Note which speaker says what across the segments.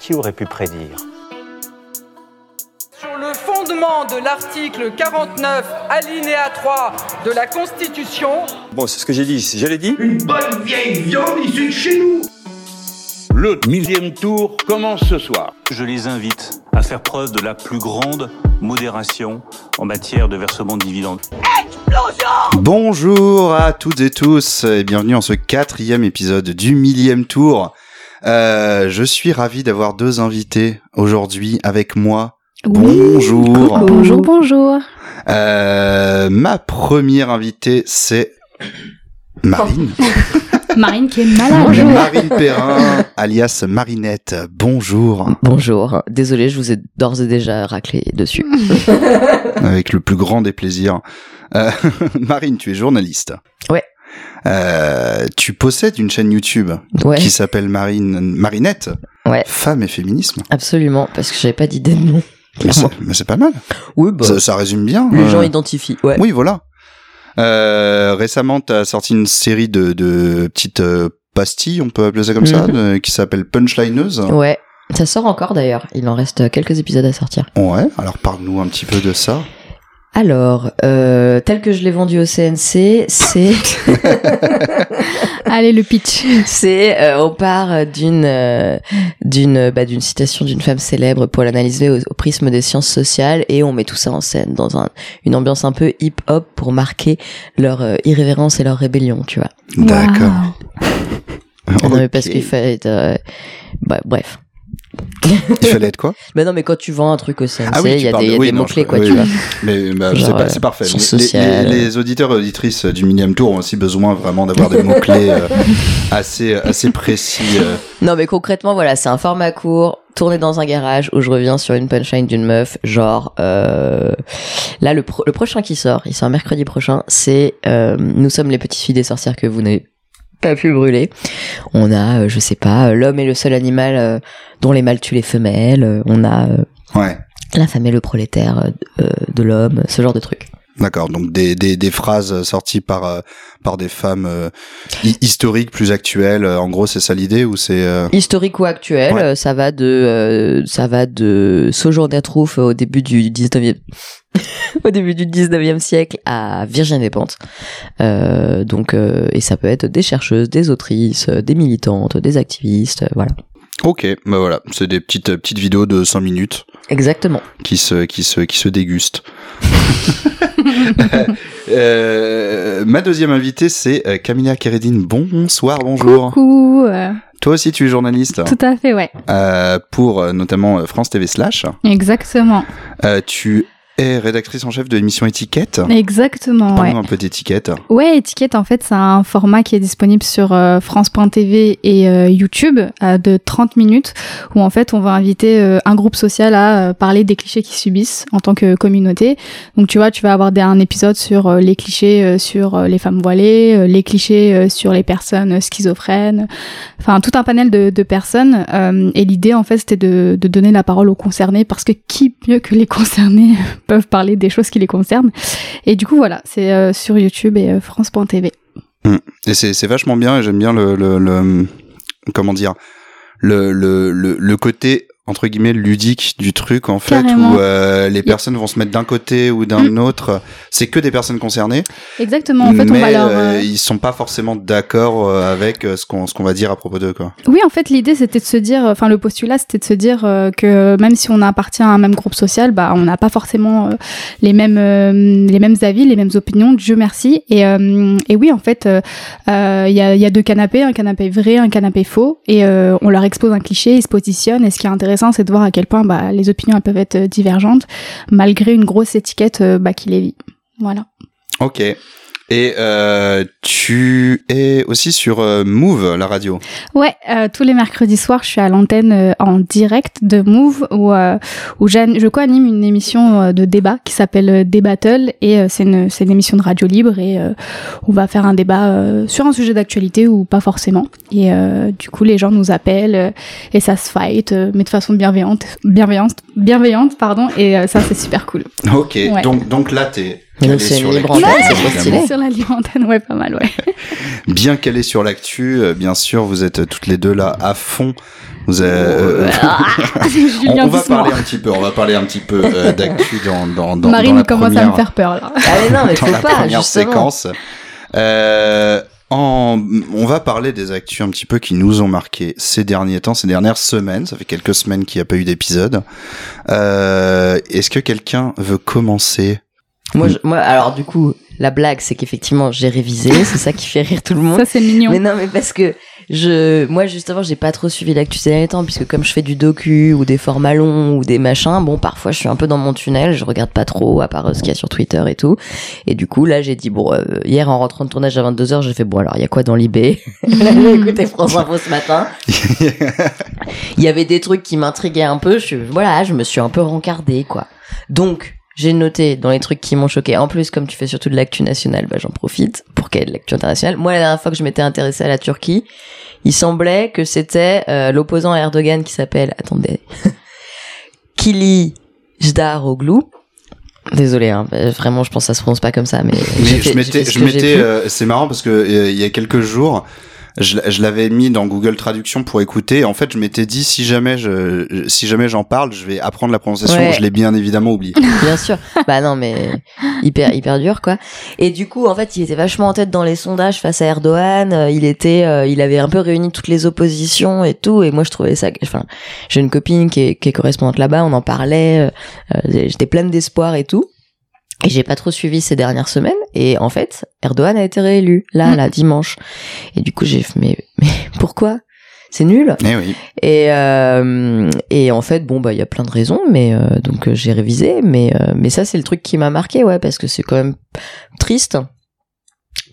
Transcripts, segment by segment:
Speaker 1: Qui aurait pu prédire
Speaker 2: Sur le fondement de l'article 49, alinéa 3 de la Constitution,
Speaker 3: Bon, c'est ce que j'ai dit, je l'ai dit.
Speaker 4: Une bonne vieille viande issue de chez nous
Speaker 5: Le millième tour commence ce soir.
Speaker 6: Je les invite à faire preuve de la plus grande modération en matière de versement de dividendes.
Speaker 7: Bonjour à toutes et tous et bienvenue en ce quatrième épisode du millième tour. Euh, je suis ravi d'avoir deux invités aujourd'hui avec moi. Bonjour.
Speaker 8: Coucou. Bonjour, bonjour.
Speaker 7: Euh, ma première invitée, c'est Marine.
Speaker 8: Marine qui est malade.
Speaker 7: Marine Perrin, alias Marinette. Bonjour.
Speaker 9: Bonjour, désolé, je vous ai d'ores et déjà raclé dessus.
Speaker 7: Avec le plus grand des plaisirs. Euh, Marine, tu es journaliste.
Speaker 9: Ouais.
Speaker 7: Euh, tu possèdes une chaîne YouTube
Speaker 9: Ouais,
Speaker 7: qui s'appelle Marine Marinette.
Speaker 9: Ouais.
Speaker 7: Femme et féminisme.
Speaker 9: absolument, parce que j'avais pas d'idée de nom.
Speaker 7: Mais
Speaker 9: Clairement.
Speaker 7: c'est- mais c'est pas mal.
Speaker 9: Oui, bah,
Speaker 7: Ça, ça résume bien.
Speaker 9: les
Speaker 7: Euh,
Speaker 9: gens identifient, ouais.
Speaker 7: Oui, voilà. Euh, récemment, tu as sorti une série de, de petites euh, pastilles, on peut appeler ça comme ça, de- qui s'appelle Punchlineuse.
Speaker 9: Mhm. Ouais, ça sort encore d'ailleurs, il en reste quelques épisodes à sortir.
Speaker 7: Ouais, alors parle-nous un petit peu de ça.
Speaker 9: Alors, euh, tel que je l'ai vendu au CNC, c'est...
Speaker 8: Allez, le pitch.
Speaker 9: C'est euh, on part d'une euh, d'une bah, d'une citation d'une femme célèbre pour l'analyser au, au prisme des sciences sociales et on met tout ça en scène dans un une ambiance un peu hip hop pour marquer leur euh, irrévérence et leur rébellion, tu vois.
Speaker 7: D'accord.
Speaker 8: Waouh.
Speaker 9: Non mais parce
Speaker 7: Ok.
Speaker 9: qu'il fallait être, euh, bah, bref.
Speaker 7: Il fallait être quoi
Speaker 9: Mais non mais quand tu vends un truc au CNC, il
Speaker 7: tu
Speaker 9: y a
Speaker 7: parles
Speaker 9: des,
Speaker 7: de-
Speaker 9: il y a
Speaker 7: Ah oui,
Speaker 9: des
Speaker 7: non,
Speaker 9: mots clés
Speaker 7: je-
Speaker 9: quoi,
Speaker 7: oui,
Speaker 9: tu vois.
Speaker 7: Mais bah, je sais
Speaker 9: Genre,
Speaker 7: pas,
Speaker 9: euh,
Speaker 7: c'est parfait.
Speaker 9: sciences
Speaker 7: Les- les-
Speaker 9: sociales.
Speaker 7: Les, les auditeurs et auditrices du millième tour ont aussi besoin vraiment d'avoir des mots-clés euh, assez, assez précis. euh.
Speaker 9: Non mais concrètement voilà, c'est un format court, tourné dans un garage où je reviens sur une punchline d'une meuf, genre euh, là le, pro- le prochain qui sort, il sort mercredi prochain, c'est euh, nous sommes les petites filles des sorcières que vous n'avez pas pu brûler. On a euh, je sais pas, euh, l'homme est le seul animal euh, dont les mâles tuent les femelles, euh, on a euh,
Speaker 7: Ouais,
Speaker 9: la femme est le prolétaire euh, de l'homme, ce genre de truc.
Speaker 7: d'accord. Donc des, des, des phrases sorties par, euh, par des femmes euh, hi- historiques, plus actuelles. euh, En gros, c'est ça l'idée ou c'est... euh,
Speaker 9: historique ou actuel,
Speaker 7: Ouais.
Speaker 9: euh, ça va de euh, ça va de Sojourner Truth au début du 19e au début du 19e siècle à Virginie des Pentes. Euh, donc euh, et ça peut être des chercheuses, des autrices, euh, des militantes, des activistes, euh, voilà.
Speaker 7: Ok, bah voilà, c'est des petites petites vidéos de 5 minutes
Speaker 9: Exactement.
Speaker 7: qui se qui se qui se dégustent. Euh, ma deuxième invitée c'est euh, Camilla Keredine. Bonsoir, bonjour.
Speaker 8: Coucou. euh,
Speaker 7: Toi aussi tu es journaliste
Speaker 8: tout à fait, ouais.
Speaker 7: euh, pour euh, notamment euh, France TV slash.
Speaker 8: Exactement.
Speaker 7: Euh, tu es rédactrice en chef de l'émission Étiquette.
Speaker 8: Exactement, ouais.
Speaker 7: Parle-nous un peu d'étiquette.
Speaker 8: Ouais, Étiquette, en fait, c'est un format qui est disponible sur euh, France.tv et euh, YouTube euh, de 30 minutes où, en fait, on va inviter euh, un groupe social à euh, parler des clichés qu'ils subissent en tant que communauté. Donc, tu vois, tu vas avoir des- un épisode sur euh, les clichés euh, sur euh, les femmes voilées, euh, les clichés euh, sur les personnes euh, schizophrènes, enfin, tout un panel de, de personnes. euh, et l'idée, en fait, c'était de, de donner la parole aux concernés parce que qui mieux que les concernés peuvent parler des choses qui les concernent et du coup, voilà, c'est euh, sur YouTube et euh, France.tv.
Speaker 7: Et c'est c'est vachement bien et j'aime bien le, le, le- comment dire le, le, le, le côté entre guillemets ludique du truc en fait
Speaker 8: Carrément.
Speaker 7: où euh, les personnes vont se mettre d'un côté ou d'un autre c'est que des personnes concernées
Speaker 8: Exactement, Mm. en fait,
Speaker 7: mais
Speaker 8: on va leur...
Speaker 7: euh,
Speaker 8: euh,
Speaker 7: ils sont pas forcément d'accord euh, avec euh, ce qu'on ce qu'on va dire à propos d'eux quoi
Speaker 8: Oui, en fait, l'idée, c'était de se dire, enfin, le postulat, c'était de se dire euh, que même si on appartient à un même groupe social, bah, on n'a pas forcément euh, les, mêmes, euh, les mêmes avis, les mêmes opinions, Dieu merci. Et, euh, et oui, en fait, euh, euh, il y, a, il y a deux canapés, un canapé vrai, un canapé faux, et euh, on leur expose un cliché, ils se positionnent, et ce qui est intéressant, c'est de voir à quel point bah, les opinions elles peuvent être divergentes, malgré une grosse étiquette euh, bah, qui les vit. Voilà.
Speaker 7: ok et euh, tu es aussi sur euh, Move la radio
Speaker 8: Ouais, euh, tous les mercredis soirs, je suis à l'antenne euh, en direct de Move où, euh, où j'an- je co-anime une émission euh, de débat qui s'appelle euh, Débattle et euh, c'est une, c'est une émission de radio libre et euh, on va faire un débat euh, sur un sujet d'actualité ou pas forcément. Et euh, du coup, les gens nous appellent euh, et ça se fight, euh, mais de façon bienveillante, bienveillante, bienveillante, pardon, et euh, ça, c'est super cool.
Speaker 7: ok
Speaker 8: Ouais.
Speaker 7: donc donc là t'es
Speaker 9: Mais
Speaker 7: Elle
Speaker 9: donc,
Speaker 7: est
Speaker 9: c'est
Speaker 7: sur
Speaker 9: une libre
Speaker 7: l'actu,
Speaker 9: antenne, c'est
Speaker 7: évidemment.
Speaker 9: trop stylé.
Speaker 8: Sur la libre antenne, ouais, pas mal, ouais.
Speaker 7: Bien calé sur l'actu, euh, bien sûr, vous êtes toutes les deux là à fond. Vous avez,
Speaker 8: Oh,
Speaker 7: euh,
Speaker 8: ah,
Speaker 7: on,
Speaker 8: Julien
Speaker 7: on va
Speaker 8: Doucement.
Speaker 7: parler un petit peu, on va parler un petit peu euh, d'actu dans dans dans, dans
Speaker 8: Marine
Speaker 7: la
Speaker 8: commence
Speaker 7: première-
Speaker 8: à
Speaker 7: Hein
Speaker 8: me faire peur, là.
Speaker 9: Ah, mais non, mais
Speaker 7: dans
Speaker 9: faut
Speaker 7: la
Speaker 9: pas,
Speaker 7: première
Speaker 9: justement.
Speaker 7: séquence. Euh, en, on va parler des actus un petit peu qui nous ont marqué ces derniers temps, ces dernières semaines. Ça fait quelques semaines qu'il n'y a pas eu d'épisode. Euh, Est-ce que quelqu'un veut commencer
Speaker 9: Moi, je- moi, alors, du coup, la blague, c'est qu'effectivement, j'ai révisé. C'est ça qui fait rire tout le monde.
Speaker 8: Ça, c'est mignon.
Speaker 9: Mais non, mais parce que je, moi justement, j'ai pas trop suivi l'actu ces derniers temps, puisque comme je fais du docu ou des formats longs ou des machins, bon, parfois je suis un peu dans mon tunnel, je regarde pas trop, à part euh, ce qu'il y a sur Twitter et tout. Et du coup, là, j'ai dit bon, euh, hier en rentrant de tournage à 22 h j'ai fait bon, alors il y a quoi dans l'IB J'ai écouté France Info ce matin. Il y avait des trucs qui m'intriguaient un peu. Je, voilà, je me suis un peu rencardée, quoi. Donc. J'ai noté dans les trucs qui m'ont choqué. En plus, comme tu fais surtout de l'actu nationale, bah, j'en profite pour qu'il y ait de l'actu internationale. Moi, la dernière fois que je m'étais intéressée à la Turquie, il semblait que c'était euh, l'opposant à Erdogan qui s'appelle, attendez, Kili Jdaroglu. Désolé, hein, bah, vraiment, je pense que ça se prononce pas comme ça, mais,
Speaker 7: Mais
Speaker 9: j'ai
Speaker 7: je
Speaker 9: fait- j'ai
Speaker 7: m'étais,
Speaker 9: fait ce
Speaker 7: je
Speaker 9: que j'ai
Speaker 7: m'étais,
Speaker 9: pu.
Speaker 7: euh, c'est marrant parce que euh, il y a quelques jours, je, l- je l'avais mis dans Google Traduction pour écouter. En fait, je m'étais dit si jamais je, je- si jamais j'en parle, je vais apprendre la prononciation.
Speaker 9: Ouais.
Speaker 7: Je l'ai bien évidemment oublié.
Speaker 9: Bien sûr. bah non, mais hyper hyper dur quoi. Et du coup, en fait, il était vachement en tête dans les sondages face à Erdogan. Euh, Il était, euh, il avait un peu réuni toutes les oppositions et tout. Et moi, je trouvais ça. Enfin, j'ai une copine qui est, qui est correspondante là-bas. On en parlait. euh, euh, J'étais pleine d'espoir et tout. Et j'ai pas trop suivi ces dernières semaines. Et en fait, Erdogan a été réélu là,
Speaker 8: Mm.
Speaker 9: là, dimanche. Et du coup, j'ai fait mais mais pourquoi C'est nul.
Speaker 7: Eh oui.
Speaker 9: Et, euh, et en fait, bon, bah, il y a plein de raisons, mais euh, donc euh, j'ai révisé, mais, euh, mais ça, c'est le truc qui m'a marqué, ouais, parce que c'est quand même triste.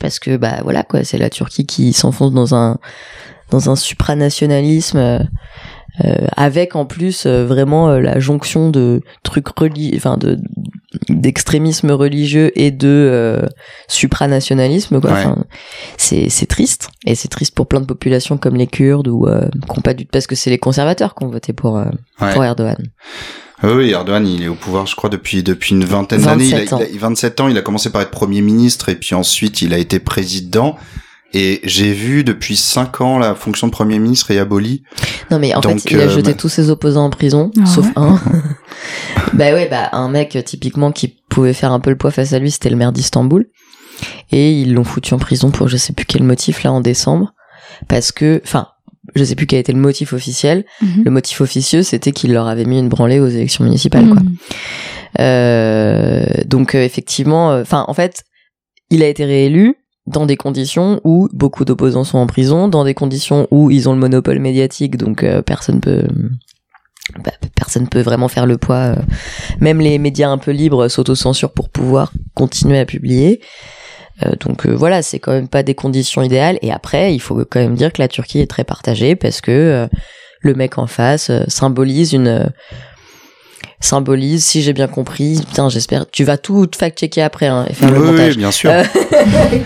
Speaker 9: Parce que, bah, voilà, quoi, c'est la Turquie qui s'enfonce dans un, dans un supranationalisme, euh, euh, avec en plus euh, vraiment euh, la jonction de trucs reli enfin, de, d'extrémisme religieux et de euh, supranationalisme, quoi.
Speaker 7: Ouais.
Speaker 9: Enfin, c'est c'est triste et c'est triste pour plein de populations comme les Kurdes ou euh, qu'on pas du parce que c'est les conservateurs qui ont voté pour euh,
Speaker 7: Ouais.
Speaker 9: pour Erdogan.
Speaker 7: Oui, oui, Erdogan, il est au pouvoir, je crois, depuis depuis une vingtaine d'années. Il, a-
Speaker 9: 27 ans.
Speaker 7: il a- 27 ans, il a commencé par être premier ministre et puis ensuite il a été président. Et j'ai vu depuis cinq ans la fonction de premier ministre est abolie.
Speaker 9: Non mais en
Speaker 7: Donc,
Speaker 9: fait, il a
Speaker 7: euh,
Speaker 9: jeté
Speaker 7: ma-
Speaker 9: tous ses opposants en prison
Speaker 8: Ah
Speaker 9: sauf
Speaker 8: ouais
Speaker 9: un. bah ouais, bah un mec euh, typiquement qui pouvait faire un peu le poids face à lui, c'était le maire d'Istanbul et ils l'ont foutu en prison pour je sais plus quel motif là en décembre parce que enfin je sais plus quel était le motif officiel.
Speaker 8: Mhm.
Speaker 9: Le motif officieux, c'était qu'il leur avait mis une branlée aux élections municipales, quoi.
Speaker 8: Mhm.
Speaker 9: Euh, donc euh, effectivement, enfin en fait, il a été réélu dans des conditions où beaucoup d'opposants sont en prison, dans des conditions où ils ont le monopole médiatique, donc euh, personne peut bah, personne peut vraiment faire le poids. euh. Même les médias un peu libres s'autocensurent pour pouvoir continuer à publier. Euh, donc euh, voilà, c'est quand même pas des conditions idéales. Et après, il faut quand même dire que la Turquie est très partagée parce que euh, le mec en face euh, symbolise une euh, symbolise, si j'ai bien compris, putain, j'espère. Tu vas tout fact-checker après hein, et faire le
Speaker 7: Oui, oui,
Speaker 9: montage.
Speaker 7: bien sûr.
Speaker 9: Euh,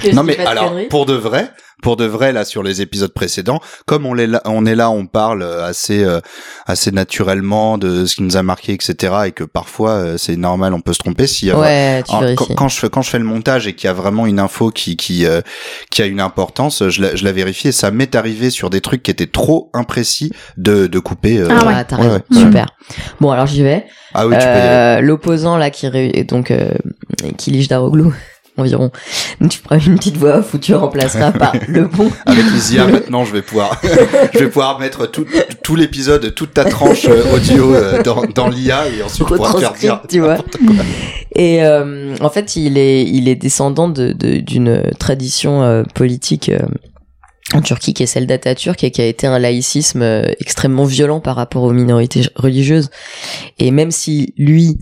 Speaker 9: Que je
Speaker 7: non
Speaker 9: dis
Speaker 7: mais
Speaker 9: pas de
Speaker 7: alors
Speaker 9: conneries.
Speaker 7: pour de vrai, pour de vrai là sur les épisodes précédents, comme on est là, on est là, on parle euh, assez euh, assez naturellement de ce qui nous a marqué, etc. Et que parfois euh, c'est normal, on peut se tromper. S'il y a
Speaker 9: ouais, tu
Speaker 7: en-
Speaker 9: vérifies.
Speaker 7: quand, quand je fais quand je fais le montage et qu'il y a vraiment une info qui qui euh, qui a une importance, je la, je la vérifie et ça m'est arrivé sur des trucs qui étaient trop imprécis de de couper. euh,
Speaker 8: Ah ouais.
Speaker 9: t'as raison.
Speaker 7: ouais, ouais.
Speaker 9: Super. Bon, alors j'y vais.
Speaker 7: Ah oui, tu peux y aller.
Speaker 9: Euh, L'opposant là qui ré- et donc euh, qui liche Daroglou environ. Tu prends une petite voix off où tu remplaceras par le bon.
Speaker 7: Avec les IA maintenant, je vais pouvoir, je vais pouvoir mettre tout, tout l'épisode, toute ta tranche euh, audio euh, dans, dans l'IA et ensuite pouvoir te faire dire.
Speaker 9: retranscrite, tu vois. Et euh, en fait, il est, il est descendant de- de- d'une tradition euh, politique euh, en Turquie qui est celle d'Atatürk et qui a été un laïcisme euh, extrêmement violent par rapport aux minorités religieuses. Et même si lui,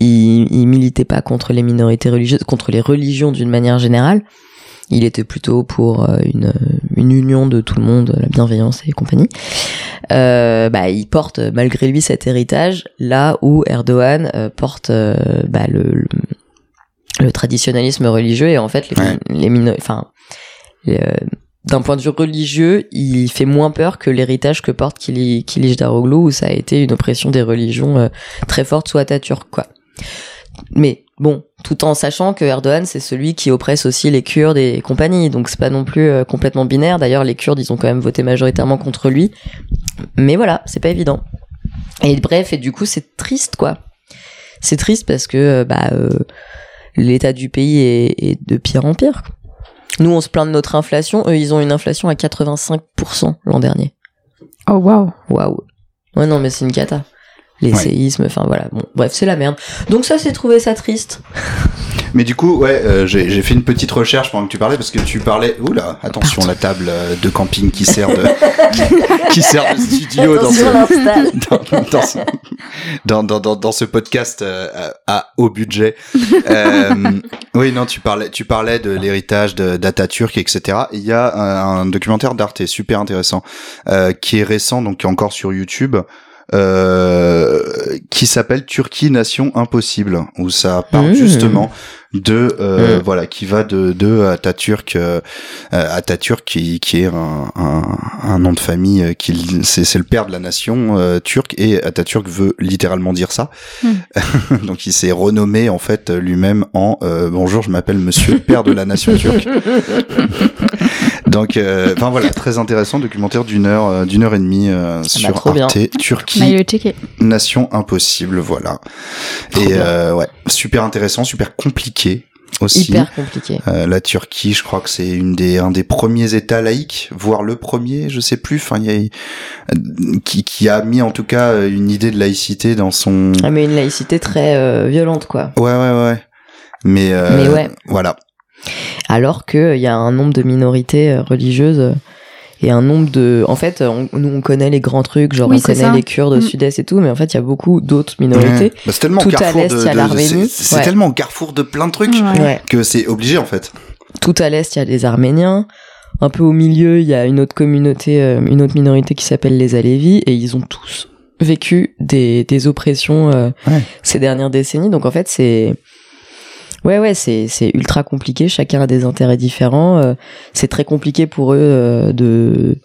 Speaker 9: il, il militait pas contre les minorités religieuses, contre les religions d'une manière générale, il était plutôt pour euh, une, une union de tout le monde, la bienveillance et compagnie. Euh, bah, il porte euh, malgré lui cet héritage là où Erdogan euh, porte euh, bah, le, le, le traditionnalisme religieux et en fait les,
Speaker 7: Ouais.
Speaker 9: les mino- enfin euh, d'un point de vue religieux, il fait moins peur que l'héritage que porte Kili- Kilij Daroglu où ça a été une oppression des religions euh, très forte soit Atatürk quoi. Mais Bon, tout en sachant que Erdogan, c'est celui qui oppresse aussi les Kurdes et compagnie, donc c'est pas non plus euh, complètement binaire. D'ailleurs, les Kurdes, ils ont quand même voté majoritairement contre lui. Mais voilà, c'est pas évident. Et bref, et du coup, c'est triste, quoi. C'est triste parce que euh, bah, euh, l'état du pays est, est de pire en pire. Nous, on se plaint de notre inflation. Eux, ils ont une inflation à 85% l'an dernier.
Speaker 8: Oh waouh.
Speaker 9: Waouh. Ouais, non, mais c'est une cata. Les
Speaker 7: Ouais.
Speaker 9: séismes, enfin voilà. Bon, bref, c'est la merde. Donc ça, c'est trouvé ça triste.
Speaker 7: Mais du coup, ouais, euh, j'ai j'ai fait une petite recherche pendant que tu parlais parce que tu parlais. Oula, attention, la table euh, de camping qui sert de qui sert de studio dans ce,
Speaker 9: Attention, l'insta.
Speaker 7: dans, dans ce, dans, dans, dans, dans ce podcast euh, à, à haut budget. Euh, oui, non, tu parlais, tu parlais de l'héritage de- d'Atatürk, etc. Il y a euh, un, un documentaire d'Arte super intéressant euh, qui est récent, donc qui est encore sur YouTube. Euh, qui s'appelle Turquie Nation Impossible où ça parle
Speaker 9: Mmh.
Speaker 7: justement de euh,
Speaker 9: Mmh.
Speaker 7: voilà qui va de de Atatürk euh, euh, Atatürk qui, qui est un, un, un nom de famille euh, qui c'est c'est le père de la nation euh, turque et Atatürk veut littéralement dire ça.
Speaker 9: Hmm.
Speaker 8: Mm.
Speaker 7: Donc il s'est renommé en fait lui-même en euh, bonjour, je m'appelle monsieur père de la nation turque. Donc euh, enfin voilà, très intéressant documentaire d'une heure euh, d'une heure et demie euh, sur
Speaker 9: Ah bah, trop bien. Bah,
Speaker 7: Arte Turquie
Speaker 8: On allait le checker.
Speaker 7: Nation impossible, voilà.
Speaker 9: Trop
Speaker 7: et
Speaker 9: bien.
Speaker 7: euh, ouais, super intéressant, super compliqué aussi.
Speaker 9: Hyper compliqué.
Speaker 7: Euh, la Turquie, je crois que c'est une des un des premiers États laïques, voire le premier, je sais plus. Enfin, il y a- euh, qui, qui a mis en tout cas euh, une idée de laïcité dans son.
Speaker 9: Ah, mais une laïcité très euh, violente, quoi.
Speaker 7: Ouais, ouais, ouais. Mais, euh,
Speaker 9: Mais ouais.
Speaker 7: voilà.
Speaker 9: Alors qu'il y a un nombre de minorités euh, religieuses euh, et un nombre de. En fait, euh, on- nous, on connaît les grands trucs, genre
Speaker 8: Oui,
Speaker 9: on
Speaker 8: c'est
Speaker 9: connaît
Speaker 8: ça.
Speaker 9: les Kurdes au
Speaker 8: Mm.
Speaker 9: sud-est et tout, mais en fait, il y a beaucoup d'autres minorités.
Speaker 7: Bah, c'est tellement
Speaker 9: Tout à
Speaker 7: carrefour
Speaker 9: l'est,
Speaker 7: de,
Speaker 9: il y a
Speaker 7: de-
Speaker 9: l'Arménie.
Speaker 7: c'est c'est
Speaker 9: Ouais.
Speaker 7: tellement carrefour de plein de trucs
Speaker 8: Ouais.
Speaker 9: ouais.
Speaker 7: que c'est obligé en fait.
Speaker 9: Tout à l'est, il y a les Arméniens. Un peu au milieu, il y a une autre communauté, euh, une autre minorité qui s'appelle les Alévis, et ils ont tous vécu des, des oppressions euh,
Speaker 7: Ouais.
Speaker 9: ces dernières décennies. Donc en fait, c'est ouais, ouais, c'est c'est ultra compliqué. Chacun a des intérêts différents. euh, c'est très compliqué pour eux euh, de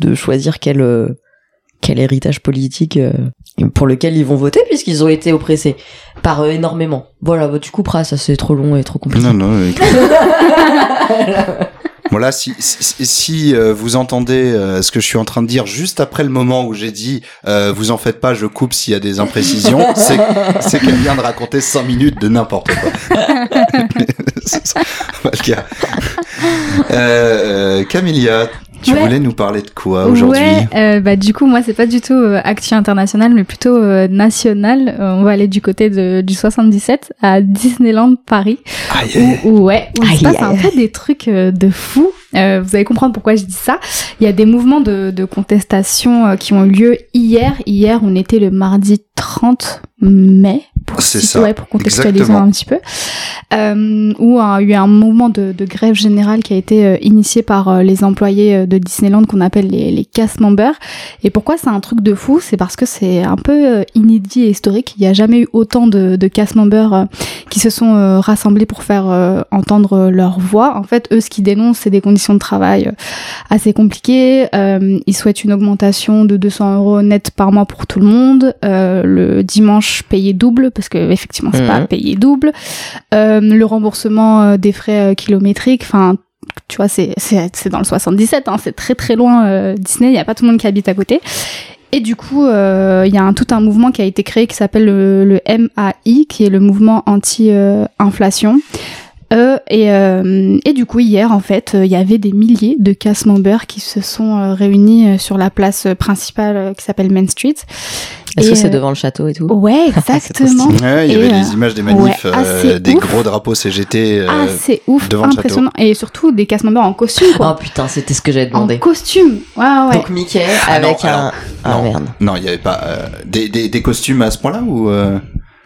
Speaker 9: de choisir quel euh, quel héritage politique euh, pour lequel ils vont voter puisqu'ils ont été oppressés par euh, énormément. Voilà, bah, tu couperas, ça c'est trop long et trop compliqué.
Speaker 7: Non, non. euh, bon là, si, si, si, euh, vous entendez euh, ce que je suis en train de dire juste après le moment où j'ai dit euh, vous en faites pas, je coupe s'il y a des imprécisions, c'est c'est qu'elle vient de raconter 5 minutes de n'importe quoi. C'est pas le cas. Euh, euh, Camélia, tu
Speaker 8: Ouais.
Speaker 7: voulais nous parler de quoi aujourd'hui
Speaker 8: Ouais, euh, bah du coup moi c'est pas du tout euh, Action Internationale mais plutôt euh, Nationale. Euh, on va aller du côté de, du 77 à Disneyland Paris.
Speaker 7: Aïe.
Speaker 8: Où- ouais, où il se
Speaker 9: Aïe,
Speaker 8: passe un peu des trucs euh, de fou. Euh, vous allez comprendre pourquoi je dis ça. Il y a des mouvements de, de contestation euh, qui ont eu lieu hier. Hier, on était le mardi 30 mai. pour
Speaker 7: C'est
Speaker 8: situer-
Speaker 7: ça,
Speaker 8: ouais, pour contextualiser
Speaker 7: exactement.
Speaker 8: un petit peu. Euh, où a eu un mouvement de, de grève générale qui a été euh, initié par euh, les employés euh, de Disneyland qu'on appelle les, les cast members. Et pourquoi c'est un truc de fou C'est parce que c'est un peu euh, inédit et historique. Il n'y a jamais eu autant de, de cast members euh, qui se sont euh, rassemblés pour faire euh, entendre euh, leur voix. En fait, eux, ce qu'ils dénoncent, c'est des conditions de travail euh, assez compliquées. Euh, ils souhaitent une augmentation de 200 euros net par mois pour tout le monde. Euh, le dimanche, payé double, parce que effectivement, c'est
Speaker 9: Mhm.
Speaker 8: pas payé double. Euh, le remboursement euh, des frais euh, kilométriques. Enfin, tu vois, c'est c'est c'est dans le 77. Hein, c'est très très loin euh, Disney. Il y a pas tout le monde qui habite à côté. Et du coup, euh, il y a un, tout un mouvement qui a été créé qui s'appelle le, le MAI, qui est le mouvement anti-inflation. Euh, et, euh, et du coup, hier, en fait, euh, il y avait des milliers de casse members qui se sont euh, réunis euh, sur la place euh, principale euh, qui s'appelle Main Street.
Speaker 9: Est-ce
Speaker 8: Et,
Speaker 9: que c'est
Speaker 8: euh,
Speaker 9: devant le château et tout
Speaker 8: Ouais,
Speaker 9: C'est possible.
Speaker 8: exactement.
Speaker 7: Ouais, il y
Speaker 8: Et,
Speaker 7: avait
Speaker 8: euh,
Speaker 7: des images des manifs,
Speaker 8: ouais,
Speaker 7: euh,
Speaker 8: assez
Speaker 7: des
Speaker 8: ouf.
Speaker 7: gros drapeaux CGT. euh,
Speaker 8: ah, c'est ouf,
Speaker 7: devant le château.
Speaker 8: impressionnant. Et surtout des casse members en costume,
Speaker 9: Oh
Speaker 8: quoi.
Speaker 9: putain, c'était ce que j'avais
Speaker 8: en
Speaker 9: demandé.
Speaker 8: costume. Ouais, ouais.
Speaker 9: Donc Mickey avec
Speaker 7: non,
Speaker 9: un. Ah
Speaker 7: non.
Speaker 9: merde.
Speaker 7: Non, il n'y avait pas euh, des, des, des costumes à ce point-là ou euh,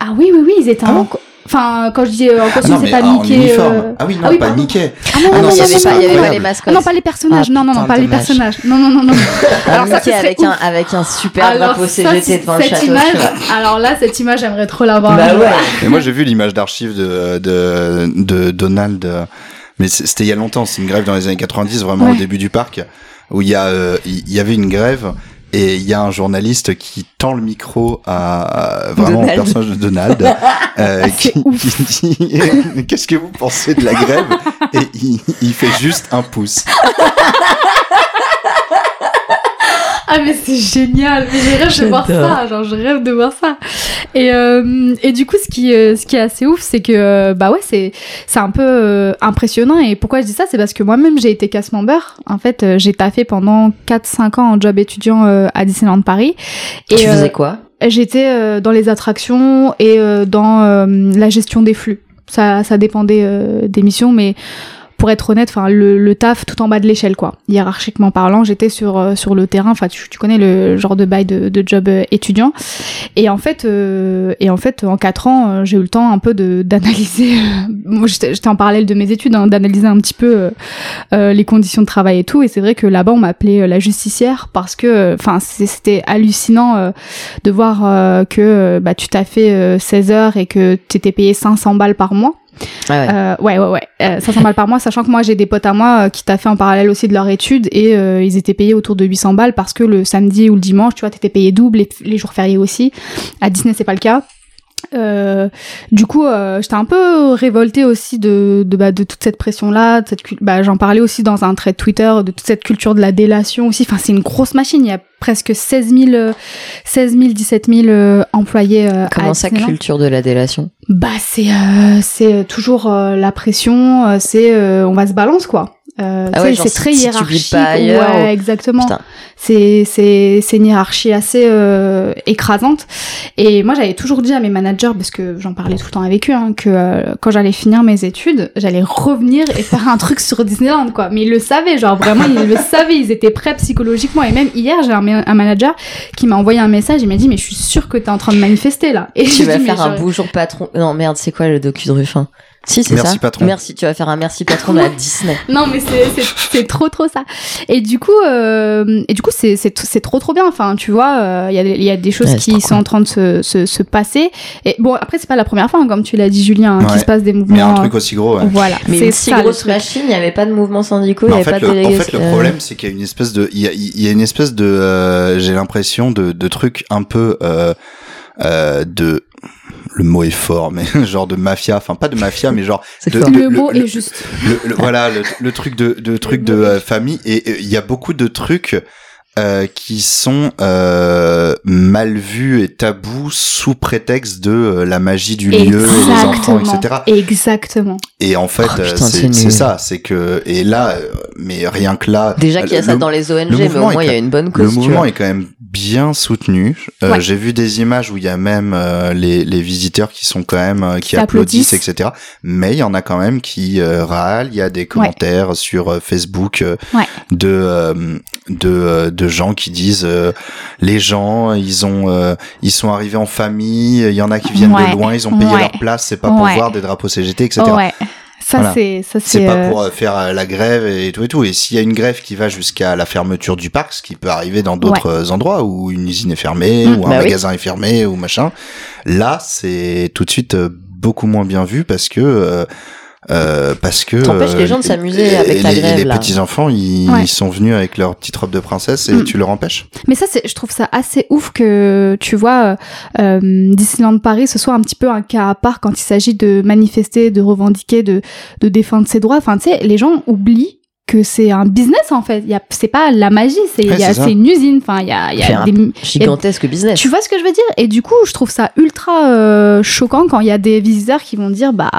Speaker 8: ah oui, oui, oui, ils étaient
Speaker 7: Ah
Speaker 8: en.
Speaker 7: bon
Speaker 8: co- Enfin, quand je dis euh, en
Speaker 7: ah
Speaker 8: costume,
Speaker 7: non,
Speaker 8: c'est
Speaker 7: mais
Speaker 8: pas
Speaker 7: en
Speaker 8: Mickey.
Speaker 7: uniforme.
Speaker 8: euh,
Speaker 7: Ah oui, non,
Speaker 8: ah oui,
Speaker 7: pas
Speaker 8: pardon.
Speaker 7: Mickey.
Speaker 8: Ah non,
Speaker 7: Ah
Speaker 8: non,
Speaker 7: non,
Speaker 8: non, il y
Speaker 7: ça,
Speaker 8: avait
Speaker 7: c'est
Speaker 8: pas- il y avait pas
Speaker 7: incroyable.
Speaker 8: les- Ah
Speaker 9: mascottes.
Speaker 8: non, pas les personnages,
Speaker 9: Ah,
Speaker 8: non, non,
Speaker 9: putain,
Speaker 8: non, pas les
Speaker 9: dommage.
Speaker 8: personnages. Non, non, non, non.
Speaker 9: Alors
Speaker 8: ça,
Speaker 9: Mickey
Speaker 8: ce serait
Speaker 9: avec
Speaker 8: ouf.
Speaker 9: un, avec un super drapeau
Speaker 8: ça,
Speaker 9: CGT
Speaker 8: c'est-
Speaker 9: devant le
Speaker 8: cette
Speaker 9: château.
Speaker 8: image,
Speaker 9: tu vois.
Speaker 8: alors là, cette image, j'aimerais trop la voir.
Speaker 9: Bah ouais.
Speaker 7: Mais moi, j'ai vu l'image d'archive de, de, de Donald, euh, mais c- c'était il y a longtemps. C'est une grève dans les années 90, vraiment au
Speaker 8: Ouais.
Speaker 7: début du parc, où il y a, euh, il il y, avait une grève Et il y a un journaliste qui tend le micro à, à vraiment
Speaker 9: Donald.
Speaker 7: au personnage de Donald, euh, qui,
Speaker 8: Ah, C'est ouf.
Speaker 7: qui dit Qu'est-ce que vous pensez de la grève Et il, il fait juste un pouce.
Speaker 8: Ah mais c'est génial, mais je rêve de voir
Speaker 9: J'adore.
Speaker 8: ça, genre je rêve de voir ça. Et, euh, et du coup, ce qui, euh, ce qui est assez ouf, c'est que euh, bah ouais, c'est c'est un peu euh, impressionnant. Et pourquoi je dis ça, c'est parce que moi-même j'ai été casse member. En fait, euh, j'ai taffé pendant 4-5 ans en job étudiant euh, à Disneyland Paris. Et
Speaker 9: tu
Speaker 8: euh,
Speaker 9: faisais quoi
Speaker 8: j'étais euh, dans les attractions et euh, dans euh, la gestion des flux. Ça, ça dépendait euh, des missions, mais pour être honnête, enfin le, le taf tout en bas de l'échelle quoi. Hiérarchiquement parlant, j'étais sur euh, sur le terrain. Enfin, tu, tu connais le genre de bail de, de job euh, étudiant. Et en fait, euh, et en fait, en quatre ans, euh, j'ai eu le temps un peu de d'analyser. euh, Moi, j'étais j'étais en parallèle de mes études, hein, d'analyser un petit peu euh, euh, les conditions de travail et tout. Et c'est vrai que là-bas, on m'appelait euh, la justicière parce que, euh, enfin, c'est- c'était hallucinant euh, de voir euh, que euh, bah tu t'as fait euh, 16 heures et que t'étais payé 500 balles par mois.
Speaker 9: Ah ouais.
Speaker 8: Euh, ouais, ouais, ouais. Euh, 500 balles par mois, sachant que moi, j'ai des potes à moi euh, qui t'a fait en parallèle aussi de leur étude et euh, ils étaient payés autour de 800 balles parce que le samedi ou le dimanche, tu vois, t'étais payé double et les jours fériés aussi. À Disney, c'est pas le cas. Euh, du coup, euh, j'étais un peu révoltée aussi de de, bah, de toute cette pression là. Cette cul- bah, j'en parlais aussi dans un trait de Twitter de toute cette culture de la délation aussi. Enfin, c'est une grosse machine. Il y a presque 16 000, euh, 16 000, 17 000 euh, employés. euh, à
Speaker 9: Comment ça,
Speaker 8: Disneyland.
Speaker 9: culture de la délation
Speaker 8: Bah c'est euh, c'est euh, toujours euh, la pression, euh, c'est euh, on va se balance quoi. Euh,
Speaker 9: Ah
Speaker 8: tu
Speaker 9: ouais,
Speaker 8: sais,
Speaker 9: genre,
Speaker 8: c'est
Speaker 9: si-
Speaker 8: très
Speaker 9: si tu vis
Speaker 8: hiérarchique.
Speaker 9: pas ailleurs,
Speaker 8: ouais, exactement.
Speaker 9: Putain.
Speaker 8: C'est c'est c'est une hiérarchie assez euh, écrasante. Et moi j'avais toujours dit à mes managers parce que j'en parlais tout le temps avec eux hein, que euh, quand j'allais finir mes études, j'allais revenir et faire un truc sur Disneyland quoi. Mais ils le savaient, genre vraiment ils le savaient, ils étaient prêts psychologiquement. Et même hier j'ai un, ma- un manager qui m'a envoyé un message, il m'a dit mais je suis sûre que t'es en train de manifester là. Et
Speaker 9: Tu
Speaker 8: j'ai
Speaker 9: vas
Speaker 8: dit, Mais
Speaker 9: faire un
Speaker 8: j'aurais-
Speaker 9: bonjour patron. Non, merde, c'est quoi le docu de Ruffin Si, c'est ça.
Speaker 7: Merci, patron.
Speaker 9: Merci, tu vas faire un merci patron à Disney.
Speaker 8: Non, mais c'est- c'est c'est trop trop ça. Et du coup, euh, et du coup, c'est c'est c'est trop trop bien. Enfin, tu vois, euh, il y a des- il y, a des choses
Speaker 9: Ouais, c'est
Speaker 8: qui
Speaker 9: trop
Speaker 8: sont
Speaker 9: cool.
Speaker 8: en train de se, se, se passer. Et bon, après, c'est pas la première fois, hein, comme tu l'as dit, Julien, hein,
Speaker 7: Ouais.
Speaker 8: qu'il se passe des mouvements.
Speaker 7: Mais un
Speaker 8: euh,
Speaker 7: truc aussi gros. ouais.
Speaker 8: Voilà.
Speaker 9: Mais
Speaker 8: c'est
Speaker 9: une si
Speaker 8: ça, le
Speaker 9: grosse
Speaker 8: truc.
Speaker 9: machine, il n'y avait pas de mouvement syndicaux, il
Speaker 7: Mais
Speaker 9: n'y
Speaker 7: en,
Speaker 9: avait
Speaker 7: fait,
Speaker 9: pas de
Speaker 7: le, en
Speaker 9: délégation.
Speaker 7: fait, le problème, c'est qu'il y a une espèce de, il y a, il y a une espèce de, euh, j'ai l'impression de, de trucs un peu euh, euh, de, le mot est fort, mais genre de mafia, enfin pas de mafia, mais genre
Speaker 9: C'est
Speaker 7: de-
Speaker 9: quoi
Speaker 7: de-
Speaker 8: Le mot
Speaker 7: le-
Speaker 8: est juste.
Speaker 7: le- le- voilà le, le truc de, de truc de euh, famille et euh, il y a beaucoup de trucs euh, qui sont euh, mal vus et tabous sous prétexte de euh, la magie du lieu et les enfants etc
Speaker 8: Exactement. Exactement.
Speaker 7: et en fait
Speaker 9: Oh,
Speaker 7: euh,
Speaker 9: putain, c'est
Speaker 7: c'est
Speaker 9: nul.
Speaker 7: c'est ça c'est que et là euh, mais rien que là
Speaker 9: Déjà qu'il y a
Speaker 7: le-
Speaker 9: ça dans les ONG,
Speaker 7: le
Speaker 9: mais
Speaker 7: mouvement
Speaker 9: au moins
Speaker 7: est
Speaker 9: il y a une bonne
Speaker 7: le
Speaker 9: cause. tu
Speaker 7: mouvement
Speaker 9: vois.
Speaker 7: est quand même bien soutenu. Euh,
Speaker 8: Ouais.
Speaker 7: J'ai vu des images où il y a même euh, les, les visiteurs qui sont quand même euh, qui
Speaker 8: Qui
Speaker 7: applaudissent,
Speaker 8: applaudissent.
Speaker 7: etc. Mais il y en a quand même qui euh, râlent. Il y a des commentaires sur euh, Facebook euh,
Speaker 8: Ouais.
Speaker 7: de euh, de euh, de gens qui disent euh, les gens ils ont euh, ils sont arrivés en famille. Il y en a qui viennent
Speaker 8: Ouais.
Speaker 7: de loin. Ils ont payé
Speaker 8: Ouais.
Speaker 7: leur place. C'est pas pour
Speaker 8: Ouais.
Speaker 7: voir des drapeaux CGT, etc.
Speaker 8: Ouais. Ça
Speaker 7: Voilà.
Speaker 8: c'est ça
Speaker 7: C'est
Speaker 8: c'est.
Speaker 7: pas
Speaker 8: euh,
Speaker 7: pour euh, faire euh, la grève et tout et tout. Et s'il y a une grève qui va jusqu'à la fermeture du parc, ce qui peut arriver dans d'autres euh, endroits où une usine est fermée,
Speaker 8: Mm,
Speaker 7: ou un
Speaker 9: bah oui.
Speaker 7: magasin est fermé, ou machin, là c'est tout de suite euh, beaucoup moins bien vu parce que euh, euh, parce que euh,
Speaker 9: T'empêches les gens de s'amuser avec la
Speaker 7: les,
Speaker 9: grève,
Speaker 7: les
Speaker 9: là.
Speaker 7: petits enfants ils,
Speaker 8: Ouais.
Speaker 7: ils sont venus avec leur petite robe de princesse et
Speaker 8: Mm.
Speaker 7: tu leur empêches.
Speaker 8: Mais ça, c'est, je trouve ça assez ouf que, tu vois, euh, euh, Disneyland Paris, ce soit un petit peu un cas à part quand il s'agit de manifester, de revendiquer, de, de défendre ses droits. Enfin, tu sais, les gens oublient que c'est un business, en fait. Il Y a, c'est pas la magie, c'est,
Speaker 7: Ouais,
Speaker 8: il y a-
Speaker 7: c'est ça.
Speaker 8: c'est une usine. Enfin, il y a, il y
Speaker 9: C'est
Speaker 8: a
Speaker 9: un
Speaker 8: des,
Speaker 9: Gigantesque business.
Speaker 8: tu vois ce que je veux dire Et du coup, je trouve ça ultra euh, choquant quand il y a des visiteurs qui vont dire bah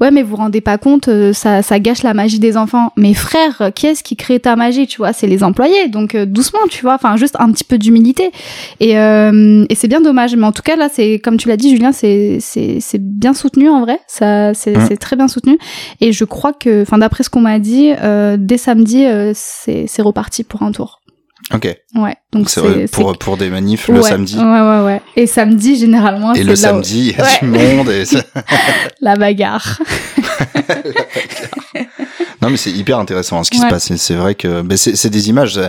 Speaker 8: ouais, mais vous vous rendez pas compte, euh, ça, ça gâche la magie des enfants. Mais frère, euh, qui est-ce qui crée ta magie Tu vois, c'est les employés. Donc euh, doucement, tu vois. Enfin, juste un petit peu d'humilité. Et, euh, et c'est bien dommage. Mais en tout cas, là, c'est comme tu l'as dit, Julien, c'est c'est c'est bien soutenu en vrai. Ça, c'est
Speaker 7: Mm.
Speaker 8: c'est très bien soutenu. Et je crois que, enfin, d'après ce qu'on m'a dit, euh, dès samedi, euh, c'est c'est reparti pour un tour.
Speaker 7: Ok.
Speaker 8: Ouais. Donc
Speaker 7: C'est
Speaker 8: c'est
Speaker 7: vrai, pour pour des manifs
Speaker 8: ouais,
Speaker 7: le samedi.
Speaker 8: Ouais, ouais, ouais. Et samedi, généralement,
Speaker 7: Et
Speaker 8: c'est
Speaker 7: le
Speaker 8: là où-
Speaker 7: samedi, il y a
Speaker 8: Ouais.
Speaker 7: du monde. Et ça-
Speaker 8: la bagarre.
Speaker 7: Non, mais c'est hyper intéressant hein, ce qui se
Speaker 8: Ouais.
Speaker 7: passe. Et C'est vrai que ben, c'est c'est des images. euh,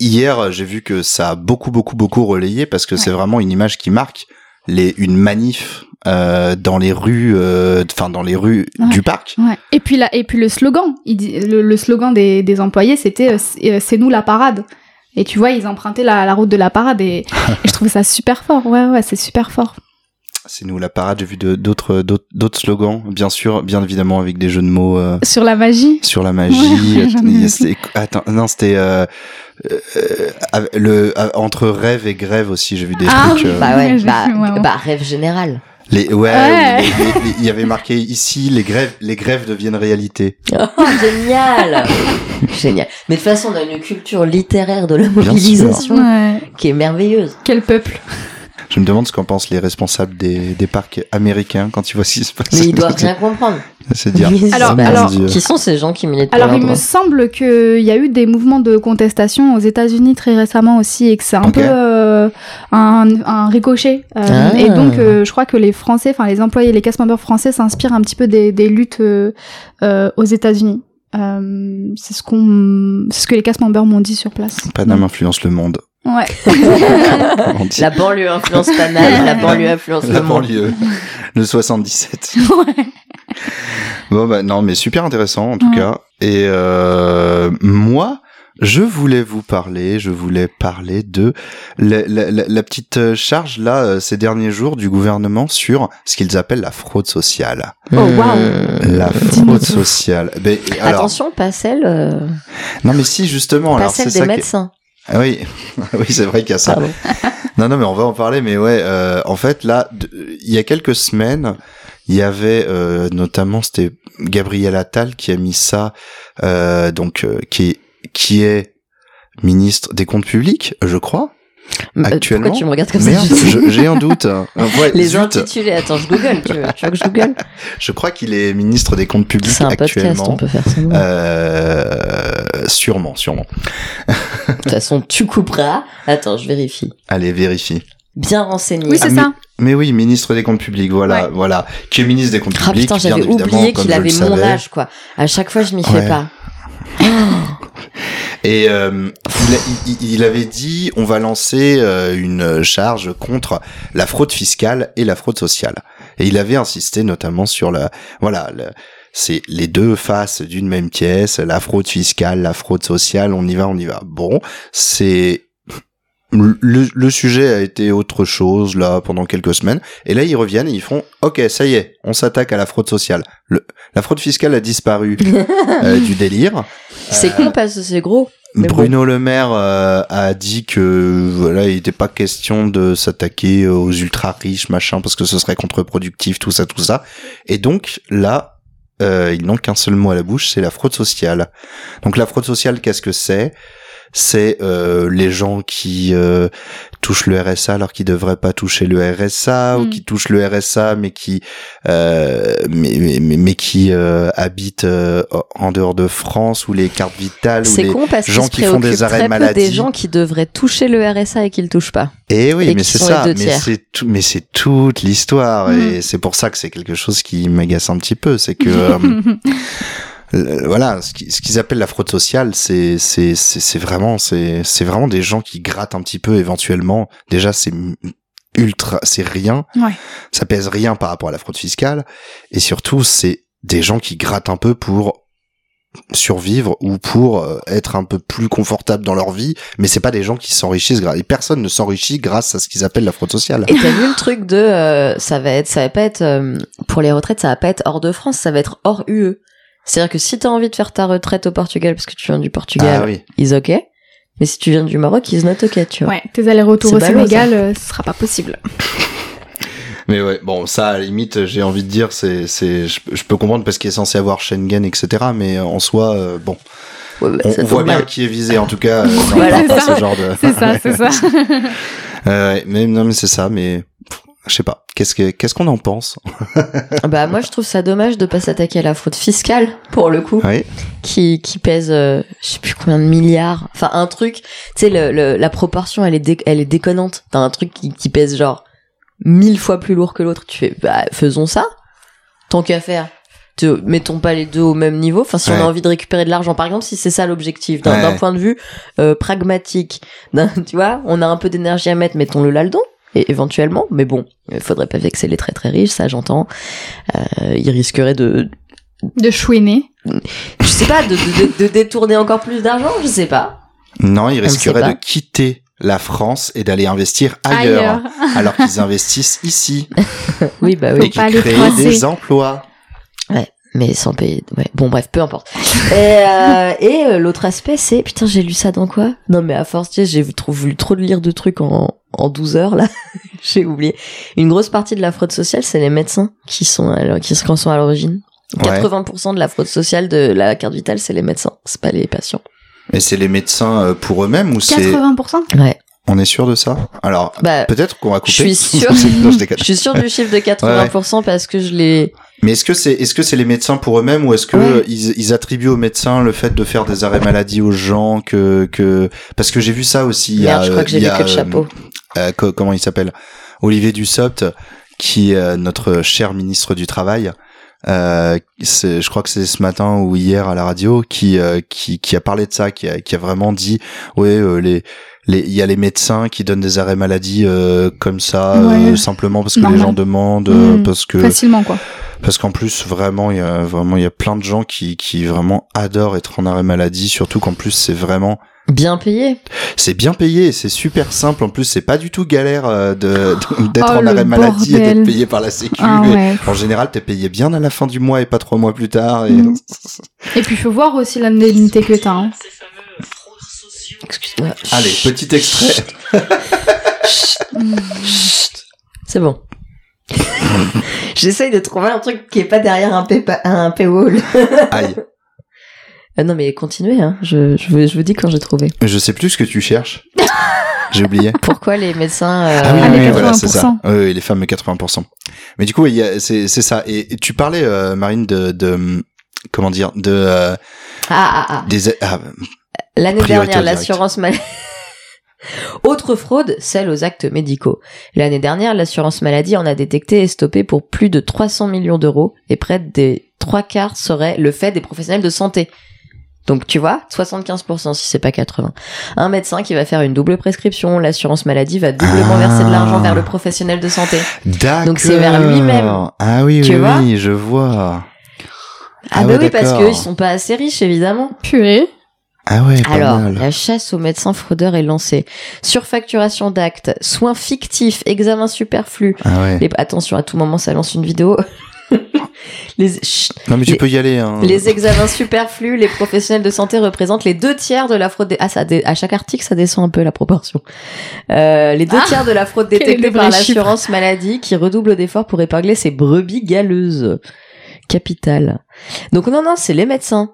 Speaker 7: Hier, j'ai vu que ça a beaucoup, beaucoup, beaucoup relayé parce que c'est vraiment une image qui marque les une manif euh, dans les rues, euh, enfin dans les rues
Speaker 8: Ouais.
Speaker 7: du parc.
Speaker 8: Ouais. Et puis là, et puis le slogan, il dit, le, le slogan des, des employés, c'était euh, c'est- euh, c'est nous la parade. Et tu vois, ils empruntaient la, la route de la parade et, et je trouvais ça super fort. Ouais, ouais, c'est super fort.
Speaker 7: C'est nous la parade. J'ai vu de- d'autres euh, d'autres d'autres slogans, bien sûr, bien évidemment avec des jeux de mots euh,
Speaker 8: Sur la magie,
Speaker 7: sur la magie.
Speaker 8: Ouais, j'en ai
Speaker 7: Il y a-
Speaker 8: vu.
Speaker 7: c'est- attends, non, c'était euh, euh, euh, le euh, entre rêve et grève aussi. J'ai vu des
Speaker 8: Ah,
Speaker 7: trucs.
Speaker 8: oui,
Speaker 7: euh,
Speaker 9: Bah ouais,
Speaker 8: Ouais, j'ai
Speaker 9: bah,
Speaker 8: fait, ouais, ouais.
Speaker 9: bah, rêve général.
Speaker 7: les ouais,
Speaker 8: Ouais.
Speaker 7: les- les- les- il y avait marqué ici les grèves les grèves deviennent réalité.
Speaker 9: Oh, génial Génial. Mais de toute façon, on a une culture littéraire de la
Speaker 7: sûr.
Speaker 9: mobilisation
Speaker 8: Ouais.
Speaker 9: qui est merveilleuse.
Speaker 8: quel peuple.
Speaker 7: Je me demande ce qu'en pensent les responsables des, des parcs américains quand ils voient ce qui se passe.
Speaker 9: Mais ils doivent rien comprendre.
Speaker 7: C'est dire.
Speaker 8: Alors-
Speaker 7: Mon
Speaker 8: alors-
Speaker 7: Dieu.
Speaker 9: qui sont ces gens qui militent
Speaker 8: Alors,
Speaker 9: pour
Speaker 8: il
Speaker 9: leurs
Speaker 8: me
Speaker 9: droits
Speaker 8: semble qu'il y a eu des mouvements de contestation aux États-Unis très récemment aussi et que c'est un
Speaker 7: Ok.
Speaker 8: peu euh, un, un ricochet. Euh,
Speaker 9: Ah.
Speaker 8: Et donc, euh, je crois que les Français, enfin les employés, les casse-membres français s'inspirent un petit peu des, des luttes euh, euh, aux États-Unis. Euh, c'est ce qu'on, c'est ce que les casse-membres m'ont dit sur place.
Speaker 7: Paname influence le monde.
Speaker 8: Ouais.
Speaker 7: On dit
Speaker 9: La banlieue influence Paname, la banlieue influence
Speaker 7: la
Speaker 9: le monde.
Speaker 7: banlieue. Le 77.
Speaker 8: Ouais.
Speaker 7: Bon bah non mais super intéressant en tout
Speaker 8: Ouais.
Speaker 7: cas. Et euh, moi je voulais vous parler, je voulais parler de la, la- la- la petite euh, charge là euh, ces derniers jours du gouvernement sur ce qu'ils appellent la fraude sociale.
Speaker 8: Oh, waouh.
Speaker 7: La
Speaker 9: Euh,
Speaker 8: Dis-nous
Speaker 7: fraude
Speaker 8: tout.
Speaker 7: sociale. Ben, Euh, alors,
Speaker 9: Attention, pas celle, euh,
Speaker 7: non mais si justement
Speaker 9: pas
Speaker 7: alors c'est
Speaker 9: celle
Speaker 7: ça
Speaker 9: des
Speaker 7: qui-
Speaker 9: médecins. Euh,
Speaker 7: Ah oui, oui c'est vrai qu'il y a ça.
Speaker 9: Pardon.
Speaker 7: Non, non, mais on va en parler. Mais ouais, euh, en fait, là, de- il y a quelques semaines, il y avait euh, notamment, c'était Gabriel Attal qui a mis ça, euh, donc euh, qui qui est ministre des comptes publics, je crois.
Speaker 9: Euh,
Speaker 7: Actuellement,
Speaker 9: Pourquoi tu me regardes comme
Speaker 7: Merde,
Speaker 9: ça je sais.
Speaker 7: je- j'ai un doute. Euh, ouais,
Speaker 9: Les
Speaker 7: zut,
Speaker 9: intitulés. Attends, je google. Tu veux, tu veux que je google
Speaker 7: je crois qu'il est ministre des comptes publics
Speaker 9: C'est un podcast, on
Speaker 7: actuellement.
Speaker 9: peut faire ça. non
Speaker 7: Euh, sûrement, sûrement.
Speaker 9: De toute façon, tu couperas. Attends, je vérifie.
Speaker 7: Allez, vérifie.
Speaker 9: Bien renseigné.
Speaker 8: Oui, c'est
Speaker 7: mais-
Speaker 8: ça.
Speaker 7: Mais oui, ministre des comptes publics, voilà,
Speaker 8: Ouais.
Speaker 7: voilà, qui est ministre des comptes
Speaker 9: Ah
Speaker 7: publics.
Speaker 9: putain,
Speaker 7: bien
Speaker 9: j'avais
Speaker 7: évidemment,
Speaker 9: oublié
Speaker 7: comme
Speaker 9: qu'il
Speaker 7: je
Speaker 9: avait
Speaker 7: le
Speaker 9: mon
Speaker 7: savais.
Speaker 9: âge, quoi. À chaque fois, je m'y
Speaker 7: Ouais.
Speaker 9: fais pas.
Speaker 7: Et euh, il, a- il- il avait dit, on va lancer euh, une charge contre la fraude fiscale et la fraude sociale. Et il avait insisté notamment sur la, voilà, le- c'est les deux faces d'une même pièce, la fraude fiscale, la fraude sociale, on y va, on y va. Bon, c'est le, le sujet a été autre chose là pendant quelques semaines et là ils reviennent et ils font ok ça y est on s'attaque à la fraude sociale Le- la fraude fiscale a disparu euh, du délire
Speaker 9: C'est con parce que c'est gros. Mais bon.
Speaker 7: Bruno Le Maire euh, a dit que voilà, il n'était pas question de s'attaquer aux ultra riches, machin, parce que ce serait contre-productif, tout ça, tout ça. Et donc là, euh, il n'ont qu'un seul mot à la bouche, c'est la fraude sociale. Donc la fraude sociale, qu'est-ce que c'est C'est euh, les gens qui euh, touchent le RSA alors qu'ils devraient pas toucher le RSA,
Speaker 9: Hmm.
Speaker 7: ou
Speaker 8: Mm.
Speaker 7: qui touchent le RSA mais qui euh, mais, mais, mais, mais qui euh, habitent euh, en dehors de France, ou les cartes vitales, ou
Speaker 9: C'est
Speaker 7: les
Speaker 9: con parce qu'ils
Speaker 7: gens
Speaker 9: se
Speaker 7: qui font des
Speaker 9: préoccupent
Speaker 7: arrêts
Speaker 9: très peu des
Speaker 7: maladie.
Speaker 9: gens qui devraient toucher le RSA et qui le touchent pas.
Speaker 7: Et oui,
Speaker 9: et
Speaker 7: mais
Speaker 9: qui
Speaker 7: c'est
Speaker 9: sont
Speaker 7: ça,
Speaker 9: les
Speaker 7: mais
Speaker 9: deux tiers. Mm.
Speaker 7: c'est tout, mais c'est toute l'histoire,
Speaker 8: Mhm.
Speaker 7: et c'est pour ça que c'est quelque chose qui m'agace un petit peu, c'est que euh, le- voilà, ce qui- ce qu'ils appellent la fraude sociale, c'est c'est c'est c'est vraiment c'est c'est vraiment des gens qui grattent un petit peu éventuellement. Déjà, c'est m- ultra, c'est rien,
Speaker 8: Ouais.
Speaker 7: ça pèse rien par rapport à la fraude fiscale, et surtout c'est des gens qui grattent un peu pour survivre ou pour euh, être un peu plus confortable dans leur vie, mais c'est pas des gens qui s'enrichissent. gra- Et personne ne s'enrichit grâce à ce qu'ils appellent la fraude sociale.
Speaker 9: Et t'as vu le truc de euh, ça va être ça va pas être euh, pour les retraites ça va pas être hors de France ça va être hors UE. C'est-à-dire que si t'as envie de faire ta retraite au Portugal parce que tu viens du Portugal,
Speaker 7: Ah oui.
Speaker 9: ils ok. Mais si tu viens du Maroc, ils not ok, tu vois.
Speaker 8: Ouais. Tes allers-retours
Speaker 9: C'est
Speaker 8: au
Speaker 9: ballot,
Speaker 8: Sénégal, euh, ce sera pas possible.
Speaker 7: Mais ouais, bon, ça, à la limite, j'ai envie de dire, c'est, c'est, je, je peux comprendre parce qu'il est censé avoir Schengen, etc. Mais en soi, euh, bon,
Speaker 9: Ouais, bah,
Speaker 7: on,
Speaker 9: ça
Speaker 7: on
Speaker 9: tombe
Speaker 7: voit bien
Speaker 9: mal.
Speaker 7: qui est visé, en tout cas, euh, dans-
Speaker 9: Voilà.
Speaker 7: dans ce genre de.
Speaker 8: C'est ça, c'est ça.
Speaker 7: Euh, ouais, mais non, mais c'est ça, mais pff, je sais pas. Qu'est-ce que, qu'est-ce qu'on en pense
Speaker 9: Bah moi je trouve ça dommage de pas s'attaquer à la fraude fiscale pour le coup,
Speaker 7: Oui.
Speaker 9: qui qui pèse euh, je sais plus combien de milliards, enfin un truc, tu sais le, le- la proportion elle est dé- elle est déconnante. T'as un truc qui, qui pèse genre mille fois plus lourd que l'autre. Tu fais bah faisons ça, tant qu'à faire. Te- mettons pas les deux au même niveau. Enfin si
Speaker 7: Ouais.
Speaker 9: on a envie de récupérer de l'argent par exemple, si c'est ça l'objectif d'un
Speaker 7: Ouais.
Speaker 9: d'un point de vue euh, pragmatique, d'un- tu vois, on a un peu d'énergie à mettre, mettons le là-dedans. Et éventuellement, mais bon, il faudrait pas vexer les très très riches, ça j'entends. Euh, ils risqueraient de,
Speaker 8: De chouiner.
Speaker 9: je sais pas, de, de, de- de détourner encore plus d'argent, je sais pas.
Speaker 7: Non, ils
Speaker 9: ne sait
Speaker 7: risqueraient
Speaker 9: pas.
Speaker 7: de quitter la France et d'aller investir ailleurs, alors qu'ils investissent ici
Speaker 9: Oui, bah
Speaker 7: et
Speaker 9: oui.
Speaker 8: Faut pas
Speaker 7: qu'ils
Speaker 8: les
Speaker 7: créent
Speaker 8: froisser.
Speaker 7: des emplois.
Speaker 9: Mais sans payer. ouais. Bon, bref, peu importe. et euh, et, euh, l'autre aspect, c'est. Putain, j'ai lu ça dans quoi Non, mais à force, tu sais, j'ai trop, voulu trop de lire de trucs en, en 12 heures, là. j'ai oublié. Une grosse partie de la fraude sociale, c'est les médecins qui sont à, l'o- qui en sont à l'origine.
Speaker 7: Ouais.
Speaker 9: 80% de la fraude sociale de la carte vitale, c'est les médecins, c'est pas les patients.
Speaker 7: Et c'est les médecins euh, pour eux-mêmes ou c'est
Speaker 8: 80%
Speaker 9: Ouais.
Speaker 7: On est sûr de ça Alors,
Speaker 9: Bah,
Speaker 7: peut-être qu'on va couper.
Speaker 9: je suis sûre.
Speaker 7: Non, je déconne.
Speaker 9: je suis sûre du chiffre de 80% parce que je l'ai.
Speaker 7: Mais est-ce que c'est est-ce que c'est les médecins pour eux-mêmes ou est-ce que
Speaker 9: Ouais.
Speaker 7: ils, ils attribuent aux médecins le fait de faire des arrêts maladie aux gens que que parce que j'ai vu ça aussi. il y a,
Speaker 9: Merde, je crois que j'ai
Speaker 7: il y
Speaker 9: vu
Speaker 7: a,
Speaker 9: que le chapeau.
Speaker 7: euh, co- comment il s'appelle Olivier Dussopt, qui est euh, notre cher ministre du travail. Euh, c'est- je crois que c'est ce matin ou hier à la radio qui euh, qui, qui a parlé de ça, qui a, qui a vraiment dit ouais euh, les les il y a les médecins qui donnent des arrêts maladie euh, comme ça
Speaker 8: Ouais.
Speaker 7: euh, simplement parce que
Speaker 8: Normal.
Speaker 7: les gens demandent euh,
Speaker 8: Mm.
Speaker 7: parce que
Speaker 8: Facilement, quoi.
Speaker 7: parce qu'en plus vraiment il y a vraiment il y a plein de gens qui qui vraiment adorent être en arrêt maladie surtout qu'en plus c'est vraiment
Speaker 9: Bien payé.
Speaker 7: c'est bien payé, c'est super simple. En plus, c'est pas du tout galère euh, de- de- d'être
Speaker 8: Oh,
Speaker 7: en arrêt
Speaker 8: le
Speaker 7: maladie et d'être
Speaker 8: bordel.
Speaker 7: payé par la sécu.
Speaker 8: Ah
Speaker 7: Et
Speaker 8: ouais.
Speaker 7: En général, t'es payé bien à la fin du mois et pas trois mois plus tard. Et...
Speaker 8: Mm. Et puis, faut voir aussi l'indemnité que t'as. hein.
Speaker 9: Excuse-moi.
Speaker 7: Allez, petit extrait.
Speaker 9: C'est bon. J'essaye de trouver un truc qui est pas derrière un, paypa- un paywall.
Speaker 7: Aïe.
Speaker 9: Ah non mais continuez, hein. je, je, vous, je vous dis quand j'ai trouvé.
Speaker 7: Je sais plus ce que tu cherches. J'ai oublié.
Speaker 9: Pourquoi les médecins... euh,
Speaker 7: Ah oui,
Speaker 8: Ah,
Speaker 7: oui,
Speaker 8: les
Speaker 7: oui, voilà, c'est ça.
Speaker 8: 80%.
Speaker 7: Oui, oui, les femmes 80%. Mais du coup, il y a- c'est c'est ça. Et, et tu parlais, euh, Marine, de, de comment dire, de euh,
Speaker 9: Ah, ah, ah.
Speaker 7: des ah,
Speaker 9: L'année
Speaker 7: Priorité
Speaker 9: dernière,
Speaker 7: au direct.
Speaker 9: l'assurance maladie... Autre fraude, celle aux actes médicaux. L'année dernière, l'assurance maladie en a détecté et stoppé pour plus de 300 millions d'euros et près des trois quarts serait le fait des professionnels de santé. Donc tu vois, 75% si c'est pas 80. Un médecin qui va faire une double prescription, l'assurance maladie va doublement
Speaker 7: Ah.
Speaker 9: verser de l'argent vers le professionnel de santé.
Speaker 7: d'accord.
Speaker 9: Donc c'est vers lui-même.
Speaker 7: Ah oui,
Speaker 9: Tu
Speaker 7: oui,
Speaker 9: vois
Speaker 7: oui, je vois.
Speaker 9: Ah,
Speaker 7: Ah
Speaker 9: bah
Speaker 7: ouais,
Speaker 9: oui, parce
Speaker 7: d'accord.
Speaker 9: qu'ils sont pas assez riches évidemment.
Speaker 8: Purée.
Speaker 7: Ah ouais, pas
Speaker 9: Alors,
Speaker 7: mal.
Speaker 9: la chasse aux médecins fraudeurs est lancée. Surfacturation d'actes, soins fictifs, examens superflus.
Speaker 7: Ah ouais.
Speaker 9: Les- attention, à tout moment, ça lance une vidéo. les, chut.
Speaker 7: Non mais tu
Speaker 9: Les-
Speaker 7: peux y aller. Hein.
Speaker 9: Les examens superflus, les professionnels de santé représentent les deux tiers de la fraude. dé- Ah, ça, dé- à chaque article, ça descend un peu la proportion. Euh, les deux
Speaker 8: Ah,
Speaker 9: tiers de la fraude
Speaker 8: quel est
Speaker 9: détectée
Speaker 8: le
Speaker 9: par
Speaker 8: vrai chiffre
Speaker 9: l'assurance maladie qui redouble d'efforts pour épingler ces brebis galeuses. Capital. Donc non, non, c'est les médecins.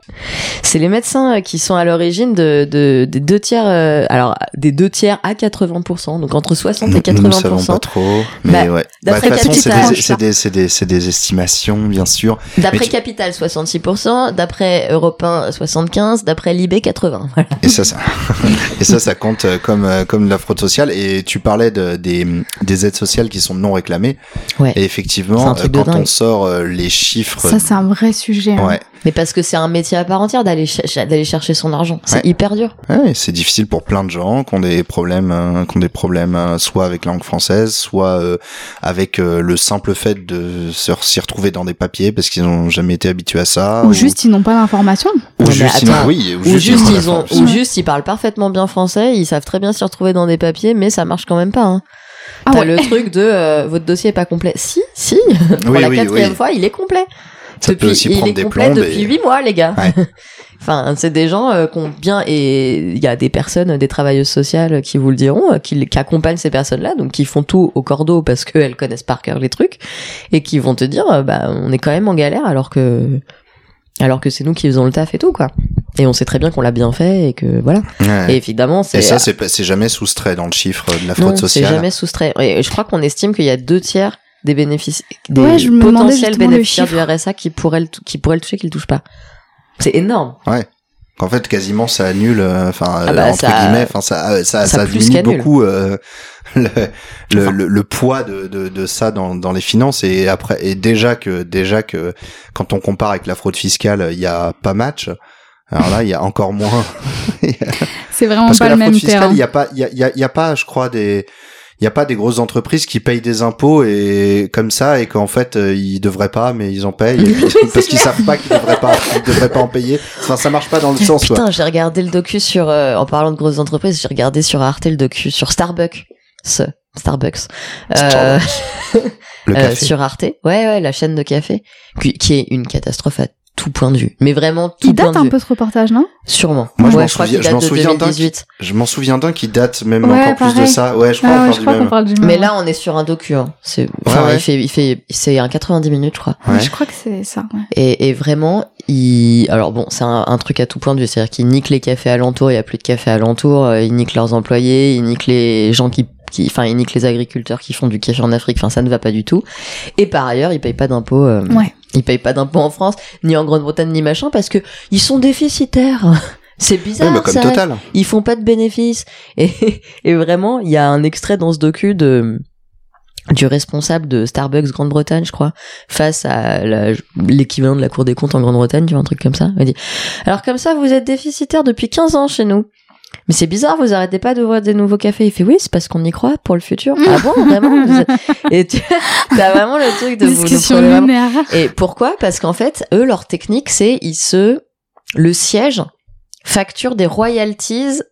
Speaker 9: C'est les médecins euh, qui sont à l'origine de, de- des deux tiers, euh, alors des deux tiers à 80%, donc entre 60 et
Speaker 7: Nous- Nous ne savons
Speaker 9: 80%.
Speaker 7: pas trop, mais
Speaker 9: Bah,
Speaker 7: ouais. de
Speaker 9: d'après
Speaker 7: toute façon, c'est
Speaker 9: Capital,
Speaker 7: des,
Speaker 9: je
Speaker 7: c'est des, c'est des, c'est des estimations, bien sûr. Mais
Speaker 9: D'après
Speaker 7: tu-
Speaker 9: Capital, 66%, d'après Europe 1, 75%, d'après Libé, 80%. Voilà.
Speaker 7: Et ça, ça, et ça, ça compte euh, comme euh, comme de la fraude sociale. Et tu parlais de, des des aides sociales qui sont non réclamées.
Speaker 9: Ouais.
Speaker 7: Et
Speaker 9: C'est un
Speaker 7: effectivement, euh,
Speaker 9: truc de
Speaker 7: quand
Speaker 9: dingue.
Speaker 7: on sort euh, les chiffres,
Speaker 8: Ça, c'est un vrai sujet. hein.
Speaker 7: ouais,
Speaker 9: Mais parce que c'est un métier à part entière d'aller ch- ch- d'aller chercher son argent. C'est
Speaker 7: Ouais.
Speaker 9: hyper dur.
Speaker 7: ouais, c'est difficile pour plein de gens qui ont des problèmes, euh, qui ont des problèmes euh, soit avec la langue française, soit euh, avec euh, le simple fait de se re- s'y retrouver dans des papiers parce qu'ils n'ont jamais été habitués à ça.
Speaker 8: Ou juste, ils n'ont pas l'information.
Speaker 7: Ou
Speaker 9: Mais
Speaker 7: juste, ils
Speaker 9: attends,
Speaker 7: ont- oui, ou
Speaker 9: Ou
Speaker 7: juste,
Speaker 9: juste,
Speaker 7: ont la
Speaker 9: ils ont,
Speaker 7: force.
Speaker 9: ou juste ils parlent parfaitement bien français, ils savent très bien s'y retrouver dans des papiers, mais ça marche quand même pas. Hein.
Speaker 8: Ah
Speaker 9: T'as
Speaker 8: ouais.
Speaker 9: le truc de euh, votre dossier est pas complet. Si, si. Pour
Speaker 7: Oui,
Speaker 9: la
Speaker 7: oui,
Speaker 9: quatrième
Speaker 7: oui.
Speaker 9: fois, il est complet.
Speaker 7: Ça peut aussi
Speaker 9: il
Speaker 7: prendre
Speaker 9: est
Speaker 7: des
Speaker 9: complet
Speaker 7: plombes
Speaker 9: depuis
Speaker 7: et-
Speaker 9: huit mois, les gars.
Speaker 7: Ouais.
Speaker 9: enfin, c'est des gens euh, qui ont bien et il y a des personnes, des travailleuses sociales qui vous le diront, euh, qui, qui accompagnent ces personnes-là, donc qui font tout au cordeau parce qu'elles connaissent par cœur les trucs et qui vont te dire, euh, bah, on est quand même en galère alors que alors que c'est nous qui faisons le taf et tout quoi. Et on sait très bien qu'on l'a bien fait et que voilà.
Speaker 7: Ouais.
Speaker 9: Et évidemment,
Speaker 7: Et
Speaker 9: c'est euh,
Speaker 7: ça, c'est pas- c'est jamais soustrait dans le chiffre de la
Speaker 9: non,
Speaker 7: fraude
Speaker 9: c'est
Speaker 7: sociale.
Speaker 9: jamais soustrait. Et je crois qu'on estime qu'il y a deux tiers des bénéfices, des
Speaker 8: Ouais, je me demandais
Speaker 9: potentiels
Speaker 8: justement le
Speaker 9: bénéficiaires du RSA qui pourraient le, tou- qui pourraient le toucher, qui le touchent pas. C'est énorme.
Speaker 7: En fait, quasiment, ça annule, euh, enfin,
Speaker 9: Ah
Speaker 7: euh,
Speaker 9: bah,
Speaker 7: entre
Speaker 9: ça-
Speaker 7: guillemets, enfin, ça, euh, ça,
Speaker 9: ça
Speaker 7: ça,
Speaker 9: plus
Speaker 7: diminue
Speaker 9: qu'annule.
Speaker 7: beaucoup euh, le, le,
Speaker 9: Enfin.
Speaker 7: le, le poids de, de, de ça dans, dans les finances. Et après, et déjà que, déjà que, quand on compare avec la fraude fiscale, il y a pas match. Alors là, il y a encore moins.
Speaker 8: C'est vraiment
Speaker 7: Parce que
Speaker 8: pas
Speaker 7: la
Speaker 8: le
Speaker 7: fraude
Speaker 8: même
Speaker 7: fiscale,
Speaker 8: terrain.
Speaker 7: il y a pas, il y a, il y a- il y a pas, je crois, des, il n'y a pas des grosses entreprises qui payent des impôts et comme ça et qu'en fait euh, ils devraient pas mais ils en payent et puis- parce qu'ils savent pas qu'ils devraient pas qu'ils devraient pas en payer. Enfin ça marche pas dans le sens quoi.
Speaker 9: Putain, j'ai regardé le docu sur, euh, en parlant de grosses entreprises, j'ai regardé sur Arte le docu sur Starbucks. Ce, Starbucks. Euh,
Speaker 7: Le
Speaker 9: euh,
Speaker 7: café.
Speaker 9: sur Arte. Ouais, ouais, la chaîne de café. Qui, qui est une catastrophe à tout point de vue. Mais vraiment tout
Speaker 8: Il
Speaker 9: point
Speaker 8: date
Speaker 9: de
Speaker 8: un
Speaker 9: vue.
Speaker 8: peu ce reportage, non
Speaker 9: Sûrement.
Speaker 7: Moi, je
Speaker 9: ouais,
Speaker 7: m'en
Speaker 9: je crois
Speaker 7: souviens-
Speaker 9: qu'il
Speaker 7: je m'en
Speaker 9: date de
Speaker 7: souviens d'un
Speaker 9: 2018.
Speaker 7: Je m'en souviens d'un qui date même
Speaker 8: Ouais,
Speaker 7: encore plus de
Speaker 8: pareil.
Speaker 7: ça. Ouais, je crois
Speaker 8: Ah
Speaker 7: qu'on
Speaker 8: ouais,
Speaker 7: parle
Speaker 8: je
Speaker 7: du
Speaker 8: crois qu'on
Speaker 7: même.
Speaker 8: parle du même.
Speaker 9: Mais là, on est sur un docu. Hein. C'est, enfin,
Speaker 7: ouais.
Speaker 9: il fait, il fait, c'est un 90 minutes, je crois.
Speaker 7: Ouais.
Speaker 8: je crois que c'est ça. ouais.
Speaker 9: Et, et vraiment, il. Alors bon, c'est un, un truc à tout point de vue, c'est-à-dire qu'il nique les cafés alentours, il n'y a plus de cafés alentours, euh, il nique leurs employés, il nique les gens qui. qui- Enfin, il nique les agriculteurs qui font du café en Afrique, enfin, ça ne va pas du tout. Et par ailleurs, ils payent pas d'impôts. euh,
Speaker 8: Ouais.
Speaker 9: Ils payent pas d'impôts en France, ni en Grande-Bretagne, ni machin, parce que ils sont déficitaires. C'est bizarre.
Speaker 7: Ouais, bah, comme
Speaker 9: ça
Speaker 7: Total.
Speaker 9: ils font pas de bénéfices. Et, et vraiment, il y a un extrait dans ce docu de du responsable de Starbucks Grande-Bretagne, je crois, face à la- l'équivalent de la Cour des comptes en Grande-Bretagne, tu vois, un truc comme ça. Il dit, alors comme ça, vous êtes déficitaire depuis 15 ans chez nous. Mais c'est bizarre, vous arrêtez pas d'ouvrir des nouveaux cafés. Il fait, oui, c'est parce qu'on y croit pour le futur. ah bon, vraiment? Vous êtes- Et tu, t'as vraiment le truc de vous- vous
Speaker 8: Discussion
Speaker 9: prenez vraiment-
Speaker 8: linéaire.
Speaker 9: et pourquoi Parce qu'en fait, eux, leur technique, c'est ils se le siège facture des royalties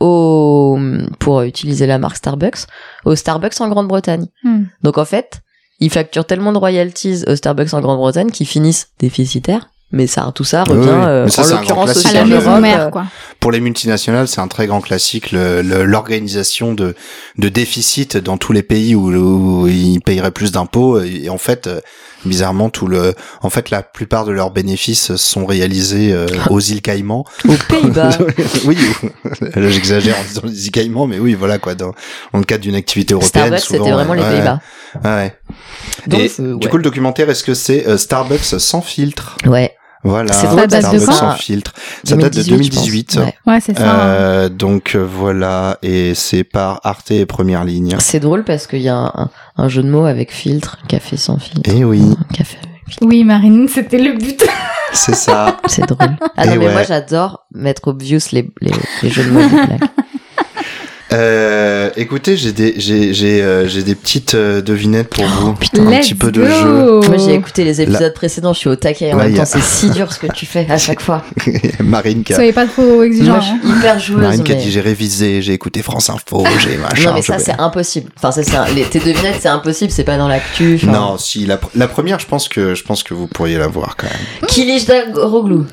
Speaker 9: au pour utiliser la marque Starbucks au Starbucks en Grande-Bretagne.
Speaker 8: Hmm.
Speaker 9: Donc en fait, ils facturent tellement de royalties au Starbucks en Grande-Bretagne qu'ils finissent déficitaires. Mais ça, tout ça
Speaker 7: Oui,
Speaker 9: revient
Speaker 7: oui.
Speaker 9: euh,
Speaker 7: Mais ça,
Speaker 9: en
Speaker 7: c'est un grand
Speaker 9: l'occurrence aussi
Speaker 7: classique,
Speaker 8: À la
Speaker 9: en
Speaker 7: hein, le-
Speaker 8: maison
Speaker 9: Europe,
Speaker 8: mère,
Speaker 9: euh,
Speaker 8: quoi.
Speaker 7: pour les multinationales, c'est un très grand classique, le- le- l'organisation de, de déficit dans tous les pays où, où ils paieraient plus d'impôts. Et en fait, euh, bizarrement, tout le, en fait, la plupart de leurs bénéfices sont réalisés euh, aux îles Caïmans.
Speaker 9: aux Pays-Bas.
Speaker 7: oui, ou- là, j'exagère en disant les îles Caïmans, mais oui, voilà quoi. Dans, dans le cadre d'une activité européenne,
Speaker 9: Starbucks,
Speaker 7: souvent,
Speaker 9: c'était vraiment
Speaker 7: ouais,
Speaker 9: les
Speaker 7: ouais,
Speaker 9: Pays-Bas.
Speaker 7: Ah ouais.
Speaker 9: Donc,
Speaker 7: Et
Speaker 9: euh,
Speaker 7: du
Speaker 9: ouais.
Speaker 7: coup, le documentaire, est-ce que c'est euh, Starbucks sans filtre
Speaker 9: ouais,
Speaker 7: Voilà,
Speaker 9: C'est drôle parce que
Speaker 7: Starbucks
Speaker 9: ça-
Speaker 7: sans filtre. Ça date de 2018.
Speaker 9: je pense. Ouais.
Speaker 8: Ouais, c'est ça. hein.
Speaker 7: Euh, donc euh, voilà, et c'est par Arte et Première Ligne.
Speaker 9: C'est drôle parce qu'il y a un, un jeu de mots avec filtre, café sans filtre.
Speaker 7: Eh oui,
Speaker 9: Café
Speaker 8: Oui, Marine, c'était le but.
Speaker 7: c'est ça.
Speaker 9: C'est drôle. Ah
Speaker 7: Et
Speaker 9: non, mais
Speaker 7: ouais.
Speaker 9: moi j'adore mettre obvious les, les, les jeux de mots. les blagues.
Speaker 7: Euh, écoutez, j'ai des, j'ai, j'ai, euh, j'ai des petites euh, devinettes pour
Speaker 9: Oh,
Speaker 7: vous. un
Speaker 8: Let's
Speaker 7: petit peu de
Speaker 8: go.
Speaker 7: jeu.
Speaker 9: moi j'ai écouté les épisodes précédents, je suis au taquet. En
Speaker 7: Là,
Speaker 9: même
Speaker 7: il y
Speaker 9: temps,
Speaker 7: a-
Speaker 9: c'est si dur ce que tu fais à chaque fois.
Speaker 7: Marine qui a,
Speaker 8: Soyez pas trop exigeant.
Speaker 9: moi je suis hyper joueuse.
Speaker 7: Marine qui a
Speaker 9: mais-
Speaker 7: dit j'ai révisé, j'ai écouté France Info, j'ai machin.
Speaker 9: non mais ça
Speaker 7: je-
Speaker 9: c'est impossible. Enfin c'est ça. Les, tes devinettes c'est impossible, c'est pas dans l'actu. enfin.
Speaker 7: Non, si la, pr- la première, je pense que je pense que vous pourriez la voir quand même.
Speaker 9: Kilij Daroglou.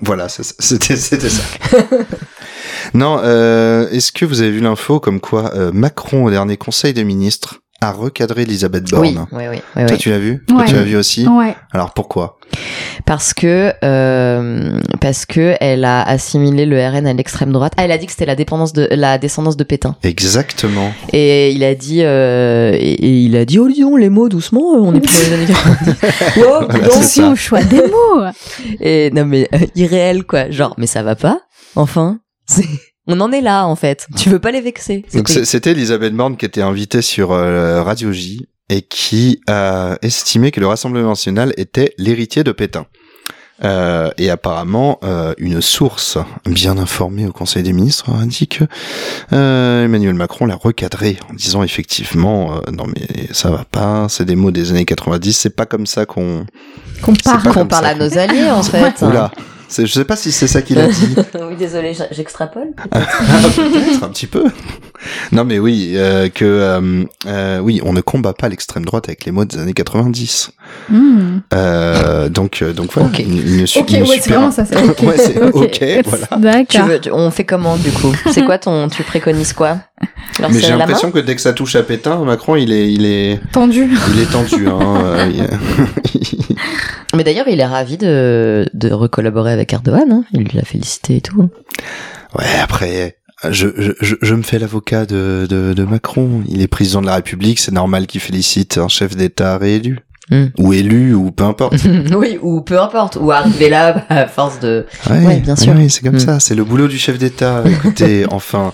Speaker 7: voilà, c'est ça. c'était c'était ça. non, euh, est-ce que vous avez vu l'info comme quoi euh, Macron au dernier Conseil des ministres a recadré Elisabeth Borne
Speaker 9: Oui, oui, oui. oui,
Speaker 7: Toi,
Speaker 9: oui.
Speaker 7: tu l'as vu Toi,
Speaker 8: Ouais.
Speaker 7: Tu l'as vu aussi
Speaker 8: hein. Ouais.
Speaker 7: Alors pourquoi
Speaker 9: Parce que euh, parce que elle a assimilé le RN à l'extrême droite. Ah, elle a dit que c'était la dépendance de la descendance de Pétain.
Speaker 7: Exactement.
Speaker 9: Et il a dit, euh, et, et il a dit, oh disons les mots doucement, euh, on est plus dans les années 90. Wow, dis donc.
Speaker 7: c'est
Speaker 8: Attention
Speaker 7: ça.
Speaker 8: au choix des mots.
Speaker 9: Et non mais euh, irréel quoi, genre mais ça va pas. Enfin, c'est, on en est là en fait. Tu veux pas les vexer.
Speaker 7: Donc
Speaker 9: C'était-
Speaker 7: c'est- c'était Elisabeth Borne qui était invitée sur euh, Radio J et qui a estimé que le Rassemblement national était l'héritier de Pétain. Euh, et apparemment, euh, une source bien informée au Conseil des ministres a dit que euh, Emmanuel Macron l'a recadré en disant effectivement euh, non mais ça va pas, c'est des mots des années 90, c'est pas comme ça qu'on.
Speaker 8: Qu'on
Speaker 7: c'est
Speaker 8: parle.
Speaker 7: pas
Speaker 9: qu'on
Speaker 7: comme
Speaker 9: parle
Speaker 7: ça
Speaker 9: à nos alliés en fait.
Speaker 7: Oula, c'est- je sais pas si c'est ça qu'il a dit.
Speaker 9: oui désolé, j'extrapole.
Speaker 7: Ah, Peut-être un petit peu. Non mais oui, euh, que euh, euh, oui, on ne combat pas l'extrême droite avec les mots des années 90.
Speaker 8: Hmm.
Speaker 7: Euh, donc euh, donc voilà.
Speaker 9: Ok.
Speaker 7: Il, il ne su-
Speaker 8: Ok,
Speaker 7: il ne
Speaker 8: ouais,
Speaker 7: supère-
Speaker 8: c'est vraiment ça. c'est Ok,
Speaker 7: Ouais, c'est
Speaker 8: ok,
Speaker 7: ok, voilà.
Speaker 9: Tu
Speaker 8: D'accord.
Speaker 9: veux, tu- on fait comment du coup C'est quoi ton, tu préconises quoi Alors
Speaker 7: Mais
Speaker 9: c'est
Speaker 7: j'ai
Speaker 9: la main.
Speaker 7: l'impression que dès que ça touche à Pétain, Macron il est il est
Speaker 8: Tendu.
Speaker 7: il est tendu. Hein, euh, il-
Speaker 9: Mais d'ailleurs il est ravi de de recollaborer avec Erdogan. hein. Il l'a félicité et tout.
Speaker 7: ouais après. Je, je, je, je me fais l'avocat de, de, de Macron. Il est président de la République, c'est normal qu'il félicite un chef d'État réélu.
Speaker 9: Hmm.
Speaker 7: Ou élu, ou peu importe.
Speaker 9: oui, ou peu importe, ou arriver là à force de.
Speaker 7: Ouais,
Speaker 9: Ouais, bien sûr.
Speaker 7: ouais, c'est comme
Speaker 9: Mm.
Speaker 7: ça, c'est le boulot du chef d'État. Écoutez, enfin,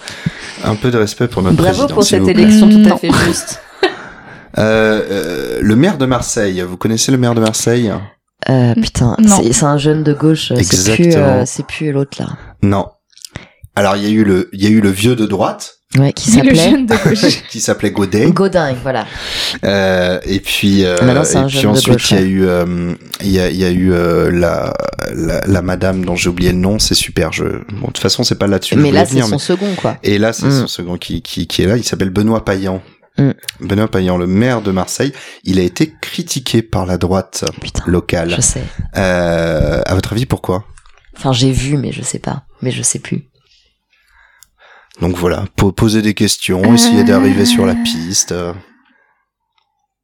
Speaker 7: un peu de respect pour notre
Speaker 9: Bravo
Speaker 7: président.
Speaker 9: pour
Speaker 7: s'il
Speaker 9: cette
Speaker 7: vous plaît.
Speaker 9: élection tout à
Speaker 8: Non.
Speaker 9: fait juste.
Speaker 7: Euh, euh, le maire de Marseille, vous connaissez le maire de Marseille
Speaker 9: Euh, putain,
Speaker 8: Non.
Speaker 9: c'est c'est un jeune de gauche. euh, C'est plus,
Speaker 7: Exactement.
Speaker 9: euh, c'est plus l'autre là.
Speaker 7: Non. Alors il y a eu le, il y a eu le vieux de droite.
Speaker 9: Ouais, qui
Speaker 8: Dis le
Speaker 9: s'appelait
Speaker 8: jeune de gauche.
Speaker 7: qui s'appelait Godet.
Speaker 9: Godin, voilà.
Speaker 7: Euh, et puis, euh,
Speaker 9: Maintenant, c'est un
Speaker 7: et puis
Speaker 9: jeune de
Speaker 7: ensuite,
Speaker 9: gauche, hein.
Speaker 7: il y a
Speaker 9: ouais.
Speaker 7: eu, euh, il y, a, il y a eu euh, la, la, la madame dont j'ai oublié le nom. C'est super. Je, bon, de toute façon, c'est pas là-dessus. que
Speaker 9: mais
Speaker 7: je
Speaker 9: là,
Speaker 7: voulais
Speaker 9: c'est
Speaker 7: venir,
Speaker 9: son second, quoi.
Speaker 7: Et là, c'est
Speaker 9: Mm.
Speaker 7: son second qui, qui, qui est là. Il s'appelle Benoît Payan.
Speaker 9: Mm.
Speaker 7: Benoît Payan, le maire de Marseille, il a été critiqué par la droite
Speaker 9: Oh, Putain,
Speaker 7: locale.
Speaker 9: je sais.
Speaker 7: Euh, à votre avis, pourquoi
Speaker 9: Enfin, j'ai vu, mais je sais pas. Mais je sais plus.
Speaker 7: Donc voilà, po- poser des questions, essayer d'arriver sur la piste. euh.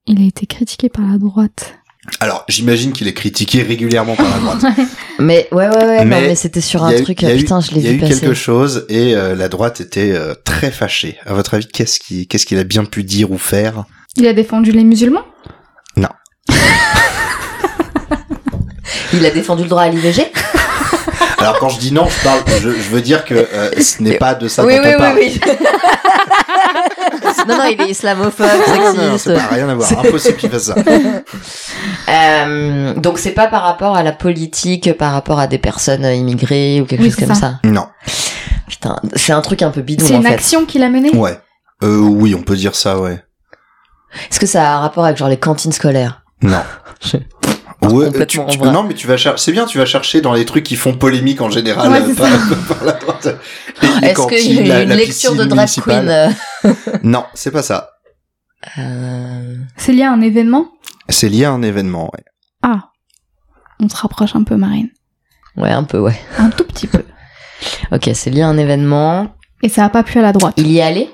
Speaker 8: Il a été critiqué par la droite.
Speaker 7: Alors, j'imagine qu'il est critiqué régulièrement par la droite.
Speaker 9: Mais ouais, ouais, ouais.
Speaker 7: Mais
Speaker 9: non, mais c'était sur
Speaker 7: Il
Speaker 9: un
Speaker 7: y a eu-
Speaker 9: truc.
Speaker 7: il y a eu-
Speaker 9: putain, je l'ai
Speaker 7: Il y a
Speaker 9: vu
Speaker 7: eu
Speaker 9: passer.
Speaker 7: quelque chose et euh, la droite était euh, très fâchée. À votre avis, qu'est-ce qui, qu'est-ce qu'il a bien pu dire ou faire
Speaker 8: Il a défendu les musulmans
Speaker 9: Il a défendu le droit à l'IVG
Speaker 7: Alors quand je dis non, je parle, je, je veux dire que euh, ce n'est pas de ça
Speaker 9: Oui,
Speaker 7: dont
Speaker 9: oui,
Speaker 7: on parle.
Speaker 9: oui, oui. non, non, il est islamophobe,
Speaker 7: Non, non, non,
Speaker 9: sexiste.
Speaker 7: c'est pas rien à voir.
Speaker 9: C'est-
Speaker 7: Impossible qu'il fasse ça.
Speaker 9: Euh, donc c'est pas par rapport à la politique, par rapport à des personnes euh, immigrées ou quelque
Speaker 8: Oui,
Speaker 9: chose
Speaker 8: c'est
Speaker 9: comme ça.
Speaker 8: ça.
Speaker 7: Non.
Speaker 9: Putain, c'est un truc un peu bidon
Speaker 8: C'est
Speaker 9: en
Speaker 8: une
Speaker 9: fait.
Speaker 8: action qu'il a menée
Speaker 7: Ouais. Euh, oui, on peut dire ça, ouais.
Speaker 9: Est-ce que ça a un rapport avec genre les cantines scolaires
Speaker 7: Non.
Speaker 9: Je-
Speaker 7: Ouais, euh, tu,
Speaker 9: complètement
Speaker 7: tu-
Speaker 9: en vrai.
Speaker 7: non, mais tu vas chercher. C'est bien, tu vas chercher dans les trucs qui font polémique en général
Speaker 8: Ouais,
Speaker 7: euh,
Speaker 8: c'est
Speaker 7: par, par la droite. Les- les
Speaker 9: Est-ce
Speaker 7: cantines,
Speaker 9: qu'il y a
Speaker 7: la-
Speaker 9: eu une
Speaker 7: la
Speaker 9: lecture de
Speaker 7: piscine
Speaker 9: drag
Speaker 7: municipale.
Speaker 9: queen euh,
Speaker 7: Non, c'est pas ça.
Speaker 9: euh,
Speaker 8: C'est lié à un événement
Speaker 7: C'est lié à un événement. ouais.
Speaker 8: Ah, on se rapproche un peu, Marine.
Speaker 9: Ouais, un peu, ouais.
Speaker 8: Un tout petit peu.
Speaker 9: Ok, c'est lié à un événement.
Speaker 8: Et ça a pas plu à la droite.
Speaker 9: Il y est allé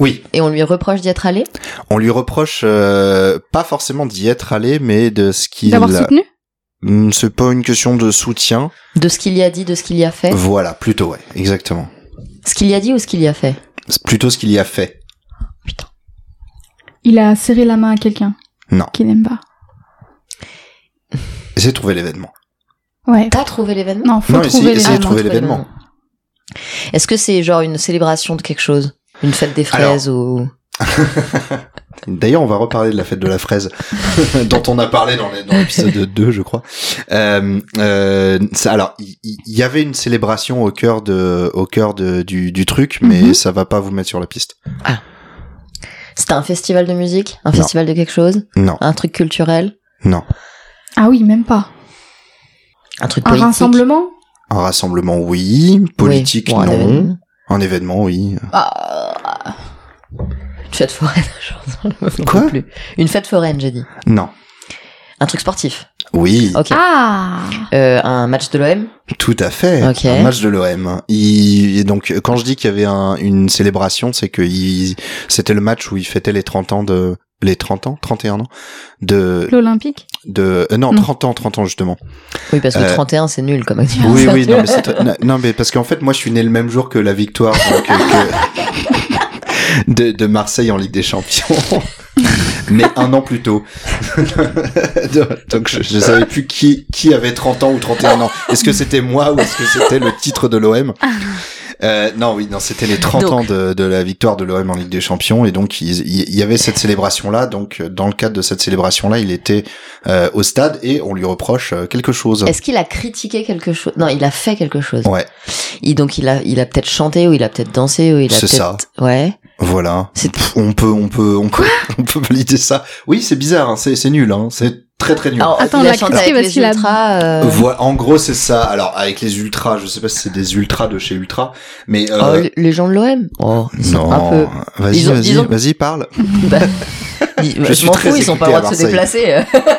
Speaker 7: Oui,
Speaker 9: et on lui reproche d'y être allé.
Speaker 7: on lui reproche euh, pas forcément d'y être allé, mais de ce qu'il.
Speaker 8: D'avoir soutenu
Speaker 7: Hmm, C'est pas une question de soutien.
Speaker 9: De ce qu'il y a dit, de ce qu'il y a fait.
Speaker 7: Voilà, plutôt ouais, exactement.
Speaker 9: Ce qu'il y a dit ou ce qu'il y a fait
Speaker 7: C'est plutôt ce qu'il y a fait.
Speaker 9: Putain.
Speaker 8: Il a serré la main à quelqu'un
Speaker 7: Non.
Speaker 8: qu'il n'aime pas.
Speaker 7: C'est trouver l'événement.
Speaker 8: Ouais.
Speaker 9: T'as trouvé l'événement
Speaker 8: Non, faut
Speaker 7: Non,
Speaker 8: trouver
Speaker 7: essayez-
Speaker 8: les...
Speaker 7: essayez de
Speaker 9: Ah, non,
Speaker 7: trouver
Speaker 9: trouver
Speaker 7: l'événement.
Speaker 9: Est-ce que c'est genre une célébration de quelque chose Une fête des fraises ou...
Speaker 7: D'ailleurs, on va reparler de la fête de la fraise dont on a parlé dans les- dans l'épisode 2, je crois. Euh, euh, ça- alors, il il- il y, avait une célébration au cœur de, au cœur de, du, du truc, mais
Speaker 8: Mhm.
Speaker 7: ça va pas vous mettre sur la piste.
Speaker 9: C'était un festival de musique Un
Speaker 7: Non.
Speaker 9: festival de quelque chose
Speaker 7: Non,
Speaker 9: Un truc culturel
Speaker 7: non.
Speaker 8: Ah oui, même pas.
Speaker 9: Un truc
Speaker 8: Un
Speaker 9: politique
Speaker 8: rassemblement
Speaker 7: Un rassemblement, oui. Politique,
Speaker 9: Oui, bon, un
Speaker 7: non.
Speaker 9: événement.
Speaker 7: Un événement, oui.
Speaker 9: Ah, Une fête foraine, genre, je n'en
Speaker 7: Quoi
Speaker 9: peux plus. Une fête foraine, j'ai dit.
Speaker 7: Non.
Speaker 9: Un truc sportif.
Speaker 7: Oui,
Speaker 9: Ok.
Speaker 8: Ah
Speaker 9: Euh, un match de l'OM
Speaker 7: tout à fait.
Speaker 9: Ok.
Speaker 7: Un match de l'OM. Il, et donc, quand je dis qu'il y avait un- une célébration, c'est que il- c'était le match où il fêtait les 30 ans de, les 30 ans, 31 ans de,
Speaker 8: L'Olympique
Speaker 7: de euh, non,
Speaker 8: Non.
Speaker 7: 30 ans 30 ans justement
Speaker 9: Oui, parce que
Speaker 7: Euh,
Speaker 9: 31, c'est nul comme activité.
Speaker 7: oui oui non mais, c'est très- non, non, mais parce qu'en fait moi je suis né le même jour que la victoire donc, euh, que- de, de Marseille en Ligue des Champions mais un an plus tôt donc je, je savais plus qui qui avait 30 ans ou 31 ans est-ce que c'était moi ou est-ce que c'était le titre de l'OM euh, non oui non c'était les 30
Speaker 9: Donc.
Speaker 7: ans de, de la victoire de l'OM en Ligue des Champions et donc il, il- il y avait cette célébration là donc euh, dans le cadre de cette célébration là il était euh, au stade et on lui reproche euh, quelque chose
Speaker 9: Est-ce qu'il a critiqué quelque chose Non, il a fait quelque chose.
Speaker 7: Ouais.
Speaker 9: Il, donc il a, il a peut-être chanté ou il a peut-être dansé ou il a
Speaker 7: C'est
Speaker 9: peut-être.
Speaker 7: ça.
Speaker 9: Ouais.
Speaker 7: Voilà.
Speaker 9: C'est-
Speaker 7: Pff, on peut, on peut, on peut, on peut valider ça. Oui, c'est bizarre, hein, c'est, c'est nul, hein, c'est très très nul.
Speaker 9: Alors,
Speaker 8: Attends,
Speaker 9: il
Speaker 8: on
Speaker 9: a
Speaker 8: l'a
Speaker 9: chanté
Speaker 8: critiqué
Speaker 9: avec
Speaker 8: parce
Speaker 9: les
Speaker 8: qu'il a-
Speaker 9: ultras. euh,
Speaker 7: Voilà, en gros, c'est ça. Alors, avec les ultras, je sais pas si c'est des ultras de chez Ultra, mais
Speaker 9: oh,
Speaker 7: euh,
Speaker 9: les- les gens de l'OM. Oh, ils sont
Speaker 7: non.
Speaker 9: un peu.
Speaker 7: Vas-y,
Speaker 9: Ils ont-
Speaker 7: vas-y,
Speaker 9: ils ont-
Speaker 7: vas-y, parle.
Speaker 9: Bah, ils-
Speaker 7: Je
Speaker 9: je
Speaker 7: suis
Speaker 9: m'en
Speaker 7: très
Speaker 9: fous, ils ont pas
Speaker 7: écouté
Speaker 9: le
Speaker 7: à
Speaker 9: droit de se
Speaker 7: Marseille.
Speaker 9: déplacer. euh.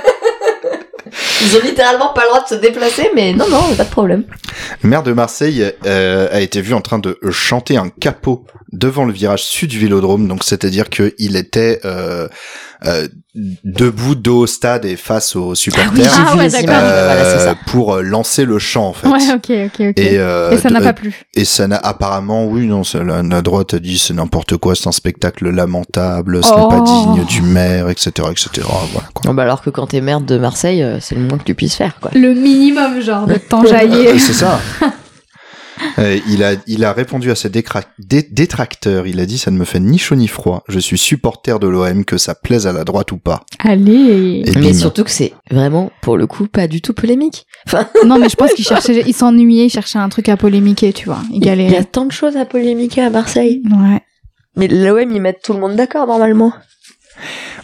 Speaker 9: ils ont littéralement pas le droit de se déplacer, mais non, non, pas de problème.
Speaker 7: Ah, Le maire de Marseille euh, a été vu en train de chanter un capot devant le virage sud du Vélodrome, donc c'est-à-dire que il était euh, euh, debout dos au stade et face aux supporters
Speaker 8: Ah ouais,
Speaker 9: les
Speaker 8: d'accord.
Speaker 9: images,
Speaker 7: euh,
Speaker 9: voilà, c'est ça.
Speaker 7: pour euh, lancer le chant en fait.
Speaker 8: Ouais, ok, ok, ok.
Speaker 7: Et,
Speaker 8: Et,
Speaker 7: euh,
Speaker 8: ça n'a
Speaker 7: de-
Speaker 8: pas plu.
Speaker 7: Et ça n'a apparemment, oui, non, ça- la, la droite a dit c'est n'importe quoi, c'est un spectacle lamentable, ce n'est pas
Speaker 8: Oh.
Speaker 7: digne du maire, etc., etc. Ah, Voilà, quoi.
Speaker 9: Non, bah alors que quand t'es maire de Marseille, euh, c'est le moins que tu puisses faire, quoi.
Speaker 8: Le minimum, genre, de t'enjailler.
Speaker 7: Euh, c'est ça. Euh, il, a, il a répondu à ses décra- dé- détracteurs. Il a dit Ça ne me fait ni chaud ni froid. Je suis supporter de l'OM, que ça plaise à la droite ou pas.
Speaker 8: Allez.
Speaker 7: Et
Speaker 9: Mais
Speaker 7: bim.
Speaker 9: surtout que c'est vraiment, pour le coup, pas du tout polémique. Enfin,
Speaker 8: Non, mais je pense qu'il cherchait, il s'ennuyait, il cherchait un truc à polémiquer, tu vois. Il
Speaker 9: il y a
Speaker 8: galérait.
Speaker 9: tant de choses à polémiquer à Marseille.
Speaker 8: Ouais.
Speaker 9: Mais l'OM, ils mettent tout le monde d'accord, normalement.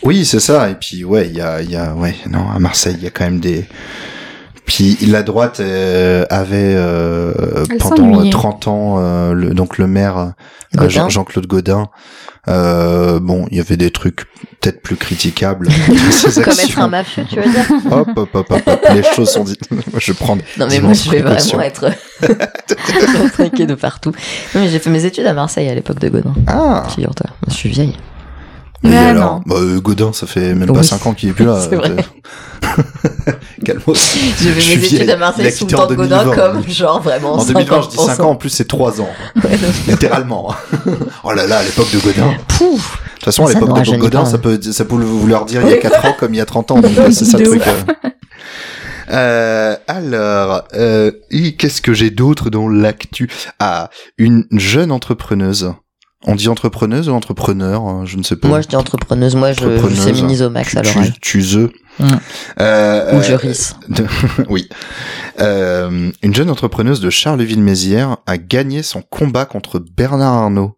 Speaker 7: Oui, c'est ça. Et puis, ouais, il y a, il y a, ouais, non, à Marseille, il y a quand même des. Puis la droite euh, avait euh,
Speaker 8: Elle
Speaker 7: pendant
Speaker 8: s'ennuyait.
Speaker 7: 30 ans euh, le, donc le maire euh,
Speaker 9: Gaudin.
Speaker 7: Jean- Jean-Claude Godin. Euh, bon, il y avait des trucs peut-être plus critiquables. dans ses
Speaker 9: Comme être
Speaker 7: actions.
Speaker 9: un mafieux, tu veux dire
Speaker 7: Hop, hop, hop, hop, hop, les choses sont dites. Moi, je prends. des
Speaker 9: Non, mais moi,
Speaker 7: immenses
Speaker 9: je vais
Speaker 7: précautions.
Speaker 9: vraiment être attaqué de partout. Non, mais j'ai fait mes études à Marseille à l'époque de Godin.
Speaker 7: Ah.
Speaker 9: Figure-toi, je suis vieille.
Speaker 7: Et
Speaker 8: Mais
Speaker 7: alors,
Speaker 8: non.
Speaker 7: bah, euh, Godin, ça fait même pas
Speaker 9: Oui.
Speaker 7: 5 ans qu'il est plus là.
Speaker 9: C'est vrai.
Speaker 7: Calmos.
Speaker 9: J'ai
Speaker 7: Je
Speaker 9: fait
Speaker 7: suis
Speaker 9: mes études
Speaker 7: vieille.
Speaker 9: à
Speaker 7: Il a
Speaker 9: Marseille sous le
Speaker 7: quitté
Speaker 9: temps
Speaker 7: en
Speaker 9: de Godin
Speaker 7: 2020.
Speaker 9: comme genre vraiment
Speaker 7: En 2020, je dis 5 ans,
Speaker 9: 50%.
Speaker 7: en plus, c'est 3 ans.
Speaker 9: Ouais, non, c'est-
Speaker 7: Littéralement. oh là là, à l'époque de Godin. De
Speaker 9: Pouf
Speaker 7: toute façon, à
Speaker 9: Ça,
Speaker 7: l'époque
Speaker 9: non,
Speaker 7: de
Speaker 9: je n'y
Speaker 7: Godin,
Speaker 9: parle.
Speaker 7: ça peut, ça peut vous leur dire il y a 4 ans comme il y a 30 ans. donc, C'est ça le
Speaker 8: De
Speaker 7: truc. euh. Euh, alors, euh, et qu'est-ce que j'ai d'autre dans l'actu Ah, une jeune entrepreneuse. On dit entrepreneuse ou entrepreneur hein, Je ne sais pas.
Speaker 9: Moi, je dis entrepreneuse. Moi, je, je
Speaker 7: Entrepreneuse.
Speaker 9: féminise au max
Speaker 7: tu,
Speaker 9: à
Speaker 7: tu-
Speaker 9: l'oreille.
Speaker 7: tu ze.
Speaker 9: Mm.
Speaker 7: Euh,
Speaker 9: Ou je
Speaker 7: euh,
Speaker 9: risse.
Speaker 7: oui. Euh, une jeune entrepreneuse de Charleville-Mézières a gagné son combat contre Bernard Arnault.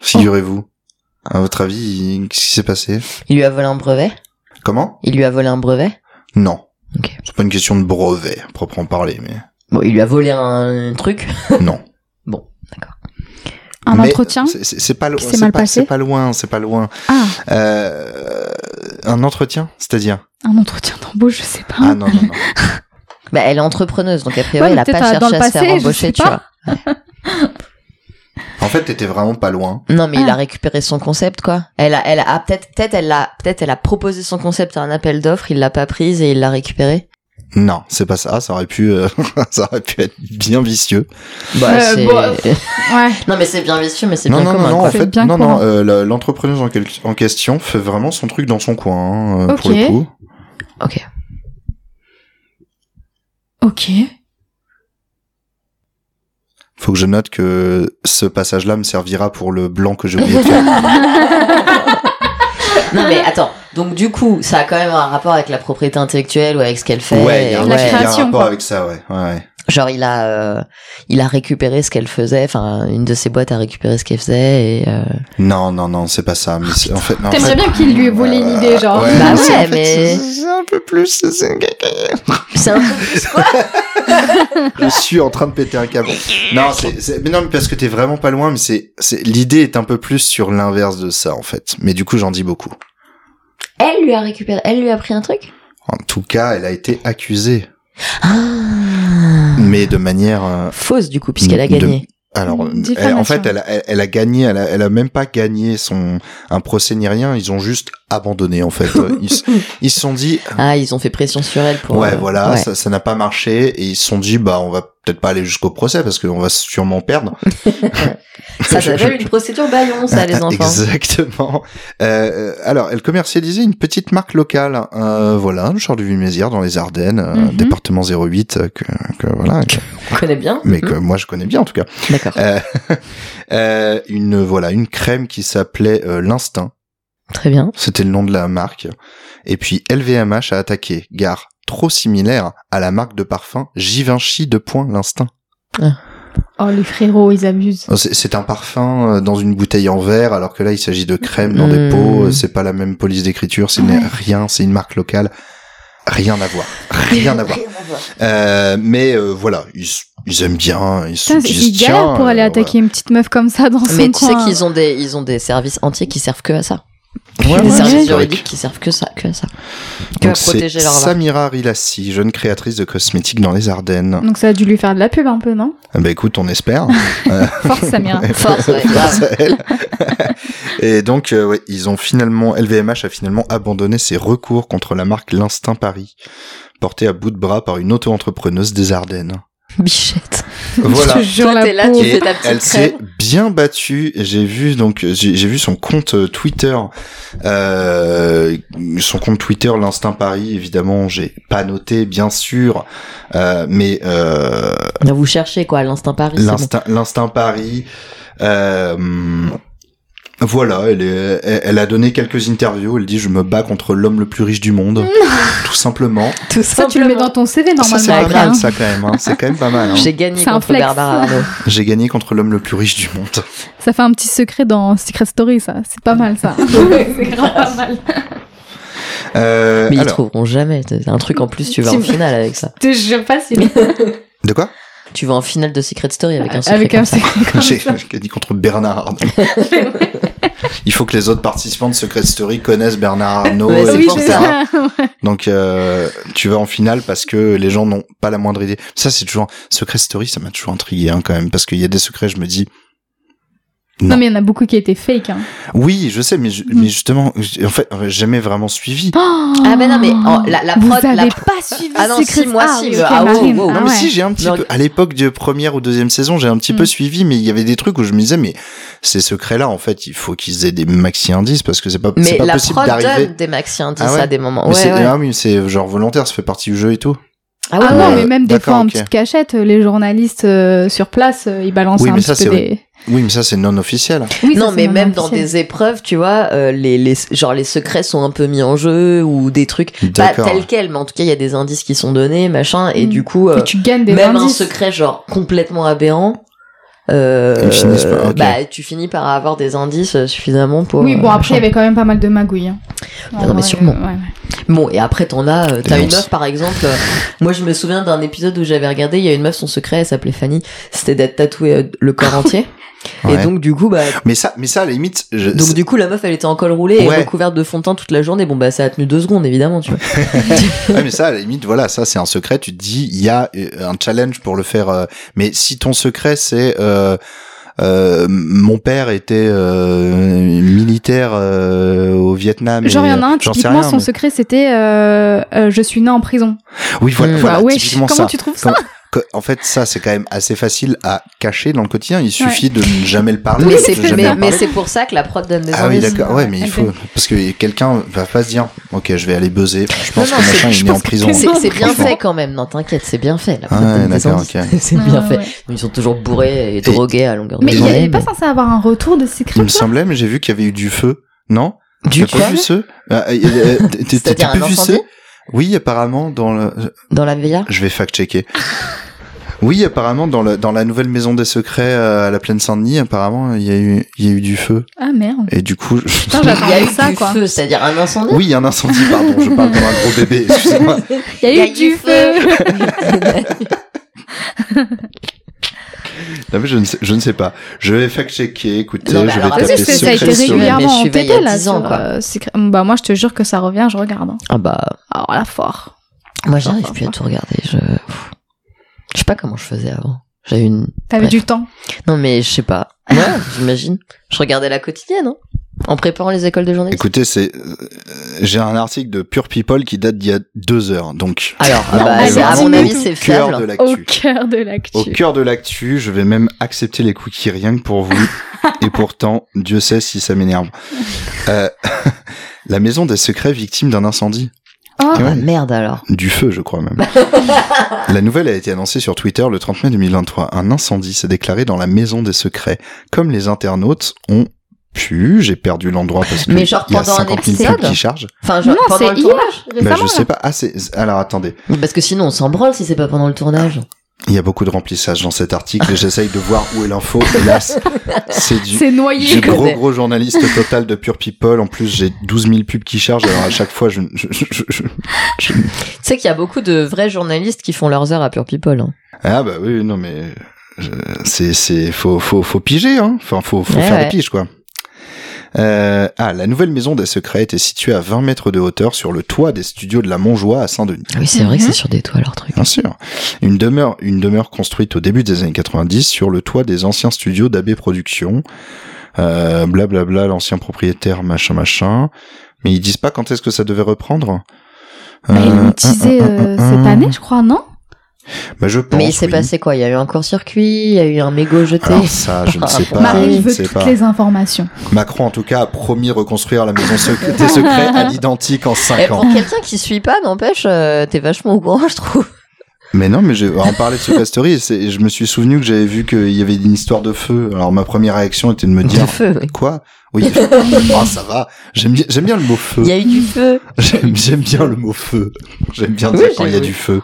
Speaker 7: Figurez-vous.
Speaker 8: Oh.
Speaker 7: À votre avis, il- qu'est-ce qui s'est passé
Speaker 9: Il lui a volé un brevet
Speaker 7: Comment
Speaker 9: Il lui a volé un brevet
Speaker 7: Non.
Speaker 9: Ok.
Speaker 7: C'est pas une question de brevet, à proprement parler, mais
Speaker 9: Bon, il lui a volé un truc.
Speaker 7: non.
Speaker 9: Bon, d'accord.
Speaker 8: Un
Speaker 7: Mais
Speaker 8: entretien.
Speaker 7: c'est- C'est c'est pas, lo-
Speaker 8: qui s'est
Speaker 7: c'est
Speaker 8: mal
Speaker 7: pas,
Speaker 8: passé
Speaker 7: c'est pas loin, c'est pas loin.
Speaker 8: Ah,
Speaker 7: Euh, un entretien, c'est-à-dire
Speaker 8: un entretien d'embauche, je sais pas.
Speaker 7: Ah non, non, non.
Speaker 9: Bah, elle est entrepreneuse, donc
Speaker 8: Ouais,
Speaker 9: a priori,
Speaker 8: mais
Speaker 9: elle a
Speaker 8: peut-être,
Speaker 9: pas
Speaker 8: euh,
Speaker 9: cherché
Speaker 8: dans le
Speaker 9: à se
Speaker 8: passé,
Speaker 9: faire
Speaker 8: je
Speaker 9: embaucher,
Speaker 8: sais
Speaker 9: tu
Speaker 8: pas.
Speaker 9: vois.
Speaker 7: En fait, t'étais vraiment pas loin.
Speaker 9: Non, mais il
Speaker 8: Ah.
Speaker 9: a récupéré son concept, quoi. Elle a, elle a, ah, peut-être, peut-être, elle a, peut-être, elle a proposé son concept à un appel d'offres, il l'a pas prise et il l'a récupéré.
Speaker 7: Non, c'est pas ça. Ça aurait pu, euh, ça aurait pu être bien vicieux.
Speaker 9: Bah,
Speaker 8: Euh,
Speaker 9: c'est...
Speaker 8: bon. Ouais.
Speaker 9: non, mais c'est bien vicieux, mais c'est
Speaker 7: non,
Speaker 9: bien
Speaker 7: non,
Speaker 9: commun,
Speaker 7: non, non,
Speaker 9: quoi.
Speaker 7: en
Speaker 8: C'est
Speaker 7: fait,
Speaker 8: bien
Speaker 7: non, non,
Speaker 8: commun.
Speaker 7: euh, la- l'entrepreneuse en, quel- en question fait vraiment son truc dans son coin, hein, euh, pour
Speaker 8: Ok.
Speaker 7: le coup.
Speaker 9: Ok.
Speaker 8: Ok.
Speaker 7: Faut que je note que ce passage-là me servira pour le blanc que j'ai oublié de faire.
Speaker 9: Non, mais attends. Donc, du coup, ça a quand même un rapport avec la propriété intellectuelle ou avec ce qu'elle fait.
Speaker 7: ouais, il y a un,
Speaker 9: et-
Speaker 8: la
Speaker 7: ouais, il y a un
Speaker 8: création,
Speaker 7: rapport
Speaker 8: quoi.
Speaker 7: avec ça, ouais. ouais, ouais.
Speaker 9: Genre, il a, euh, il a récupéré ce qu'elle faisait. Enfin, une de ses boîtes a récupéré ce qu'elle faisait et, euh,
Speaker 7: Non, non, non, c'est pas ça. Mais c'est- en fait, non, en fait-
Speaker 8: T'aimerais
Speaker 7: euh,
Speaker 8: bien qu'il lui ait volé une idée, genre.
Speaker 7: Ouais,
Speaker 9: Bah
Speaker 7: c'est-
Speaker 9: ouais,
Speaker 7: en fait, c'est-
Speaker 9: mais-
Speaker 7: c'est un peu plus. c'est- c'est-
Speaker 9: c'est un truc.
Speaker 7: je suis en train de péter un câble. Non, c'est, c'est- mais non, mais parce que t'es vraiment pas loin, mais c'est, c'est, l'idée est un peu plus sur l'inverse de ça, en fait. Mais du coup, j'en dis beaucoup.
Speaker 9: Elle lui a récupéré, elle lui a pris un truc?
Speaker 7: En tout cas, elle a été accusée.
Speaker 9: Ah.
Speaker 7: Mais de manière, euh,
Speaker 9: Fausse, du coup, puisqu'elle a
Speaker 7: De-
Speaker 9: gagné.
Speaker 7: alors,
Speaker 8: Une
Speaker 7: elle- en
Speaker 8: diffamation.
Speaker 7: fait, elle a, elle, elle a gagné, elle a, elle a même pas gagné son, un procès ni rien, ils ont juste abandonné, en fait. Euh, ils, se- ils se sont dit,
Speaker 9: Ah, ils ont fait pression sur elle pour.
Speaker 7: ouais,
Speaker 9: euh,
Speaker 7: voilà,
Speaker 9: ouais.
Speaker 7: ça ça n'a pas marché, et ils se sont dit, bah, on va peut-être pas aller jusqu'au procès, parce qu'on va sûrement perdre.
Speaker 9: Ça
Speaker 7: Je-
Speaker 9: s'appelle une procédure baillon,
Speaker 7: Ah,
Speaker 9: ça, les enfants.
Speaker 7: Exactement. Euh, euh, alors, elle commercialisait une petite marque locale, euh, voilà, Charleville-Mézières, dans les Ardennes, euh,
Speaker 8: Mhm.
Speaker 7: département 08, euh, que, que voilà, que-
Speaker 9: On connaît bien.
Speaker 8: Mhm.
Speaker 9: Hmm
Speaker 7: mais que moi je connais bien en tout cas.
Speaker 9: D'accord.
Speaker 7: Euh, euh, une voilà, une crème qui s'appelait euh, l'Instinct,
Speaker 9: Très bien.
Speaker 7: c'était le nom de la marque. Et puis LVMH a attaqué, gare trop similaire à la marque de parfum Givenchy de point l'Instinct. Oh,
Speaker 8: Oh, les frérots, ils abusent.
Speaker 7: C'est c'est un parfum euh, dans une bouteille en verre, alors que là, il s'agit de crème dans des
Speaker 9: Mm.
Speaker 7: pots. euh, C'est pas la même police d'écriture, c'est n'est
Speaker 8: Hmm. Ouais.
Speaker 7: rien, c'est une marque locale. Rien à voir, rien à voir. Euh, mais euh, voilà, ils, ils aiment bien, ils sont
Speaker 8: Putain, ils galèrent pour aller
Speaker 7: euh,
Speaker 8: attaquer une petite meuf comme ça dans son
Speaker 9: Mais tu sais
Speaker 8: coin.
Speaker 9: qu'ils ont des, ils ont des services entiers qui servent que à ça.
Speaker 7: Ouais,
Speaker 9: des
Speaker 7: ouais,
Speaker 9: services
Speaker 7: c'est vrai.
Speaker 9: juridiques qui servent que ça, que à ça. Que
Speaker 7: Donc
Speaker 9: à
Speaker 7: c'est
Speaker 9: protéger leur marque.
Speaker 7: Samira Rilassi, jeune créatrice de cosmétiques dans les Ardennes.
Speaker 9: Mm.
Speaker 8: Donc ça a dû lui faire de la pub un peu, non
Speaker 7: Ah Bah écoute, on espère.
Speaker 8: Force Samira.
Speaker 9: Force, ouais,
Speaker 7: Grâce
Speaker 9: grave.
Speaker 7: à elle. Et donc, euh, ouais, ils ont finalement, LVMH a finalement abandonné ses recours contre la marque L'Instinct Paris, portée à bout de bras par une auto-entrepreneuse des Ardennes.
Speaker 9: Bichette.
Speaker 7: Voilà.
Speaker 8: Je te jure,
Speaker 9: Toi,
Speaker 8: la
Speaker 9: t'es là,
Speaker 8: peau.
Speaker 9: tu
Speaker 7: Et
Speaker 9: fais ta petite
Speaker 7: elle s'est bien battue. J'ai vu donc j'ai j'ai vu son compte euh, Twitter. Euh, je son compte Twitter, l'instinct Paris, évidemment, j'ai pas noté, bien sûr, euh, mais euh,
Speaker 9: Non, Vous cherchez quoi, l'instinct Paris c'est bon.
Speaker 7: l'instinct, l'instinct Paris. euh, voilà, elle, est- elle, elle a donné quelques interviews. Elle dit je me bats contre l'homme le plus riche du monde, tout simplement.
Speaker 9: Tout
Speaker 8: Ça, tu le mets
Speaker 9: simplement.
Speaker 8: dans ton CV
Speaker 7: Ça c'est pas
Speaker 8: normalement.
Speaker 7: mal,
Speaker 8: hein.
Speaker 7: ça quand même. hein. C'est quand même pas mal. hein. Euh,
Speaker 9: J'ai gagné
Speaker 8: C'est un
Speaker 9: contre
Speaker 8: flex.
Speaker 9: Bernard Arnault.
Speaker 7: J'ai gagné contre l'homme le plus riche du monde.
Speaker 8: Ça fait un petit secret dans Secret Story, ça. C'est pas mal, ça. c'est grave pas mal.
Speaker 7: Euh,
Speaker 9: Mais ils
Speaker 7: alors,
Speaker 9: trouveront jamais. T'as un truc en plus, tu vas en
Speaker 8: Tu-
Speaker 9: finale avec ça.
Speaker 8: Je te jure pas si.
Speaker 7: de quoi
Speaker 9: Tu vas en finale de Secret Story avec un secret.
Speaker 8: Avec un
Speaker 9: comme ça.
Speaker 8: secret comme
Speaker 7: J'ai
Speaker 8: ça.
Speaker 7: j'ai dit contre Bernard Arnault. Il faut que les autres participants de Secret Story connaissent Bernard Arnault,
Speaker 9: Ouais, c'est
Speaker 7: et
Speaker 8: Oui,
Speaker 9: pour
Speaker 8: c'est
Speaker 7: etc.
Speaker 8: ça.
Speaker 7: Donc euh, tu vas en finale parce que les gens n'ont pas la moindre idée. Ça c'est toujours Secret Story, ça m'a toujours intrigué hein, quand même parce qu'il y a des secrets, je me dis
Speaker 8: Non, mais il y en a beaucoup qui étaient fake. Hein.
Speaker 7: oui, je sais, mais, ju- mais justement, en fait, j'avais jamais vraiment suivi.
Speaker 9: Ah, mais non, mais en- la, la
Speaker 8: Vous
Speaker 9: prod. la-
Speaker 8: avez pas suivi
Speaker 9: Ah non,
Speaker 8: Secret
Speaker 9: si, moi,
Speaker 8: Ah
Speaker 9: si,
Speaker 8: oui,
Speaker 9: mais-
Speaker 8: ok,
Speaker 9: ah, wow,
Speaker 8: Marine.
Speaker 9: wow.
Speaker 8: Ah
Speaker 7: Non, mais
Speaker 8: ouais.
Speaker 7: si, j'ai un petit
Speaker 9: Non.
Speaker 7: peu, à l'époque de première ou deuxième saison, j'ai un petit peu
Speaker 8: Mm.
Speaker 7: suivi, mais il y avait des trucs où je me disais, mais ces secrets-là, en fait, il faut qu'ils aient des maxi indices parce que c'est pas, c'est
Speaker 9: Mais
Speaker 7: pas
Speaker 9: la
Speaker 7: possible
Speaker 9: prod
Speaker 7: d'arriver.
Speaker 9: donne des maxi indices
Speaker 7: Ah ouais
Speaker 9: à des moments.
Speaker 7: Mais
Speaker 9: Ouais,
Speaker 7: c'est
Speaker 9: ouais.
Speaker 7: ah oui, c'est genre volontaire, ça fait partie du jeu et tout.
Speaker 9: Ah ouais,
Speaker 8: Ah
Speaker 9: ouais.
Speaker 8: non,
Speaker 7: ouais.
Speaker 8: mais même des
Speaker 7: D'accord,
Speaker 8: fois en
Speaker 7: ok.
Speaker 8: petite cachette, les journalistes euh, sur place, euh, ils balancent
Speaker 7: Oui,
Speaker 8: un
Speaker 7: mais ça,
Speaker 8: petit
Speaker 7: c'est
Speaker 8: peu des.
Speaker 7: Oui, mais ça c'est non officiel.
Speaker 8: Oui, ça,
Speaker 9: non,
Speaker 8: c'est
Speaker 9: mais
Speaker 8: mon
Speaker 9: même
Speaker 8: avis,
Speaker 9: dans
Speaker 8: c'est-
Speaker 9: des épreuves, tu vois, euh, les, les, genre les secrets sont un peu mis en jeu ou des trucs
Speaker 8: Bah,
Speaker 9: pas
Speaker 7: D'accord.
Speaker 9: tels quels, mais en tout cas il y a des indices qui sont donnés, machin, et
Speaker 8: Mm.
Speaker 9: du coup euh,
Speaker 8: Mais tu gagnes des
Speaker 9: même un
Speaker 8: indices.
Speaker 9: secret genre complètement aberrant, euh,
Speaker 7: Ils finissent par- ok.
Speaker 9: bah tu finis par avoir des indices euh, suffisamment pour.
Speaker 8: Oui, bon,
Speaker 9: euh,
Speaker 8: après, il y avait quand même pas mal de magouilles. hein.
Speaker 9: Ah non,
Speaker 8: Ouais,
Speaker 9: mais sûrement.
Speaker 8: ouais, ouais.
Speaker 9: Bon, et après, t'en as, euh, t'as
Speaker 7: Des
Speaker 9: une
Speaker 7: meufs.
Speaker 9: meuf, par exemple. euh, moi, je me souviens d'un épisode où j'avais regardé, il y a une meuf, son secret, elle s'appelait Fanny. C'était d'être tatouée euh, le corps entier.
Speaker 7: Ouais.
Speaker 9: Et donc, du coup, bah,
Speaker 7: Mais ça, mais ça à la limite, je-
Speaker 9: donc, du coup, la meuf, elle était en col roulé
Speaker 7: Ouais. Ah,
Speaker 9: et recouverte de fond de teint toute la journée. Bon, bah, ça a tenu deux secondes, évidemment, tu vois.
Speaker 7: Ouais, mais ça, à la limite, voilà, ça c'est un secret. Tu te dis, il y a euh, un challenge pour le faire. euh, mais si ton secret c'est euh, euh, mon père était euh, militaire euh, au Vietnam.
Speaker 8: Genre,
Speaker 7: et-
Speaker 8: il y en a un,
Speaker 7: j'en sais
Speaker 8: typiquement,
Speaker 7: rien,
Speaker 8: son
Speaker 7: mais-
Speaker 8: secret, c'était euh, euh, Je suis né en prison.
Speaker 7: Oui, voilà,
Speaker 9: Mm.
Speaker 7: voilà
Speaker 8: Bah, wesh,
Speaker 7: typiquement
Speaker 8: comment
Speaker 7: ça.
Speaker 8: tu trouves ça
Speaker 7: Comme- que- en fait, ça c'est quand même assez facile à cacher dans le quotidien. Il suffit de ne jamais le parler.
Speaker 9: mais
Speaker 7: de
Speaker 9: c'est,
Speaker 7: jamais
Speaker 9: mais,
Speaker 7: en parler.
Speaker 9: mais c'est pour ça que la prod donne des
Speaker 7: Ah oui,
Speaker 9: indices.
Speaker 7: d'accord. Ouais, mais il
Speaker 8: Elle
Speaker 7: faut parce que quelqu'un va pas se dire, ok, je vais aller buzzer. Je pense
Speaker 9: non,
Speaker 7: que
Speaker 9: c'est-
Speaker 7: machin
Speaker 9: je
Speaker 7: il est
Speaker 9: pense
Speaker 7: en
Speaker 9: que
Speaker 7: prison. hein.
Speaker 9: c'est, c'est bien
Speaker 7: Franchement.
Speaker 9: fait quand même. Non, t'inquiète, c'est bien fait. La prod
Speaker 7: Ah ouais,
Speaker 9: donne des
Speaker 7: d'accord,
Speaker 9: indices.
Speaker 7: ok.
Speaker 9: c'est
Speaker 8: Ah,
Speaker 9: bien fait.
Speaker 8: ouais.
Speaker 9: Ils sont toujours bourrés et drogués à longueur de
Speaker 8: Mais il n'y
Speaker 9: journée,
Speaker 8: avait pas censé avoir un retour de secret
Speaker 7: Il me semblait, mais j'ai vu qu'il y avait eu du feu. Non
Speaker 9: Du
Speaker 7: T'as pas
Speaker 9: quoi
Speaker 7: vu ce Ah, euh, euh, t'es- t'es- T'as
Speaker 9: C'est-à-dire
Speaker 7: pas
Speaker 9: un
Speaker 7: vu ce
Speaker 9: incendie
Speaker 7: Oui, apparemment dans le.
Speaker 9: dans la VIA.
Speaker 7: Je vais fact checker. Oui, apparemment dans la dans la nouvelle maison des secrets euh, à la plaine Saint-Denis, apparemment il y a eu il y a eu du feu
Speaker 8: Ah merde.
Speaker 7: et du coup. je-
Speaker 8: Putain,
Speaker 9: Il y a
Speaker 8: j'attendais
Speaker 9: eu
Speaker 8: ça,
Speaker 9: du
Speaker 8: quoi.
Speaker 9: feu, c'est-à-dire un incendie.
Speaker 7: Oui, un incendie, pardon, je parle comme un gros bébé, excusez-moi.
Speaker 8: Il y a eu du feu.
Speaker 7: Non, mais je ne sais, je ne sais pas. Je vais fact-checker, écoutez,
Speaker 9: Non, mais
Speaker 7: je vais
Speaker 9: alors,
Speaker 7: taper
Speaker 8: Parce
Speaker 9: Ah, Parce
Speaker 8: que
Speaker 9: que
Speaker 8: ça a été
Speaker 7: secret story.
Speaker 8: régulièrement
Speaker 9: Mais je
Speaker 8: en
Speaker 9: suis veille
Speaker 8: TT,
Speaker 9: à
Speaker 8: là.
Speaker 9: 10 ans,
Speaker 8: sur,
Speaker 9: quoi.
Speaker 8: euh, secret- Bah, moi, je te jure que ça revient, je regarde. hein.
Speaker 9: Ah bah,
Speaker 8: Alors là, fort.
Speaker 9: Moi, j'arrive plus à tout regarder. Je... je sais pas comment je faisais avant. J'avais une.
Speaker 8: T'avais
Speaker 9: Bref.
Speaker 8: du temps.
Speaker 9: Non, mais je sais pas. Moi, j'imagine. Je regardais la quotidienne, hein, en préparant les écoles de journalisme.
Speaker 7: Écoutez, c'est, euh, j'ai un article de Pure People qui date d'il y a deux heures, donc.
Speaker 9: Alors,
Speaker 7: Là,
Speaker 9: bah,
Speaker 7: on est
Speaker 9: c'est- à
Speaker 7: vraiment
Speaker 9: mon
Speaker 7: au
Speaker 9: avis, c'est
Speaker 7: cœur de
Speaker 9: fiable.
Speaker 8: Au
Speaker 7: l'actu.
Speaker 8: cœur de
Speaker 7: Au
Speaker 8: l'actu.
Speaker 7: cœur de l'actu, je vais même accepter les cookies rien que pour vous. Et pourtant, Dieu sait si ça m'énerve. Euh, la maison des secrets victime d'un incendie.
Speaker 8: Oh,
Speaker 9: Ah, merde alors.
Speaker 7: Du feu, je crois même. la nouvelle a été annoncée sur Twitter le 30 mai 2023. Un incendie s'est déclaré dans la maison des secrets. Comme les internautes ont pu, j'ai perdu l'endroit parce que
Speaker 9: Mais genre
Speaker 7: il y a
Speaker 9: pendant un
Speaker 7: 50 000 pubs
Speaker 9: épisode
Speaker 7: qui chargent.
Speaker 9: Enfin, genre,
Speaker 8: Non,
Speaker 9: pendant
Speaker 8: c'est
Speaker 9: le
Speaker 8: hier,
Speaker 9: tournage.
Speaker 7: Bah,
Speaker 8: récemment.
Speaker 7: je sais pas. Ah, c'est- alors attendez.
Speaker 9: Parce que sinon, on s'en branle si c'est pas pendant le tournage.
Speaker 7: Il y a beaucoup de remplissage dans cet article et j'essaye de voir où est l'info. Hélas, c'est du,
Speaker 8: C'est noyé.
Speaker 7: Du
Speaker 9: Je
Speaker 7: gros
Speaker 9: connais.
Speaker 7: gros journaliste total de Pure People. En plus, j'ai 12 000 pubs qui chargent. Alors à chaque fois, je, je, je- je- je-
Speaker 9: Tu sais qu'il y a beaucoup de vrais journalistes qui font leurs heures à Pure People. hein.
Speaker 7: ah bah oui, non mais je- c'est c'est faut faut faut piger, hein. Enfin, faut faut
Speaker 9: Ouais,
Speaker 7: faire
Speaker 9: Eh ouais.
Speaker 7: des piges quoi. Euh, ah, la nouvelle maison des secrets était située à 20 mètres de hauteur sur le toit des studios de la Montjoie à Saint-Denis.
Speaker 9: Ah oui, c'est vrai que c'est sur des toits leur truc.
Speaker 7: Bien sûr. Une demeure, une demeure construite au début des années 90 sur le toit des anciens studios d'AB Productions. Euh, Blablabla, l'ancien propriétaire, machin, machin. Mais ils disent pas quand est-ce que ça devait reprendre.
Speaker 8: Bah, ils
Speaker 7: Euh,
Speaker 8: l'ont teasé
Speaker 7: un, un,
Speaker 8: euh,
Speaker 7: un, un,
Speaker 8: cette
Speaker 7: un.
Speaker 8: année, je crois, non
Speaker 7: Bah, je pense.
Speaker 9: Mais il s'est
Speaker 7: oui.
Speaker 9: passé quoi Il y a eu un court-circuit, il y a eu un mégot jeté.
Speaker 7: Alors Ah, ça, je ne sais pas.
Speaker 8: Marie
Speaker 7: euh, je ne
Speaker 8: veut
Speaker 7: sais
Speaker 8: toutes
Speaker 7: pas.
Speaker 8: les informations.
Speaker 7: Macron, en tout cas, a promis reconstruire la maison sec- des secrets à l'identique en
Speaker 9: Eh,
Speaker 7: 5 ans.
Speaker 9: pour quelqu'un qui suit pas, n'empêche, euh, t'es vachement au courant, je trouve.
Speaker 7: Mais non, mais j'ai- on parlait de Super Story et c'est- je me suis souvenu que j'avais vu qu'il y avait une histoire de feu. Alors ma première réaction était de me dire
Speaker 9: Du feu, oui.
Speaker 7: quoi Oui, Ah, ça va. J'aime bien, j'aime bien le mot feu.
Speaker 9: Il y a eu du feu.
Speaker 7: J'aime j'aime bien le mot feu. J'aime bien
Speaker 9: Oui,
Speaker 7: dire quand
Speaker 9: j'ai-
Speaker 7: il y a
Speaker 9: oui.
Speaker 7: du feu.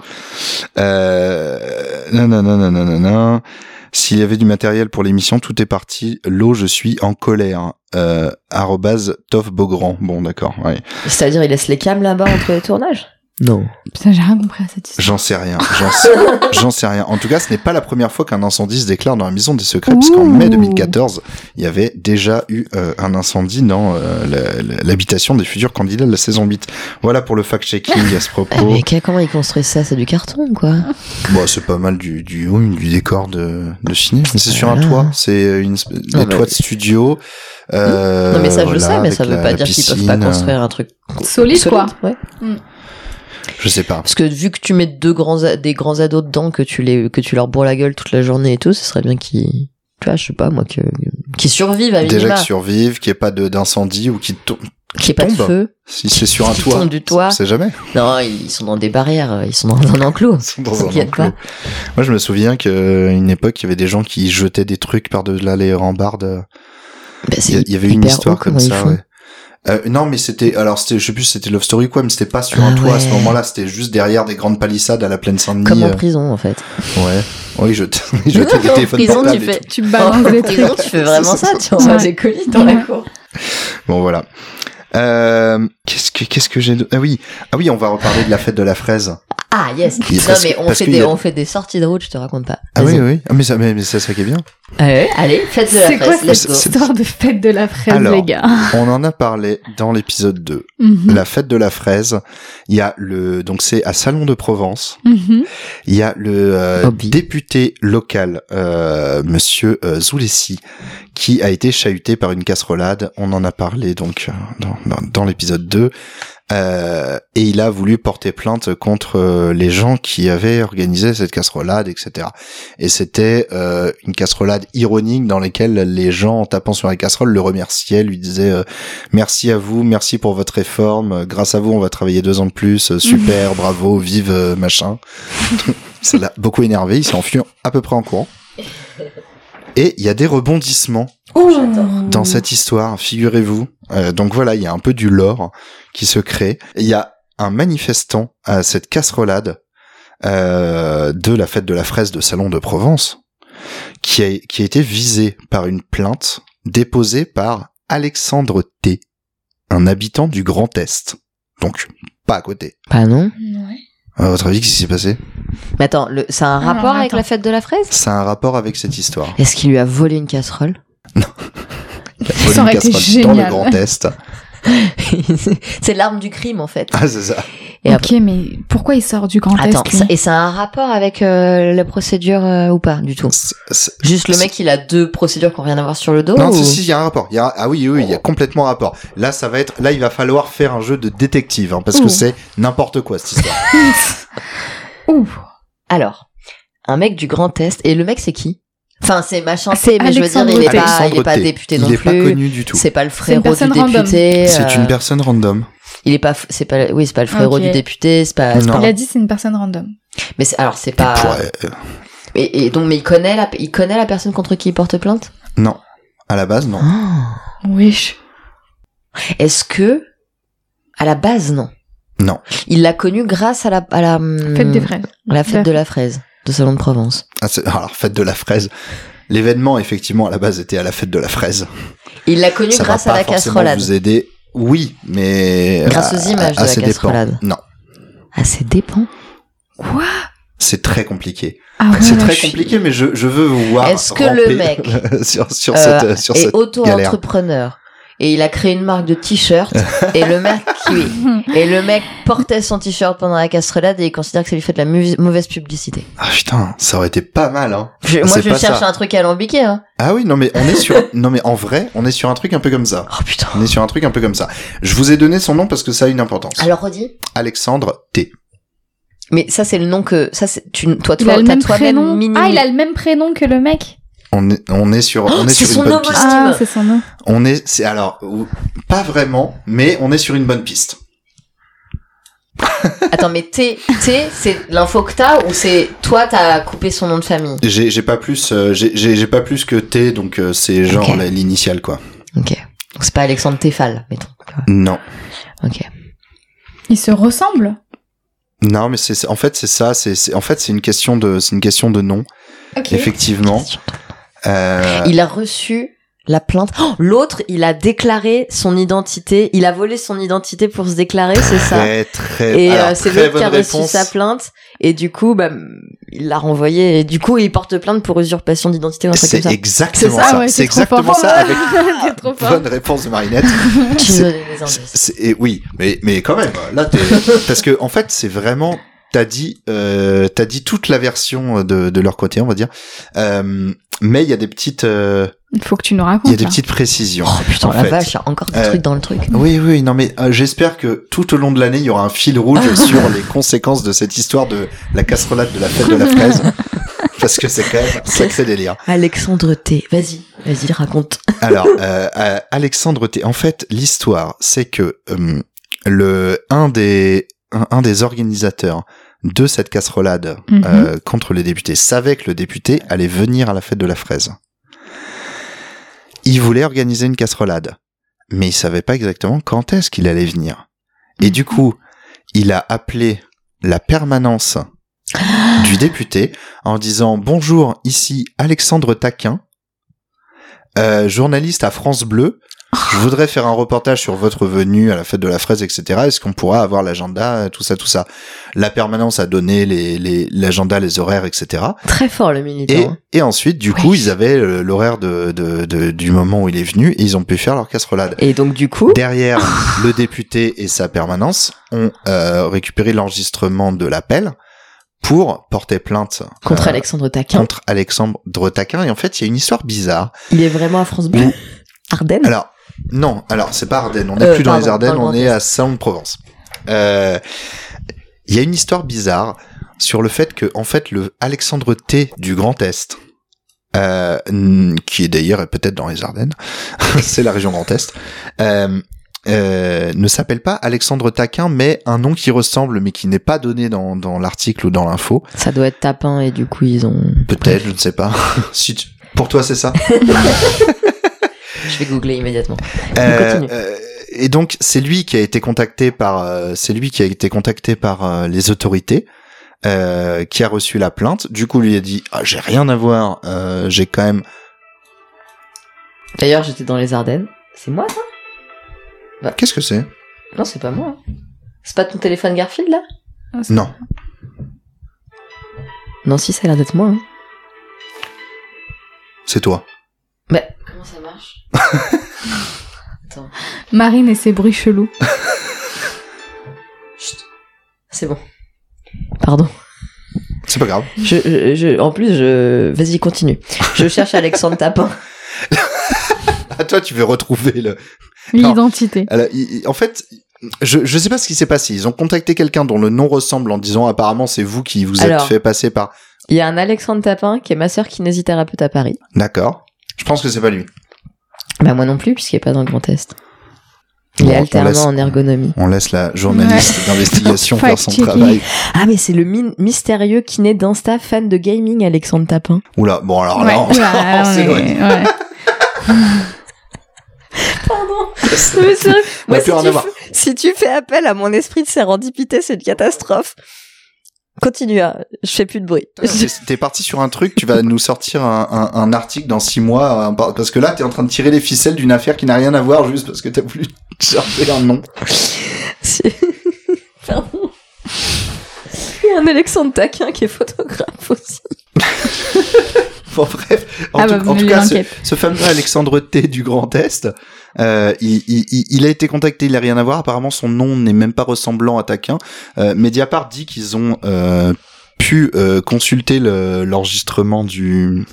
Speaker 7: Euh, non, non, non, non, non, non, non. S'il y avait du matériel pour l'émission, tout est parti. L'eau, je suis en colère. Euh, arrobase Toff Beaugrand. Bon, d'accord, ouais.
Speaker 9: C'est-à-dire, il laisse les cams là-bas entre les tournages.
Speaker 1: Non.
Speaker 8: Putain, j'ai rien compris à cette histoire.
Speaker 7: J'en sais rien. J'en sais, j'en sais rien. En tout cas, ce n'est pas la première fois qu'un incendie se déclare dans la maison des secrets, puisqu'en
Speaker 8: Ouh.
Speaker 7: mai 2014, il y avait déjà eu euh, un incendie dans euh, la- la- l'habitation des futurs candidats de la saison 8. Voilà pour le fact-checking à ce
Speaker 9: Ah,
Speaker 7: propos.
Speaker 9: mais que- comment ils construisent ça C'est du carton, quoi.
Speaker 7: Bon, c'est pas mal du, du, oui, du décor de, de ciné. Mais c'est sur un
Speaker 9: Voilà.
Speaker 7: toit, c'est une, esp- des
Speaker 9: Ah, mais-
Speaker 7: toits de studio. euh,
Speaker 9: non, mais ça, je
Speaker 7: voilà,
Speaker 9: le sais, mais
Speaker 7: avec
Speaker 9: ça veut
Speaker 7: la-
Speaker 9: pas
Speaker 7: la
Speaker 9: dire qu'ils peuvent
Speaker 7: piscine,
Speaker 9: pas
Speaker 7: euh,
Speaker 9: construire un truc
Speaker 8: Solide, quoi.
Speaker 9: ouais.
Speaker 7: euh, Je sais pas.
Speaker 9: Parce que vu que tu mets deux grands, a- des grands ados dedans, que tu, les, que tu leur bourres la gueule toute la journée et tout, ce serait bien qu'ils. Tu vois, je sais pas, moi, que- qu'ils survivent à
Speaker 7: Déjà
Speaker 9: minima.
Speaker 7: qu'ils survivent, qu'il n'y ait pas de- d'incendie ou qu'ils tombent.
Speaker 9: Qu'il n'y ait pas de
Speaker 7: tombent.
Speaker 9: feu.
Speaker 7: Si c'est sur un
Speaker 9: Qu'ils
Speaker 7: toit.
Speaker 9: tombent du toit.
Speaker 7: On sait jamais.
Speaker 9: Non, ils sont dans des barrières, ils sont dans un enclos.
Speaker 7: Ils sont dans un
Speaker 9: T'inquiète
Speaker 7: enclos.
Speaker 9: pas.
Speaker 7: Moi, je me souviens qu'à une époque, il y avait des gens qui jetaient des trucs par-delà les rambardes.
Speaker 9: Bah, c'est
Speaker 7: Il y- il y avait une
Speaker 9: hyper haut,
Speaker 7: histoire comme
Speaker 9: comment ils
Speaker 7: ça,
Speaker 9: font.
Speaker 7: ouais. Euh, non, mais c'était, alors c'était, je sais plus si c'était Love Story ou quoi, mais c'était pas sur un
Speaker 9: Ah
Speaker 7: toit à ce
Speaker 9: ouais.
Speaker 7: moment-là, c'était juste derrière des grandes palissades à la plaine Saint-Denis.
Speaker 9: Comme en
Speaker 7: euh,
Speaker 9: prison, en fait.
Speaker 7: Ouais. Oui, je t- je jetais des
Speaker 9: En
Speaker 7: téléphones
Speaker 9: prison,
Speaker 7: portables
Speaker 9: tu
Speaker 7: et
Speaker 9: fais.
Speaker 8: Tu balances des
Speaker 9: En prison,
Speaker 8: trucs.
Speaker 9: tu fais vraiment ça, tu envoies
Speaker 8: Ouais.
Speaker 9: des colis dans la
Speaker 8: Ouais.
Speaker 9: cour.
Speaker 7: tout. Bon, voilà. Euh, qu'est-ce que, qu'est-ce que j'ai de- Ah oui. Ah oui, on va reparler de la fête de la fraise.
Speaker 9: Ah, yes.
Speaker 7: Il-
Speaker 9: Non,
Speaker 7: parce
Speaker 9: mais
Speaker 7: que-
Speaker 9: on
Speaker 7: parce
Speaker 9: fait,
Speaker 7: qu'il
Speaker 9: des,
Speaker 7: y a-
Speaker 9: on fait des sorties de route, je te raconte pas.
Speaker 7: Ah oui,
Speaker 9: Vas-y.
Speaker 7: oui. Ah, mais ça, mais, mais ça, ça qui est bien.
Speaker 9: Allez, allez, faites de la
Speaker 8: C'est quoi
Speaker 9: presse, let's
Speaker 8: cette
Speaker 9: go.
Speaker 8: histoire de fête de la fraise,
Speaker 7: Alors.
Speaker 8: les gars
Speaker 7: On en a parlé dans l'épisode 2.
Speaker 8: Mhm,
Speaker 7: La fête de la fraise. Il y a le, donc c'est à Salon de Provence.
Speaker 8: mhm.
Speaker 7: Il y a le euh,
Speaker 9: Hobby.
Speaker 7: député local, euh, Monsieur euh, Zoulessi, qui a été chahuté par une casserolade. On en a parlé donc euh, dans, dans- dans l'épisode 2. Euh, et il a voulu porter plainte contre euh, les gens qui avaient organisé cette casserolade, etc. Et c'était euh, une casserolade ironique dans laquelle les gens, en tapant sur la casserole, le remerciaient, lui disaient euh, merci à vous, merci pour votre réforme, euh, grâce à vous on va travailler deux ans de plus, euh, super, bravo, vive euh, machin. Ça l'a beaucoup énervé, il s'est enfui à peu près en courant. Et il y a des rebondissements dans cette histoire, figurez-vous. Euh, donc voilà, il y a un peu du lore qui se crée. Il y a un manifestant à cette casserolade euh, de la fête de la fraise de Salon de Provence qui a, qui a été visé par une plainte déposée par Alexandre T, un habitant du Grand Est. Donc, pas à côté.
Speaker 9: Bah non.
Speaker 7: À votre avis, qu'est-ce qui s'est passé
Speaker 9: Mais attends, le, ça a un
Speaker 8: Alors,
Speaker 9: rapport avec
Speaker 8: Ah, attends.
Speaker 9: la fête de la fraise
Speaker 7: Ça a un rapport avec cette histoire.
Speaker 9: Est-ce qu'il lui a volé une casserole
Speaker 8: Ça aurait été
Speaker 7: Casserole dans le
Speaker 8: génial.
Speaker 7: Grand Est.
Speaker 9: C'est l'arme du crime, en fait.
Speaker 7: Ah, c'est ça.
Speaker 9: Et
Speaker 8: ok, mais pourquoi il sort du Grand
Speaker 9: Attends,
Speaker 8: Est lui
Speaker 9: ça- et ça a un rapport avec euh, la procédure euh, ou pas du tout
Speaker 7: C'est- c'est-
Speaker 9: Juste le mec, il a deux procédures qui ont rien à voir sur le dos
Speaker 7: Non,
Speaker 9: ou-
Speaker 8: oh.
Speaker 7: si, si, il y a un rapport. Il y a, ah oui, oui, il y a complètement un rapport. Là, ça va être, là, il va falloir faire un jeu de détective, hein, parce que
Speaker 8: Ouh.
Speaker 7: c'est n'importe quoi, cette histoire.
Speaker 8: Ouh.
Speaker 9: Alors, un mec du Grand Est, et le mec, c'est qui Enfin, c'est machin,
Speaker 8: Ah, c'est
Speaker 9: mais je veux dire,
Speaker 8: Alexandre
Speaker 9: il est pas,
Speaker 7: Alexandre
Speaker 9: il est pas
Speaker 7: T.
Speaker 9: député
Speaker 7: il
Speaker 9: non
Speaker 7: est
Speaker 9: plus.
Speaker 7: pas connu du tout.
Speaker 9: C'est pas le
Speaker 8: une
Speaker 9: frérot du
Speaker 8: personne random.
Speaker 9: député.
Speaker 7: C'est une
Speaker 9: euh,
Speaker 7: personne random.
Speaker 9: Il est pas, f- c'est pas, oui, c'est pas le frérot
Speaker 8: Ok.
Speaker 9: du député, c'est pas, c'est
Speaker 7: Non.
Speaker 9: pas-
Speaker 8: Il a dit c'est une personne random.
Speaker 9: mais c'est- alors c'est pas.
Speaker 7: Pourrait- euh,
Speaker 9: Et, et donc, mais il connaît la, il connaît la personne contre qui il porte plainte.
Speaker 7: non. À la base, non.
Speaker 8: Wesh.
Speaker 9: Est-ce que, à la base, non.
Speaker 7: Non.
Speaker 9: Il l'a connu grâce à la, à la hum,
Speaker 8: Faites des fraises.
Speaker 9: à la fête de la fraise de Salon de Provence.
Speaker 7: Ah, c'est- alors, fête de la fraise. L'événement, effectivement, à la base, était à la fête de la fraise.
Speaker 9: Il l'a connu
Speaker 7: ça
Speaker 9: grâce
Speaker 7: va
Speaker 9: à
Speaker 7: pas
Speaker 9: la
Speaker 7: forcément
Speaker 9: casserolade.
Speaker 7: vous aider. Oui, mais. euh,
Speaker 9: Grâce aux images de la
Speaker 7: ses dépens.
Speaker 9: casserolade.
Speaker 7: Non.
Speaker 9: Ah, c'est dépend.
Speaker 8: Quoi
Speaker 7: C'est très compliqué.
Speaker 8: Ah ouais,
Speaker 7: Bah, C'est
Speaker 8: là,
Speaker 7: très
Speaker 8: je suis-
Speaker 7: compliqué, mais je, je veux vous voir.
Speaker 9: Est-ce que le
Speaker 7: ramper
Speaker 9: mec,
Speaker 7: sur sur
Speaker 9: Euh,
Speaker 7: cette euh, sur
Speaker 9: et
Speaker 7: cette galère.
Speaker 9: auto-entrepreneur. Et il a créé une marque de t-shirt. et le mec qui- et le mec portait son t-shirt pendant la casserolade et il considère que ça lui fait de la mu- mauvaise publicité.
Speaker 7: Ah putain, ça aurait été pas mal, hein.
Speaker 9: Je- moi,
Speaker 7: C'est
Speaker 9: je
Speaker 7: pas
Speaker 9: cherche
Speaker 7: ça.
Speaker 9: un truc à alambiqué, hein.
Speaker 7: Ah oui, non mais on est sur, non mais en vrai, on est sur un truc un peu comme ça.
Speaker 9: Oh putain.
Speaker 7: On est sur un truc un peu comme ça. Je vous ai donné son nom parce que ça a une importance.
Speaker 9: Alors, redis.
Speaker 7: Alexandre T.
Speaker 9: Mais ça, c'est le nom que ça, c'est tu, toi,
Speaker 8: Il a
Speaker 9: toi,
Speaker 8: le
Speaker 9: t'as
Speaker 8: même
Speaker 9: toi-même
Speaker 8: prénom.
Speaker 9: minimisé.
Speaker 8: Ah, il a le même prénom que le mec.
Speaker 7: On est, on est sur, on est
Speaker 9: Oh, c'est
Speaker 7: sur
Speaker 9: son hein.
Speaker 7: une bonne
Speaker 9: homo-
Speaker 7: piste.
Speaker 9: Steve.
Speaker 8: Ah, c'est son nom.
Speaker 7: On est, c'est alors, ou- pas vraiment, mais on est sur une bonne piste.
Speaker 9: Attends, mais T, T, c'est l'info que t'as ou c'est toi, t'as coupé son nom de famille
Speaker 7: J'ai, j'ai pas plus, euh, j'ai, j'ai j'ai pas plus que T, donc euh, c'est genre
Speaker 9: Ok.
Speaker 7: la- l'initiale quoi.
Speaker 9: Ok. Donc c'est pas Alexandre Tefal, mettons.
Speaker 7: Non,
Speaker 9: Ok.
Speaker 8: Ils se ressemblent.
Speaker 7: non, mais c'est, c'est- en fait c'est ça, c'est, c'est- en fait c'est une question de, c'est une question de nom,
Speaker 8: Ok.
Speaker 7: effectivement. Euh,
Speaker 9: Il a reçu la plainte. Oh, L'autre, il a déclaré son identité. Il a volé son identité pour se déclarer, c'est ça.
Speaker 7: Très très.
Speaker 9: Et
Speaker 7: alors,
Speaker 9: euh, c'est
Speaker 7: très
Speaker 9: l'autre qui a
Speaker 7: bonne
Speaker 9: reçu
Speaker 7: réponse.
Speaker 9: sa plainte. Et du coup, bah, il l'a renvoyé. Et du coup, il porte plainte pour usurpation d'identité ou un truc comme
Speaker 7: C'est
Speaker 9: ça.
Speaker 7: exactement
Speaker 9: C'est ça,
Speaker 7: ça.
Speaker 8: ouais,
Speaker 7: c'est
Speaker 8: t'es trop
Speaker 7: exactement
Speaker 8: fort.
Speaker 7: ça. Avec
Speaker 8: T'es trop fort.
Speaker 7: bonne réponse de Marinette.
Speaker 9: Tu
Speaker 7: c'est-
Speaker 9: me donnes des indices.
Speaker 7: C'est- c'est- et oui, mais mais quand même. Là, t'es- parce que en fait, c'est vraiment. T'as dit, euh, t'as dit toute la version de, de leur côté, on va dire. Euh, mais il y a des petites, euh,
Speaker 8: Il faut que tu nous racontes.
Speaker 7: il y a des
Speaker 8: là.
Speaker 7: petites précisions.
Speaker 9: Oh putain,
Speaker 7: En
Speaker 9: la
Speaker 7: fait,
Speaker 9: vache, il y a encore des
Speaker 7: euh,
Speaker 9: trucs dans le truc.
Speaker 7: Oui, oui, non, mais euh, j'espère que tout au long de l'année, il y aura un fil rouge sur les conséquences de cette histoire de la casserolade de la fête de la fraise. Parce que c'est quand même un sacré délire.
Speaker 9: Alexandre T. Vas-y, vas-y, raconte.
Speaker 7: Alors, euh, euh, Alexandre T. En fait, l'histoire, c'est que euh, le un des un, un des organisateurs de cette casserolade
Speaker 8: Mhm.
Speaker 7: euh, contre les députés savait que le député allait venir à la fête de la fraise. Il voulait organiser une casserolade, mais il savait pas exactement quand est-ce qu'il allait venir. Et du coup, il a appelé la permanence du député en disant bonjour ici Alexandre Taquin euh, journaliste à France Bleu je voudrais faire un reportage sur votre venue à la fête de la fraise etc est-ce qu'on pourra avoir l'agenda euh, tout ça tout ça la permanence a donné les les- l'agenda les horaires etc
Speaker 9: Très fort le
Speaker 7: et,
Speaker 9: militant.
Speaker 7: et ensuite du coup ils avaient euh, l'horaire de, de- de- du moment où il est venu et ils ont pu faire leur casserolade
Speaker 9: Et, donc du coup,
Speaker 7: Derrière le député et sa permanence ont euh, récupéré l'enregistrement de l'appel pour porter plainte
Speaker 9: contre
Speaker 7: euh,
Speaker 9: Alexandre Taquin,
Speaker 7: contre Alexandre Taquin. Et en fait, il y a une histoire bizarre.
Speaker 9: il est vraiment à France Bleu. Ardennes.
Speaker 7: Alors, non, alors c'est pas Ardennes. On n'est
Speaker 9: Euh,
Speaker 7: plus dans les
Speaker 9: pardon,
Speaker 7: Ardennes,
Speaker 9: dans le
Speaker 7: on
Speaker 9: Grand
Speaker 7: est
Speaker 9: Est.
Speaker 7: à Saint-Provence. Euh, Il y a une histoire bizarre sur le fait que, en fait, le Alexandre T du Grand Est, euh, n- qui est d'ailleurs peut-être dans les Ardennes, c'est la région Grand Est, euh, euh, ne s'appelle pas Alexandre Taquin, mais un nom qui ressemble, mais qui n'est pas donné dans, dans l'article ou dans l'info.
Speaker 9: Ça doit être tapin et du coup ils ont.
Speaker 7: Peut-être, je ne sais pas. si tu- Pour toi, c'est ça
Speaker 9: Je vais googler immédiatement.
Speaker 7: Euh,
Speaker 9: Continue.
Speaker 7: euh, et donc c'est lui qui a été contacté par euh, c'est lui qui a été contacté par euh, les autorités euh, qui a reçu la plainte. Du coup, lui a dit ah, j'ai rien à voir, euh, j'ai quand même
Speaker 9: D'ailleurs j'étais dans les Ardennes. C'est moi ça
Speaker 7: Ah, qu'est-ce que c'est
Speaker 9: Non c'est pas moi. hein. C'est pas ton téléphone Garfield là
Speaker 7: Non,
Speaker 9: Non si ça a l'air d'être moi. Hein.
Speaker 7: c'est toi.
Speaker 9: Mais comment ça marche Attends.
Speaker 8: Marine et ses bruits chelous.
Speaker 9: Chut. C'est bon. Pardon.
Speaker 7: C'est pas grave.
Speaker 9: Je, je, je- en plus, je... vas-y, continue. Je cherche Alexandre Tapin.
Speaker 7: À Ah, toi, tu veux retrouver le.
Speaker 8: L'identité.
Speaker 7: Alors, il- il- en fait. Je, je sais pas ce qui s'est passé. Ils ont contacté quelqu'un dont le nom ressemble en disant apparemment c'est vous qui vous êtes
Speaker 9: Alors.
Speaker 7: fait passer par.
Speaker 9: Il y a un Alexandre Tapin qui est masseur kinésithérapeute à Paris.
Speaker 7: D'accord. Je pense que c'est pas lui.
Speaker 9: Bah moi non plus, puisqu'il n'est pas dans le Grand Est. Il
Speaker 7: Bon,
Speaker 9: est
Speaker 7: on
Speaker 9: alternant
Speaker 7: laisse-
Speaker 9: en ergonomie.
Speaker 7: On laisse la journaliste d'investigation faire son
Speaker 8: Fact-checking.
Speaker 7: travail.
Speaker 9: Ah mais c'est le min- mystérieux kiné d'Insta fan de gaming Alexandre Tapin.
Speaker 7: Oula, bon alors
Speaker 8: Ouais,
Speaker 7: là, on-
Speaker 8: ouais,
Speaker 7: on
Speaker 8: ouais,
Speaker 7: s'éloigne.
Speaker 8: ouais. Ah,
Speaker 9: Pardon. Mais c'est vrai,
Speaker 7: On
Speaker 9: moi,
Speaker 7: a
Speaker 9: si,
Speaker 7: plus rien à
Speaker 9: tu
Speaker 7: voir.
Speaker 9: f- si tu fais appel à mon esprit de sérendipité, c'est une catastrophe. Continue, hein. je fais plus de bruit.
Speaker 7: T'es- T'es parti sur un truc, tu vas nous sortir un, un- un article dans six mois, un par- parce que là, t'es en train de tirer les ficelles d'une affaire qui n'a rien à voir, juste parce que t'as voulu chercher un nom.
Speaker 9: Si- Pardon. Il y a un Alexandre Taquin qui est photographe aussi.
Speaker 7: Bon, bref. En
Speaker 8: Ah
Speaker 7: tout,
Speaker 8: bah,
Speaker 7: en
Speaker 8: mais
Speaker 7: tout cas, ce,
Speaker 8: l'enquête.
Speaker 7: ce fameux Alexandre T du Grand Est, euh, il, il- il- il a été contacté, il a rien à voir, apparemment son nom n'est même pas ressemblant à Taquin. Euh, Mediapart dit qu'ils ont euh, pu euh, consulter le- l'enregistrement du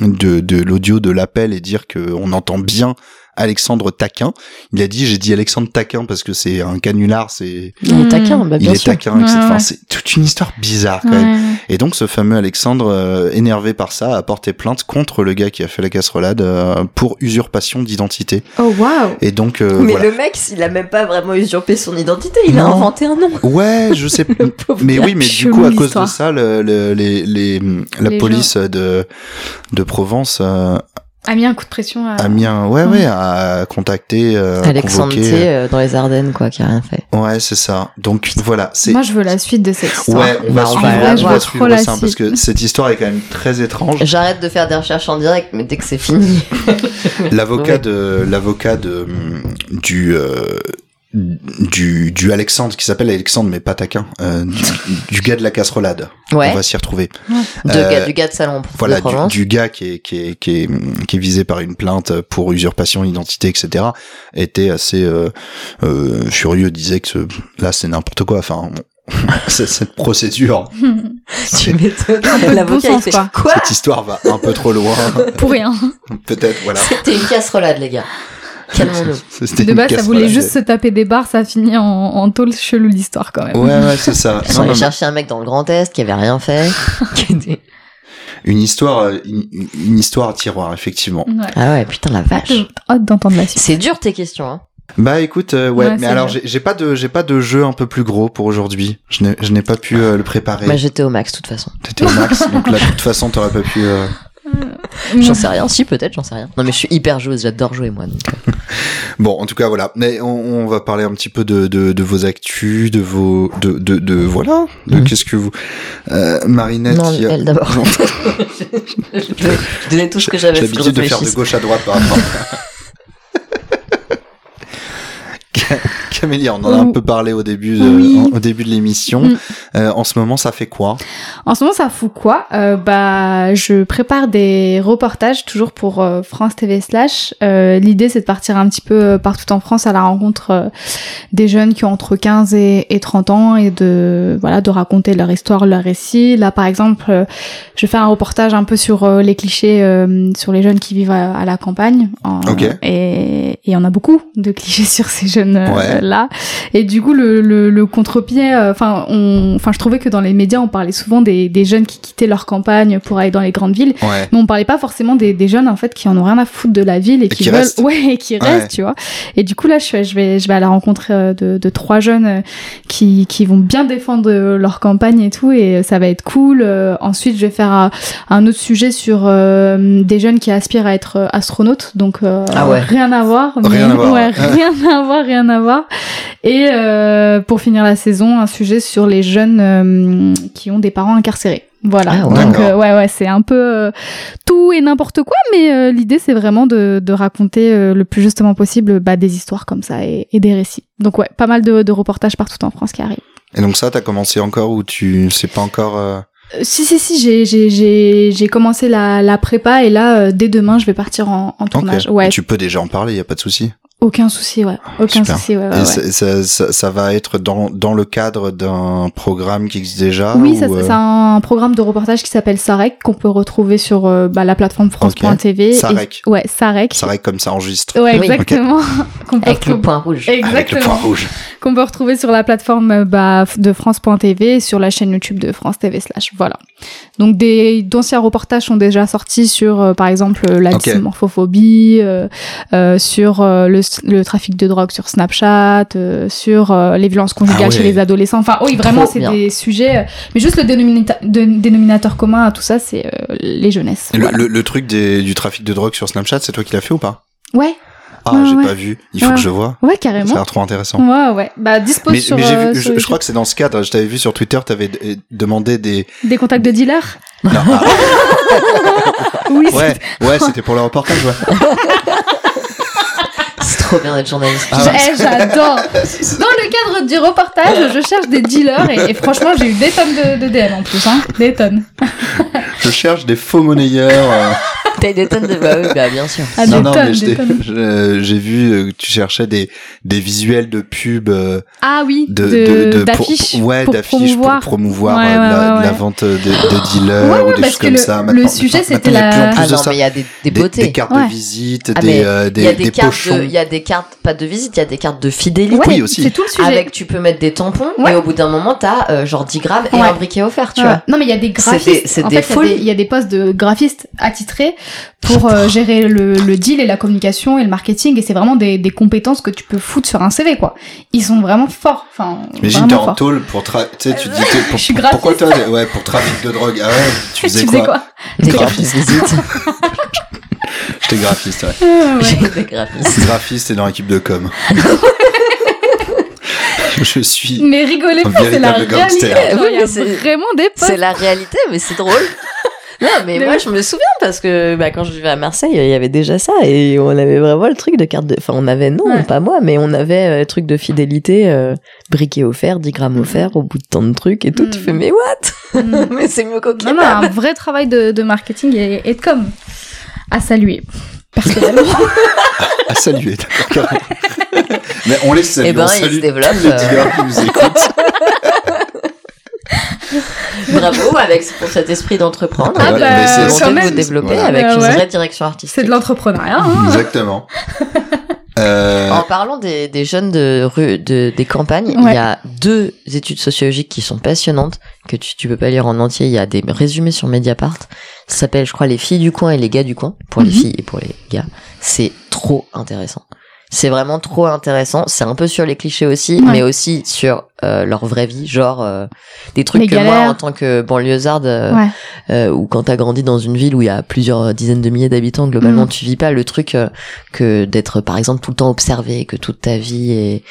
Speaker 7: de, de l'audio de l'appel et dire que on entend bien Alexandre Taquin. Il a dit, j'ai dit Alexandre Taquin parce que c'est un canular, c'est,
Speaker 9: Il est
Speaker 8: Hmm.
Speaker 9: taquin, bah,
Speaker 7: il
Speaker 9: bien
Speaker 7: est
Speaker 9: sûr.
Speaker 7: taquin, etc.
Speaker 8: Ouais,
Speaker 7: Enfin,
Speaker 8: ouais.
Speaker 7: c'est toute une histoire bizarre quand même.
Speaker 8: Ouais.
Speaker 7: Et donc ce fameux Alexandre, euh, énervé par ça, a porté plainte contre le gars qui a fait la casserolade euh, pour usurpation d'identité.
Speaker 8: Oh waouh.
Speaker 7: Et donc euh,
Speaker 9: Mais
Speaker 7: voilà.
Speaker 9: le mec, il a même pas vraiment usurpé son identité, il a
Speaker 7: Non.
Speaker 9: inventé un nom.
Speaker 7: Ouais, je sais.
Speaker 9: Le pauvre
Speaker 7: mais
Speaker 9: gars.
Speaker 7: oui, mais du
Speaker 8: chelou,
Speaker 7: coup à cause de
Speaker 8: l'histoire.
Speaker 7: ça, le, le- les, les, la
Speaker 8: Les gens.
Speaker 7: police de de Provence euh,
Speaker 8: A mis un coup de pression euh, à.
Speaker 7: a mis un ouais
Speaker 8: Ouais.
Speaker 7: ouais a contacté euh,
Speaker 9: Alexandre
Speaker 7: convoqué,
Speaker 9: T euh, dans les Ardennes, quoi, qui a rien fait.
Speaker 7: euh, Ouais, c'est ça. Donc voilà, c'est
Speaker 8: Moi, je veux la suite de cette histoire.
Speaker 7: ouais, on va
Speaker 9: Bah, on
Speaker 7: suivre,
Speaker 9: va la
Speaker 7: on va
Speaker 8: voir.
Speaker 7: suivre
Speaker 8: Trop la
Speaker 7: ça parce
Speaker 8: suite.
Speaker 7: que cette histoire est quand même très étrange.
Speaker 9: J'arrête de faire des recherches en direct, mais dès que c'est fini.
Speaker 7: L'avocat
Speaker 9: Ouais.
Speaker 7: de l'avocat de hum, du euh, du, du Alexandre qui s'appelle Alexandre mais pas taquin euh, du, du gars de la casserolade
Speaker 9: Ouais,
Speaker 7: on va s'y retrouver
Speaker 9: de
Speaker 7: euh,
Speaker 9: gars- du gars de salon.
Speaker 7: voilà
Speaker 9: de Provence.
Speaker 7: du, du gars qui est, qui, est, qui, est, hum, qui est visé par une plainte pour usurpation d'identité etc était assez euh, euh, furieux disait que ce- là c'est n'importe quoi enfin bon, c'est- cette procédure
Speaker 8: Bah
Speaker 9: Tu
Speaker 7: cette
Speaker 9: m'étonnes.
Speaker 8: Bon
Speaker 9: L'avocat, il
Speaker 8: sens,
Speaker 9: fait
Speaker 8: quoi.
Speaker 9: quoi
Speaker 7: histoire va un peu trop loin
Speaker 8: Pour rien.
Speaker 7: peut-être voilà
Speaker 9: C'était une casserolade, les gars. Calmons-nous.
Speaker 7: C'était
Speaker 8: De
Speaker 7: une
Speaker 8: base, ça voulait
Speaker 7: casserolade.
Speaker 8: juste se taper des barres, ça a fini en, en tôle chelou l'histoire quand même.
Speaker 7: ouais ouais c'est ça Non,
Speaker 9: Ils ont
Speaker 7: non,
Speaker 9: allé
Speaker 7: mais-
Speaker 9: chercher un mec dans le Grand Est qui avait rien fait. qui était-
Speaker 7: Une histoire, euh, une, une- une histoire à tiroir, effectivement.
Speaker 8: Ouais.
Speaker 9: ah ouais, putain, la vache.
Speaker 8: J'ai Hâte d'entendre la suite.
Speaker 9: C'est dur tes questions, hein.
Speaker 7: Bah écoute, euh, ouais,
Speaker 8: Ouais,
Speaker 7: mais
Speaker 8: c'est
Speaker 7: alors
Speaker 8: vrai.
Speaker 7: j'ai j'ai pas de, j'ai pas de jeu un peu plus gros pour aujourd'hui. Je n'ai, je n'ai pas pu euh, le préparer.
Speaker 9: Moi, Bah, j'étais au max, de toute façon.
Speaker 7: T'étais au max, donc là de toute façon t'aurais pas pu. euh, Mm.
Speaker 9: J'en sais rien. Si, peut-être, j'en sais rien. Non, mais je suis hyper joueuse, j'adore jouer, moi. donc, euh.
Speaker 7: Bon, en tout cas voilà. Mais on, on va parler un petit peu de, de, de vos actus, de vos, de, de, de voilà, de
Speaker 9: Mhm.
Speaker 7: qu'est-ce que vous, euh, Marinette.
Speaker 9: non,
Speaker 7: qui a-
Speaker 9: elle d'abord. je, je- je donnais tout ce que j'avais
Speaker 7: J'ai
Speaker 9: faut que je
Speaker 7: l'habitude de faire de
Speaker 9: réfléchisse.
Speaker 7: gauche à droite par rapport. Ca- Camélia, on en a un
Speaker 8: Ouh.
Speaker 7: peu parlé au début de,
Speaker 8: Mm. Oui.
Speaker 7: en- au début de l'émission.
Speaker 8: Mm.
Speaker 7: Euh, en ce moment, ça fait quoi
Speaker 8: En ce moment, ça fout quoi Euh, Bah, je prépare des reportages toujours pour euh, France TV slash. Euh, L'idée, c'est de partir un petit peu euh, partout en France à la rencontre euh, des jeunes qui ont entre 15 et, et 30 ans et de voilà de raconter leur histoire, leur récit. Là, par exemple, euh, je fais un reportage un peu sur euh, les clichés euh, sur les jeunes qui vivent euh, à, à la campagne. En-
Speaker 7: Ok.
Speaker 8: Et et on a beaucoup de clichés sur ces jeunes euh,
Speaker 7: Ouais.
Speaker 8: là. Et du coup, le, le, le contre-pied, euh, enfin, on, enfin, je trouvais que dans les médias, on parlait souvent des, des jeunes qui quittaient leur campagne pour aller dans les grandes villes,
Speaker 7: Ouais.
Speaker 8: mais on parlait pas forcément des, des jeunes en fait qui en ont rien à foutre de la ville et, qui,
Speaker 7: qui
Speaker 8: veulent,
Speaker 7: restent.
Speaker 8: ouais, et qui restent,
Speaker 7: Ouais.
Speaker 8: tu vois. Et du coup, là, je, suis- je vais, je vais à la rencontre euh, de, de trois jeunes euh, qui, qui vont bien défendre euh, leur campagne et tout, et euh, ça va être cool. Euh, ensuite, je vais faire un, un autre sujet sur euh, des jeunes qui aspirent à être euh, astronautes, donc euh,
Speaker 9: Ah ouais.
Speaker 8: rien à voir,
Speaker 7: Rien à voir,
Speaker 8: ouais,
Speaker 7: ouais.
Speaker 8: rien à voir, rien à voir. Et euh, pour finir la saison, un sujet sur les jeunes euh, qui ont des parents incarcérés. Voilà.
Speaker 9: Ah ouais.
Speaker 8: Donc euh, ouais ouais, c'est un peu euh, tout et n'importe quoi, mais euh, l'idée c'est vraiment de, de raconter euh, le plus justement possible bah, des histoires comme ça et, et des récits. Donc ouais, pas mal de, de reportages partout en France qui arrivent.
Speaker 7: Et donc ça, t'as commencé encore ou tu sais pas encore euh,
Speaker 8: Euh, si si si, j'ai j'ai j'ai j'ai commencé la, la prépa et là euh, dès demain je vais partir en, en
Speaker 7: Ok.
Speaker 8: tournage. Ouais,
Speaker 7: Tu peux déjà en parler, y a pas de souci.
Speaker 8: aucun souci ouais, aucun
Speaker 7: Super.
Speaker 8: souci ouais. ouais,
Speaker 7: Et
Speaker 8: ouais.
Speaker 7: ça, ça, ça- ça va être dans, dans le cadre d'un programme qui existe déjà.
Speaker 8: Oui,
Speaker 7: ou,
Speaker 8: ça,
Speaker 7: euh,
Speaker 8: c'est un programme de reportage qui s'appelle Sarec qu'on peut retrouver sur euh, bah, la plateforme France.tv. Et-
Speaker 7: Sarec.
Speaker 8: Ouais, Sarec.
Speaker 7: ça va être comme ça enregistre.
Speaker 8: Ouais,
Speaker 9: Oui.
Speaker 8: exactement. Qu'on peut
Speaker 9: Avec le
Speaker 8: retrouver-
Speaker 9: point rouge.
Speaker 7: Avec le point
Speaker 8: Exactement.
Speaker 7: rouge.
Speaker 8: Qu'on peut retrouver sur la plateforme euh, bah, de France.tv et sur la chaîne YouTube de France TV slash. Voilà. Donc des d'anciens reportages sont déjà sortis sur, euh, par exemple, euh, la
Speaker 7: Ok.
Speaker 8: dysmorphophobie, euh, euh, sur euh, le, le trafic de drogue sur Snapchat, euh, sur euh, les violences conjugales
Speaker 7: Ah ouais.
Speaker 8: chez les adolescents. Enfin, oui, vraiment,
Speaker 9: Trop
Speaker 8: c'est
Speaker 9: bien.
Speaker 8: des sujets. euh, mais juste le dénominata- de- dénominateur commun à tout ça, c'est euh, les jeunesses.
Speaker 7: Le,
Speaker 8: Voilà.
Speaker 7: le, le truc des, du trafic de drogue sur Snapchat, c'est toi qui l'as fait ou pas
Speaker 8: Ouais,
Speaker 7: Ah,
Speaker 8: Ouais,
Speaker 7: j'ai
Speaker 8: ouais.
Speaker 7: pas vu. Il faut
Speaker 8: Ouais.
Speaker 7: que je vois.
Speaker 8: ouais,
Speaker 7: Ça a
Speaker 8: carrément.
Speaker 7: l'air trop intéressant.
Speaker 8: Ouais, ouais. Bah, dispose
Speaker 7: Mais,
Speaker 8: sur,
Speaker 7: mais j'ai
Speaker 8: euh,
Speaker 7: vu-
Speaker 8: sur
Speaker 7: je, je
Speaker 8: YouTube.
Speaker 7: crois que c'est dans ce cadre. Je t'avais vu sur Twitter, t'avais d- euh, demandé des.
Speaker 8: Des contacts de dealers
Speaker 7: Non, ah,
Speaker 8: Oui,
Speaker 7: ouais, ouais, c'était pour le reportage. Ouais.
Speaker 9: C'est trop bien d'être journaliste.
Speaker 7: Ah ouais.
Speaker 8: Eh, J'adore. Dans le cadre du reportage, je cherche des dealers et, et franchement, j'ai eu des tonnes de, de DM en plus, hein. Des tonnes.
Speaker 7: Je cherche des faux monnayeurs. euh,
Speaker 9: T'as des tonnes de. Bah oui, bah, bien sûr.
Speaker 8: Ah,
Speaker 7: non,
Speaker 8: des
Speaker 7: non,
Speaker 8: tonnes,
Speaker 7: mais je
Speaker 8: des
Speaker 7: t'ai-
Speaker 8: tonnes.
Speaker 7: je- j'ai vu euh, que tu cherchais des, des visuels de pub, euh,
Speaker 8: Ah oui,
Speaker 7: de,
Speaker 8: de-
Speaker 7: de- de- pour-
Speaker 8: d'affiches.
Speaker 7: pour- ouais,
Speaker 8: pour
Speaker 7: d'affiches pour
Speaker 8: promouvoir.
Speaker 7: promouvoir
Speaker 8: Ouais,
Speaker 7: euh, de la,
Speaker 8: ouais,
Speaker 7: de la
Speaker 8: ouais.
Speaker 7: vente de, de dealers
Speaker 8: Ouais, ouais,
Speaker 7: ou des
Speaker 8: parce
Speaker 7: choses
Speaker 8: que
Speaker 7: comme
Speaker 8: le-
Speaker 7: ça.
Speaker 8: le
Speaker 7: Maintenant-
Speaker 8: sujet,
Speaker 7: maintenant,
Speaker 8: c'était
Speaker 7: il y a
Speaker 8: la-
Speaker 7: plus en plus
Speaker 9: Ah
Speaker 7: de
Speaker 9: non,
Speaker 7: ça.
Speaker 9: mais il y a des, des
Speaker 7: Des,
Speaker 9: beautés.
Speaker 7: des cartes
Speaker 8: Ouais.
Speaker 7: de visite,
Speaker 9: Ah, mais
Speaker 7: des, euh,
Speaker 9: Il y a
Speaker 7: des,
Speaker 9: des,
Speaker 7: des
Speaker 9: cartes
Speaker 7: pochons.
Speaker 9: de, il y a des cartes, pas de visite, il y a des cartes de fidélité.
Speaker 7: Oui,
Speaker 8: Ouais,
Speaker 7: aussi.
Speaker 8: C'est tout le sujet.
Speaker 9: Avec, tu peux mettre des tampons,
Speaker 8: Ouais.
Speaker 9: et au bout d'un moment, t'as euh, genre 10 grammes et
Speaker 8: Ouais.
Speaker 9: un briquet offert, tu
Speaker 8: Ouais.
Speaker 9: vois.
Speaker 8: Non, mais il y a des
Speaker 9: C'est des-
Speaker 8: graphistes.
Speaker 9: c'est
Speaker 8: en
Speaker 9: des
Speaker 8: fait, il y a
Speaker 9: folies.
Speaker 8: des- il y, a des postes de graphistes attitrés pour euh, gérer le, le deal et la communication et le marketing. Et c'est vraiment des, des compétences que tu peux foutre sur un CV, quoi. Ils sont vraiment forts. Enfin,
Speaker 7: Imagine, t'es
Speaker 8: vraiment
Speaker 7: en
Speaker 8: forts.
Speaker 7: tôle pour tra- tu sais, tu te dis, t'es- pour-
Speaker 8: Je suis
Speaker 7: pour- pourquoi toi, ouais, pour trafic de drogue. Ah ouais, tu faisais quoi?
Speaker 9: Des
Speaker 7: Des
Speaker 9: cartes de visite.
Speaker 7: J'étais graphiste, ouais.
Speaker 8: Euh, ouais.
Speaker 9: J'ai des graphistes.
Speaker 7: Graphiste et dans l'équipe de com. Je suis.
Speaker 8: Mais rigolez
Speaker 7: Un
Speaker 8: pas, c'est la
Speaker 7: véritable
Speaker 8: réalité.
Speaker 7: gangster.
Speaker 8: Genre,
Speaker 9: Oui,
Speaker 8: il y
Speaker 9: mais
Speaker 8: a
Speaker 9: c'est-
Speaker 8: vraiment des postes.
Speaker 9: C'est la réalité, mais c'est drôle. Non, mais
Speaker 8: Mais
Speaker 9: moi
Speaker 8: oui.
Speaker 9: je me souviens parce que bah, quand je vivais à Marseille, il y avait déjà ça et on avait vraiment le truc de carte de. Enfin, on avait, non,
Speaker 8: Ouais.
Speaker 9: pas moi, mais on avait euh, le truc de fidélité, euh, briquet offert, 10 grammes offerts, au bout de tant de trucs et tout.
Speaker 8: Mm.
Speaker 9: Tu fais, mais what
Speaker 8: Mm.
Speaker 9: Mais c'est mieux qu'au
Speaker 8: Non, non,
Speaker 9: kebab.
Speaker 8: un vrai travail de, de marketing et, et de com. À saluer.
Speaker 7: à saluer, d'accord. carrément. Mais on les salue,
Speaker 9: Eh ben,
Speaker 7: on
Speaker 9: ils se
Speaker 7: salue
Speaker 9: développent,
Speaker 7: tous les
Speaker 9: euh.
Speaker 7: dealers qui nous écoutent.
Speaker 9: Bravo Alex pour cet esprit d'entreprendre.
Speaker 8: Ah
Speaker 9: et de-
Speaker 8: bah,
Speaker 9: de
Speaker 7: quand
Speaker 9: volonté de
Speaker 8: même.
Speaker 9: vous développer
Speaker 7: Voilà.
Speaker 9: avec
Speaker 8: Bah
Speaker 9: une
Speaker 8: ouais.
Speaker 9: vraie direction artistique.
Speaker 8: C'est de l'entrepreneuriat. hein.
Speaker 7: Exactement. Euh,
Speaker 9: En parlant des, des jeunes de rue, de, des campagnes, il
Speaker 8: Ouais.
Speaker 9: y a deux études sociologiques qui sont passionnantes, que tu, tu peux pas lire en entier. Il y a des résumés sur Mediapart. Ça s'appelle, je crois, les filles du coin et les gars du coin, pour les
Speaker 8: Mhm.
Speaker 9: filles et pour les gars. C'est trop intéressant. C'est vraiment trop intéressant. C'est un peu sur les clichés aussi,
Speaker 8: Ouais.
Speaker 9: mais aussi sur euh, leur vraie vie, genre euh, des trucs
Speaker 8: Les
Speaker 9: que moi,
Speaker 8: galères.
Speaker 9: en tant que banlieusarde, euh,
Speaker 8: Ouais.
Speaker 9: euh, ou quand t'as grandi dans une ville où il y a plusieurs dizaines de milliers d'habitants, globalement,
Speaker 8: Mm.
Speaker 9: tu vis pas le truc euh, que d'être, par exemple, tout le temps observé, que toute ta vie est,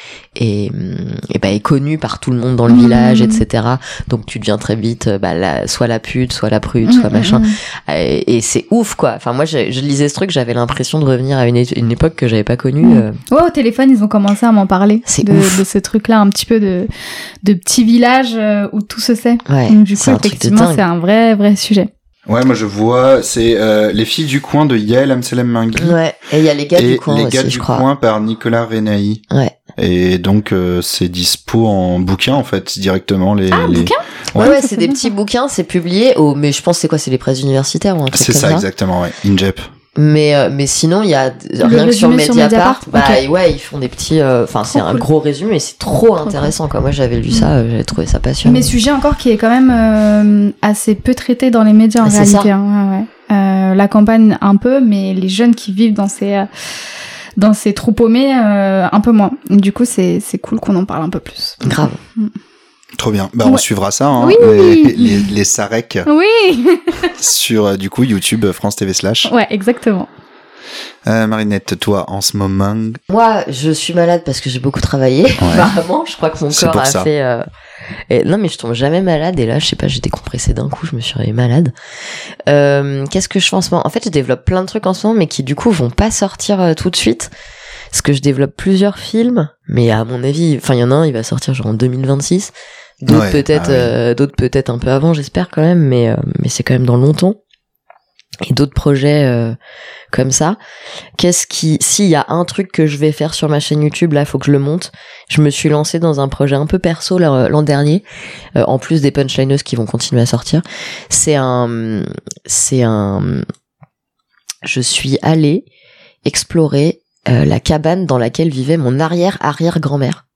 Speaker 9: est, hum, eh ben, est connue par tout le monde dans le
Speaker 8: Mm.
Speaker 9: village, etc. Donc tu deviens très vite, euh, bah, la- soit la pute, soit la prude, soit
Speaker 8: Mm,
Speaker 9: machin. Ah,
Speaker 8: mm,
Speaker 9: Et, et c'est ouf, quoi. Enfin, moi, je, je lisais ce truc, j'avais l'impression de revenir à une, é- une époque que j'avais pas connue.
Speaker 8: Mm.
Speaker 9: euh.
Speaker 8: Ouais, au téléphone, ils ont commencé à m'en parler
Speaker 9: C'est
Speaker 8: de,
Speaker 9: ouf.
Speaker 8: de ce truc-là, un petit peu de, de petit village euh, où tout se sait.
Speaker 9: Ouais,
Speaker 8: Donc, du
Speaker 9: c'est
Speaker 8: coup,
Speaker 9: un truc de
Speaker 8: effectivement,
Speaker 9: dingue.
Speaker 8: c'est un vrai, vrai sujet.
Speaker 7: ouais, moi je vois, c'est euh, Les filles du coin de Yael Amselem Mingui.
Speaker 9: Ouais, et il y a les gars
Speaker 7: et
Speaker 9: du coin
Speaker 7: Les
Speaker 9: aussi,
Speaker 7: gars
Speaker 9: je
Speaker 7: du
Speaker 9: crois.
Speaker 7: coin par Nicolas Renaï.
Speaker 9: Ouais.
Speaker 7: Et donc euh, c'est dispo en bouquin en fait directement les.
Speaker 8: Ah,
Speaker 7: les-
Speaker 8: bouquin
Speaker 9: Ouais,
Speaker 7: Ouais.
Speaker 9: ouais,
Speaker 8: Ça,
Speaker 9: c'est
Speaker 8: c'est
Speaker 9: des
Speaker 8: bien,
Speaker 9: petits bouquins, c'est publié au, mais je pense c'est quoi, c'est les presses universitaires ou un truc
Speaker 7: C'est
Speaker 9: comme
Speaker 7: ça, exactement, ouais. Injep.
Speaker 9: Mais, euh, mais sinon, il y a rien que sur
Speaker 8: résumé sur
Speaker 9: Mediapart,
Speaker 8: Mediapart,
Speaker 9: bah
Speaker 8: ok.
Speaker 9: et ouais, ils font des petits. euh, Enfin, c'est un
Speaker 8: cool.
Speaker 9: gros résumé, c'est trop
Speaker 8: cool. Mm.
Speaker 9: intéressant. Quoi. Moi, j'avais lu ça, euh, j'avais trouvé ça passionnant.
Speaker 8: Mais sujet encore qui est quand même euh, assez peu traité dans les médias en
Speaker 9: Ah, c'est
Speaker 8: réalité. hein, ouais, ouais. Euh, la campagne un peu, mais les jeunes qui vivent dans ces euh, dans ces trous paumés euh, un peu moins. Du coup, c'est c'est cool qu'on en parle un peu plus.
Speaker 9: Grave.
Speaker 7: Trop bien. Bah, on
Speaker 8: Ouais.
Speaker 7: suivra ça, hein,
Speaker 8: Oui.
Speaker 7: les, les, les Sarek
Speaker 8: Oui,
Speaker 7: sur, euh, du coup, YouTube euh, France TV slash.
Speaker 8: ouais, exactement.
Speaker 7: Euh, Marinette, toi, en ce moment,
Speaker 9: Moi, je suis malade parce que j'ai beaucoup travaillé. Apparemment, je crois que mon
Speaker 7: C'est
Speaker 9: corps
Speaker 7: pour
Speaker 9: a
Speaker 7: ça.
Speaker 9: fait. euh, Et non, mais je tombe jamais malade. Et là, je sais pas, j'ai décompressé d'un coup, je me suis réveillée malade. Euh, Qu'est-ce que je fais en ce moment En fait, je développe plein de trucs en ce moment, mais qui du coup vont pas sortir euh, tout de suite. Parce que je développe plusieurs films, mais à mon avis, enfin, il y en a un, il va sortir genre en 2026. D'autres
Speaker 7: Ouais,
Speaker 9: peut-être,
Speaker 7: ah oui.
Speaker 9: euh, d'autres peut-être un peu avant, j'espère quand même, mais euh, mais c'est quand même dans longtemps. Et d'autres projets euh, comme ça. Qu'est-ce qui, s'il y a un truc que je vais faire sur ma chaîne YouTube, là, faut que je le monte. Je me suis lancée dans un projet un peu perso l'an l'an dernier, euh, en plus des punchlineuses qui vont continuer à sortir. C'est un, c'est un, je suis allée explorer euh, la cabane dans laquelle vivait mon arrière arrière grand-mère,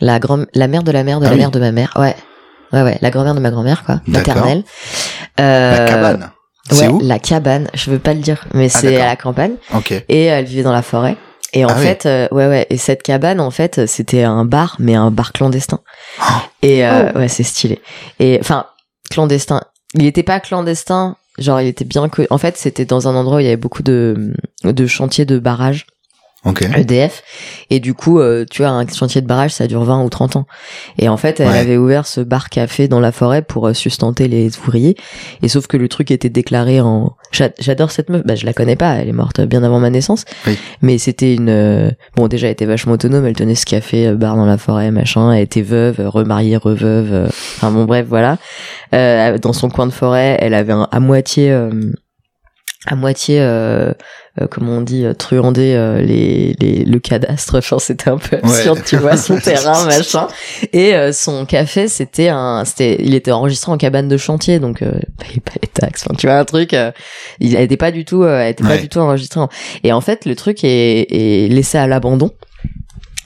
Speaker 9: la grand, la mère de la mère de
Speaker 7: Ah
Speaker 9: la
Speaker 7: oui.
Speaker 9: mère de ma mère, ouais, ouais ouais, la grand-mère de ma grand-mère quoi,
Speaker 7: D'accord.
Speaker 9: maternelle.
Speaker 7: la
Speaker 9: Euh,
Speaker 7: cabane. C'est
Speaker 9: ouais,
Speaker 7: où Ah,
Speaker 9: la cabane. Je veux pas le dire, mais c'est à
Speaker 7: d'accord.
Speaker 9: la campagne
Speaker 7: Ok.
Speaker 9: et elle vivait dans la forêt. Et en
Speaker 7: Ah oui.
Speaker 9: fait, euh, ouais, ouais. Et cette cabane, en fait, c'était un bar, mais un bar clandestin.
Speaker 7: Oh.
Speaker 9: Et euh, ouais, c'est stylé. Et enfin, clandestin. Il était pas clandestin. Genre, il était bien que. En fait, c'était dans un endroit où il y avait beaucoup de de chantiers de barrages.
Speaker 7: Ok. Ah
Speaker 9: EDF. E Et du coup, euh, tu vois, un chantier de barrage, ça dure 20 ou 30 ans. Et en fait, elle
Speaker 7: Ouais.
Speaker 9: avait ouvert ce bar-café dans la forêt pour euh, sustenter les ouvriers. Et sauf que le truc était déclaré en... J'a- J'adore cette meuf, bah, je la connais pas, elle est morte bien avant ma naissance.
Speaker 7: Oui.
Speaker 9: Mais c'était une... euh, Bon, déjà, elle était vachement autonome, elle tenait ce café, euh, bar dans la forêt, machin. Elle était veuve, euh, remariée, reveuve. euh, Enfin bon, bref, voilà. Euh, dans son coin de forêt, elle avait un- à moitié... euh, à moitié, euh, euh, comment on dit, euh, truander euh, les, les, le cadastre. Enfin, c'était un peu absurde,
Speaker 7: Ouais.
Speaker 9: tu vois, son terrain, machin. Et euh, son café, c'était un, c'était, il était enregistré en cabane de chantier, donc euh, il payait pas les taxes. Enfin, tu vois un truc, euh, il n'était pas du tout, euh, elle était pas
Speaker 7: Ouais.
Speaker 9: du tout enregistré. en- Et en fait, le truc est, est laissé à l'abandon.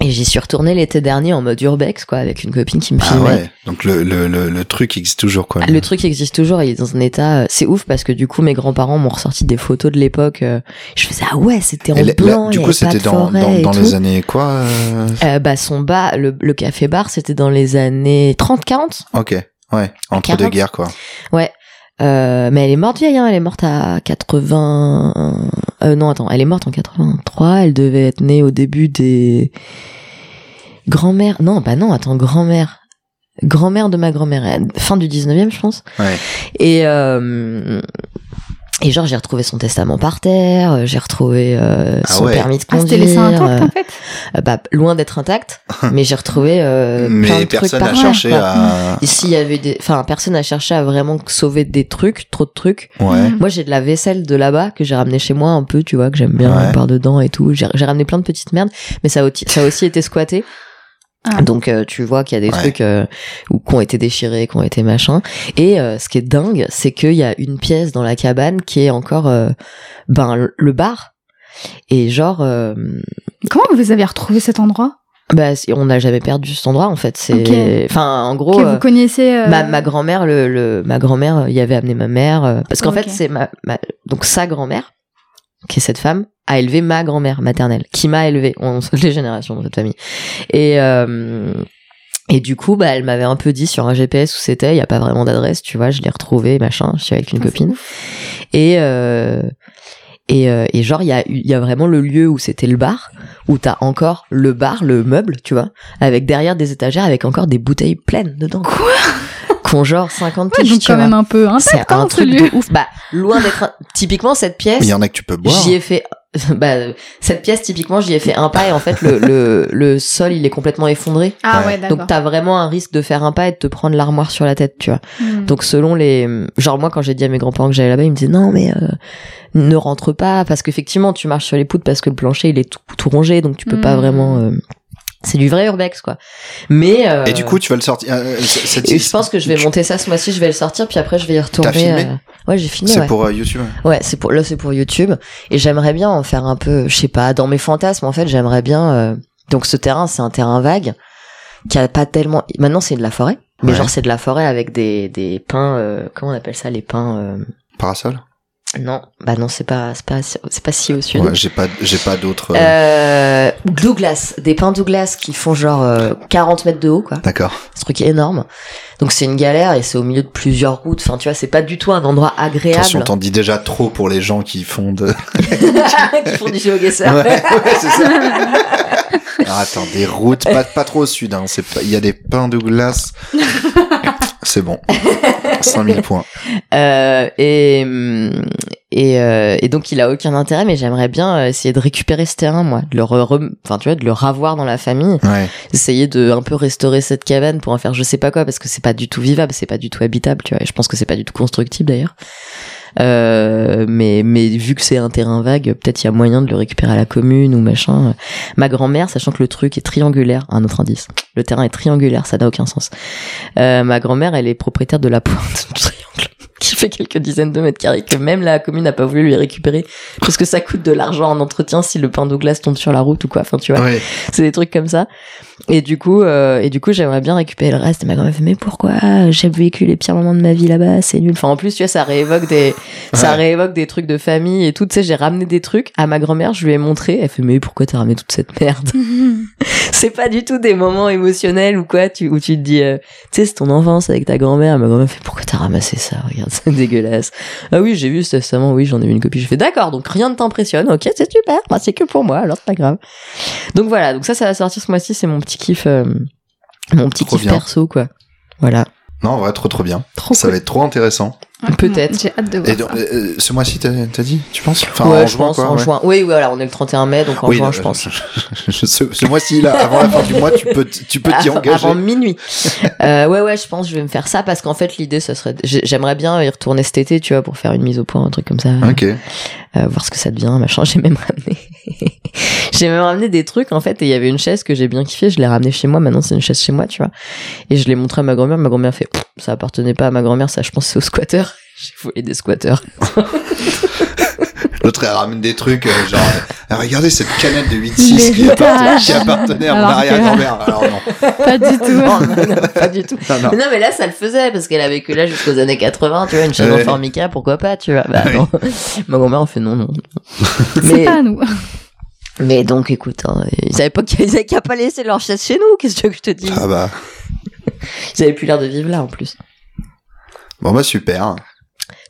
Speaker 9: Et j'y suis retournée l'été dernier en mode urbex, quoi, avec une copine qui me
Speaker 7: Ah
Speaker 9: filmait.
Speaker 7: ouais. Donc le, le, le, le truc existe toujours quoi.
Speaker 9: Le truc existe toujours, il est dans un état, euh, c'est ouf parce que du coup mes grands-parents m'ont ressorti des photos de l'époque. euh, Je faisais ah ouais c'était en
Speaker 7: Et la- la-
Speaker 9: blanc. il y
Speaker 7: du coup,
Speaker 9: avait pas
Speaker 7: c'était
Speaker 9: de
Speaker 7: dans,
Speaker 9: forêt
Speaker 7: dans,
Speaker 9: et
Speaker 7: dans
Speaker 9: tout.
Speaker 7: les années quoi euh,
Speaker 9: Euh, bah son bar, le, le café bar, c'était dans les années 30-40.
Speaker 7: Ok, ouais, entre
Speaker 9: 40.
Speaker 7: deux guerres quoi.
Speaker 9: Euh, mais elle est morte vieille, hein, elle est morte à 80. Euh, non attends, elle est morte en 83. Elle devait être née au début des grand-mère. Non bah non attends grand-mère, grand-mère de ma grand-mère, elle- fin du 19e je pense.
Speaker 7: Ouais.
Speaker 9: Et euh, et genre j'ai retrouvé son testament par terre, euh, j'ai retrouvé euh,
Speaker 7: Ah
Speaker 9: son
Speaker 7: ouais.
Speaker 9: permis de
Speaker 8: Ah,
Speaker 9: conduire.
Speaker 8: c'était laissé intact,
Speaker 9: euh,
Speaker 8: en fait.
Speaker 9: euh, bah, loin d'être intact, mais j'ai retrouvé euh, plein de
Speaker 7: Mais
Speaker 9: trucs
Speaker 7: personne
Speaker 9: par
Speaker 7: n'a
Speaker 9: terre,
Speaker 7: cherché
Speaker 9: quoi.
Speaker 7: à.
Speaker 9: Et s'il y avait des, enfin personne n'a cherché à vraiment sauver des trucs, trop de trucs.
Speaker 8: Mm.
Speaker 7: Ouais.
Speaker 9: Moi j'ai de la vaisselle de là-bas que j'ai ramené chez moi un peu, tu vois, que j'aime bien
Speaker 7: Ouais.
Speaker 9: par dedans et tout. J'ai j'ai ramené plein de petites merdes, mais ça a, aussi- ça a aussi été squatté.
Speaker 8: Ah.
Speaker 9: Donc euh, tu vois qu'il y a des
Speaker 7: Ouais.
Speaker 9: trucs euh, ou qui ont été déchirés, qui ont été machin. Et euh, ce qui est dingue, c'est qu'il y a une pièce dans la cabane qui est encore euh, ben le- le bar. Et genre, euh,
Speaker 8: Comment vous avez retrouvé cet endroit
Speaker 9: bah, c'est- on n'a jamais perdu cet endroit en fait. C'est,
Speaker 8: Ok.
Speaker 9: enfin, en gros,
Speaker 8: que
Speaker 9: euh,
Speaker 8: vous connaissez euh,
Speaker 9: Ma, ma grand-mère, le, le- ma grand-mère y avait amené ma mère. euh, parce qu'en
Speaker 8: Ok.
Speaker 9: fait, c'est ma, ma- donc sa grand-mère, qui est cette femme, a élevé ma grand-mère maternelle, qui m'a élevé. On saute les générations dans cette famille. Et, euh, et du coup, bah, elle m'avait un peu dit sur un GPS où c'était, il n'y a pas vraiment d'adresse, tu vois, je l'ai retrouvée, machin, je suis avec une
Speaker 8: Ah, c'est
Speaker 9: copine. Et, euh, et, euh, et genre, il y a, eu- il y a vraiment le lieu où c'était le bar, où t'as encore le bar, le meuble, tu vois, avec derrière des étagères, avec encore des bouteilles pleines dedans. Quoi Qu'on genre 50
Speaker 8: Ouais,
Speaker 9: piges,
Speaker 8: donc
Speaker 9: tu
Speaker 8: quand
Speaker 9: vois.
Speaker 8: même un peu
Speaker 9: C'est
Speaker 8: intact,
Speaker 9: un
Speaker 8: hein, ce
Speaker 9: truc
Speaker 8: lieu.
Speaker 9: de ouf. Bah, loin d'être... un- Typiquement, cette
Speaker 7: Mais
Speaker 9: pièce...
Speaker 7: il y en a que tu peux boire.
Speaker 9: J'y ai fait, bah, euh, cette pièce typiquement, j'y ai fait un pas et en fait le, le, le sol il est complètement effondré.
Speaker 8: Ah
Speaker 7: Ouais.
Speaker 8: ouais,
Speaker 9: Donc
Speaker 8: d'accord.
Speaker 9: t'as vraiment un risque de faire un pas et de te prendre l'armoire sur la tête, tu vois.
Speaker 8: Hmm.
Speaker 9: Donc selon les, genre moi quand j'ai dit à mes grands-parents que j'allais là-bas, ils me disaient non mais euh, ne rentre pas parce qu'effectivement tu marches sur les poutres parce que le plancher il est tout, tout rongé donc tu peux pas
Speaker 8: Mm.
Speaker 9: vraiment. euh, C'est du vrai urbex quoi. Mais euh,
Speaker 7: Et du coup, tu vas le sortir. euh, c- cette-
Speaker 9: et je pense que je vais
Speaker 7: tu-
Speaker 9: monter ça ce mois-ci, je vais le sortir puis après je vais y retourner.
Speaker 7: filmé
Speaker 9: euh, Ouais j'ai fini.
Speaker 7: C'est
Speaker 9: ouais.
Speaker 7: pour euh, YouTube. ouais.
Speaker 9: Ouais, c'est pour là c'est pour YouTube et j'aimerais bien en faire un peu, je sais pas, dans mes fantasmes en fait, j'aimerais bien euh, donc ce terrain, c'est un terrain vague qui a pas tellement maintenant c'est de la forêt, mais
Speaker 7: Ouais.
Speaker 9: genre c'est de la forêt avec des des pins euh, comment on appelle ça les pins euh,
Speaker 7: Parasol.
Speaker 9: non, bah non, c'est pas c'est pas c'est pas si au sud.
Speaker 7: Ouais, j'ai pas, j'ai pas d'autres. euh,
Speaker 9: Euh, Douglas, des pins Douglas qui font genre euh, 40 mètres de haut quoi.
Speaker 7: D'accord.
Speaker 9: Ce truc énorme. Donc c'est une galère et c'est au milieu de plusieurs routes. Enfin tu vois, c'est pas du tout un endroit agréable.
Speaker 7: Attention, t'en dis déjà trop pour les gens qui font de.
Speaker 9: qui font du géoguesseur.
Speaker 7: ouais, c'est ça. Ah, attends, des routes pas, pas trop au sud. Hein. C'est pas- Il y a des pains de glace. C'est bon. 5000 points.
Speaker 9: Euh, et hum, et, euh, et donc il a aucun intérêt, mais j'aimerais bien euh, essayer de récupérer ce terrain, moi, de le re- re- enfin tu vois, de le ravoir dans la famille,
Speaker 7: Ouais.
Speaker 9: essayer de un peu restaurer cette cabane pour en faire je sais pas quoi, parce que c'est pas du tout vivable, c'est pas du tout habitable, tu vois, et je pense que c'est pas du tout constructible d'ailleurs. Euh, mais mais vu que c'est un terrain vague, peut-être il y a moyen de le récupérer à la commune ou machin. Ma grand-mère, sachant que le truc est triangulaire, un autre indice, le terrain est triangulaire, ça n'a aucun sens. Euh, ma grand-mère, elle est propriétaire de la pointe du triangle, qui fait quelques dizaines de mètres carrés, que même la commune n'a pas voulu lui récupérer, parce que ça coûte de l'argent en entretien si le pain de glace tombe sur la route ou quoi. Enfin, tu vois,
Speaker 7: Ouais.
Speaker 9: c'est des trucs comme ça. Et du coup, euh, et du coup, j'aimerais bien récupérer le reste. Et ma grand-mère fait, mais pourquoi J'ai vécu les pires moments de ma vie là-bas, c'est nul. Enfin, en plus, tu vois, ça réévoque des, ça
Speaker 7: Ouais.
Speaker 9: réévoque des trucs de famille et tout. Tu sais, j'ai ramené des trucs à ma grand-mère, je lui ai montré. Elle fait, mais pourquoi t'as ramené toute cette merde c'est pas du tout des moments émotionnels ou quoi, tu, où tu te dis, euh, tu sais, c'est ton enfance avec ta grand-mère. Ma grand-mère fait, pourquoi t'as ramassé ça? Regarde, c'est dégueulasse. Ah oui, j'ai vu ce testament, oui, j'en ai eu une copie. Je fais, d'accord, donc rien ne t'impressionne, ok, c'est super, bah, c'est que pour moi, alors c'est pas grave. Donc voilà, donc ça, ça va sortir ce mois-ci, c'est mon petit kiff, euh, mon petit
Speaker 7: Trop
Speaker 9: kiff
Speaker 7: bien.
Speaker 9: perso, quoi. Voilà.
Speaker 7: Non, en vrai, trop trop bien.
Speaker 9: Trop
Speaker 7: Ça va être trop intéressant.
Speaker 9: Peut-être.
Speaker 8: Ah, J'ai hâte de voir.
Speaker 7: Et donc,
Speaker 8: ça.
Speaker 7: euh, ce mois-ci, t'as t'as dit, tu penses Enfin,
Speaker 9: ouais,
Speaker 7: en
Speaker 9: je
Speaker 7: juin,
Speaker 9: pense,
Speaker 7: quoi,
Speaker 9: en
Speaker 7: ouais.
Speaker 9: juin. Oui, voilà, on est le 31 mai, donc en
Speaker 7: Oui,
Speaker 9: juin,
Speaker 7: non,
Speaker 9: je pense.
Speaker 7: je- ce, ce mois-ci, là, avant la fin du mois, tu peux, t- tu peux t'y
Speaker 9: Avant-
Speaker 7: engager.
Speaker 9: Ah, Avant minuit. Euh, ouais, ouais, je pense que je vais me faire ça parce qu'en fait, l'idée, ce serait. j'ai- J'aimerais bien y retourner cet été, tu vois, pour faire une mise au point, un truc comme ça.
Speaker 7: Ok.
Speaker 9: Euh, voir ce que ça devient, machin. J'ai même ramené. j'ai même ramené des trucs, en fait, et il y avait une chaise que j'ai bien kiffée. Je l'ai ramenée chez moi. Maintenant, c'est une chaise chez moi, tu vois. Et je l'ai montrée à ma grand-mère. Ma grand-mère fait Pff, ça appartenait pas à ma grand-mère, ça, je pense, que c'est aux squatteurs. J'ai volé des squatteurs.
Speaker 7: L'autre, elle ramène des trucs, euh, genre, euh, regardez cette canette de 8-6 qui,
Speaker 8: L'héritage.
Speaker 7: appartenait- qui appartenait à mon
Speaker 8: Alors que-
Speaker 7: arrière-grand-mère. Alors non.
Speaker 8: Pas du
Speaker 9: Non,
Speaker 8: tout.
Speaker 9: non, non, pas du tout.
Speaker 7: Non, non.
Speaker 9: Mais non, mais là, ça le faisait parce qu'elle a vécu là jusqu'aux années 80, tu vois, une chaîne en
Speaker 7: Ouais. Ah
Speaker 9: formica, pourquoi pas, tu vois. Bah, non. Ma grand-mère, on fait non, non.
Speaker 8: C'est
Speaker 9: mais,
Speaker 8: pas à nous.
Speaker 9: mais donc, écoute, hein, ils savaient pas qu'ils avaient qu'à pas laisser leur chaise chez nous, qu'est-ce que tu veux que je te dis
Speaker 7: Ah bah.
Speaker 9: Ils avaient plus l'air de vivre là, en plus.
Speaker 7: Bon, bah, super.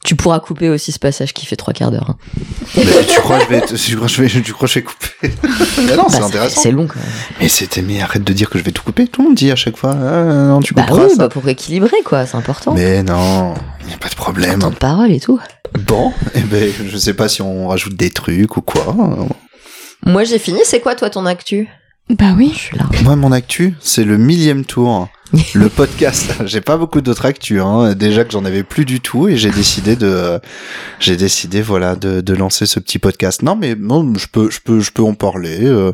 Speaker 9: Tu pourras couper aussi ce passage qui fait trois quarts d'heure. hein.
Speaker 7: Mais tu crois que je vais, être- tu crois que je vais, tu crois que je vais couper? Mais non,
Speaker 9: Bah,
Speaker 7: c'est
Speaker 9: ça-
Speaker 7: intéressant.
Speaker 9: C'est long, quand même.
Speaker 7: Mais c'était, mais arrête de dire que je vais tout couper. Tout le monde dit à chaque fois, Ah, non, tu
Speaker 9: Bah
Speaker 7: couperas
Speaker 9: oui,
Speaker 7: ça.
Speaker 9: bah, pour équilibrer, quoi, c'est important.
Speaker 7: Mais non, il n'y a pas de
Speaker 9: En
Speaker 7: problème.
Speaker 9: temps de parole et tout.
Speaker 7: Bon, eh ben, je sais pas si on rajoute des trucs ou quoi.
Speaker 9: Moi, j'ai fini. C'est quoi, toi, ton actu
Speaker 8: Bah
Speaker 9: Je
Speaker 8: oui.
Speaker 9: suis là.
Speaker 7: Moi, mon actu, c'est le millième tour. Le podcast, j'ai pas beaucoup d'autres actus. Hein. Déjà que j'en avais plus du tout et j'ai décidé de, j'ai décidé voilà de, de lancer ce petit podcast. Non, mais non, je peux, je peux, je peux en parler. euh,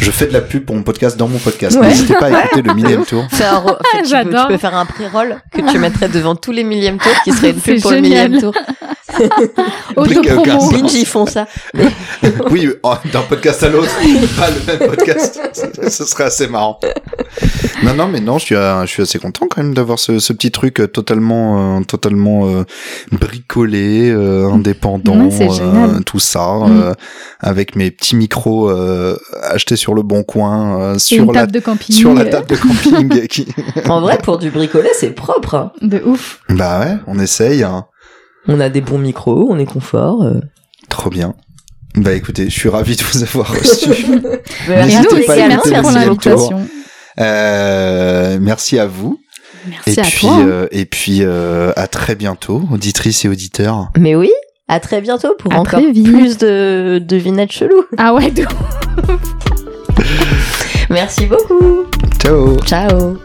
Speaker 7: Je fais de la pub pour mon podcast dans mon podcast.
Speaker 9: Ouais.
Speaker 7: N'hésitez pas à écouter le millième tour.
Speaker 9: Fais un ro- fais- tu, peux,
Speaker 8: J'adore.
Speaker 9: tu peux faire un pré-roll que tu mettrais devant tous les millièmes tours qui serait une pub
Speaker 8: C'est
Speaker 9: pour
Speaker 8: génial.
Speaker 9: le millième tour.
Speaker 7: Bricocasse.
Speaker 8: Autopromo.
Speaker 9: Binge, ils font ça.
Speaker 7: Oui, oh, d'un podcast à l'autre, pas le même podcast. Ce- Ce serait assez marrant. Non, non, mais non, je suis, euh, je suis assez content quand même d'avoir ce, ce petit truc euh, totalement, euh, totalement euh, bricolé, euh, indépendant,
Speaker 8: Ouais, c'est génial.
Speaker 7: tout ça,
Speaker 8: Mm.
Speaker 7: euh, avec mes petits micros euh, achetés sur le bon coin, euh,
Speaker 8: Et une
Speaker 7: sur la
Speaker 8: table de camping.
Speaker 7: sur la table de camping. qui...
Speaker 9: En vrai, pour du bricoler, c'est propre. hein.
Speaker 8: De ouf.
Speaker 7: Bah ouais, on essaye. hein.
Speaker 9: On a des bons micros, on est confort. euh.
Speaker 7: Trop bien. Bah écoutez, je suis ravi de vous avoir reçu.
Speaker 8: Et à
Speaker 7: N'hésitez
Speaker 8: nous
Speaker 7: pas à
Speaker 8: aussi, merci
Speaker 7: l'écouter
Speaker 8: pour
Speaker 7: le deuxième tour.
Speaker 8: l'invitation.
Speaker 7: Euh, merci à vous.
Speaker 8: Merci
Speaker 7: Et
Speaker 8: à
Speaker 7: puis,
Speaker 8: toi. hein.
Speaker 7: euh, et puis euh, à très bientôt, auditrices et auditeurs.
Speaker 9: Mais oui, à très bientôt pour
Speaker 8: À
Speaker 9: encore
Speaker 8: très vite.
Speaker 9: plus de devinettes cheloues.
Speaker 8: Ah ouais, de
Speaker 9: Merci beaucoup.
Speaker 7: Ciao
Speaker 9: Ciao.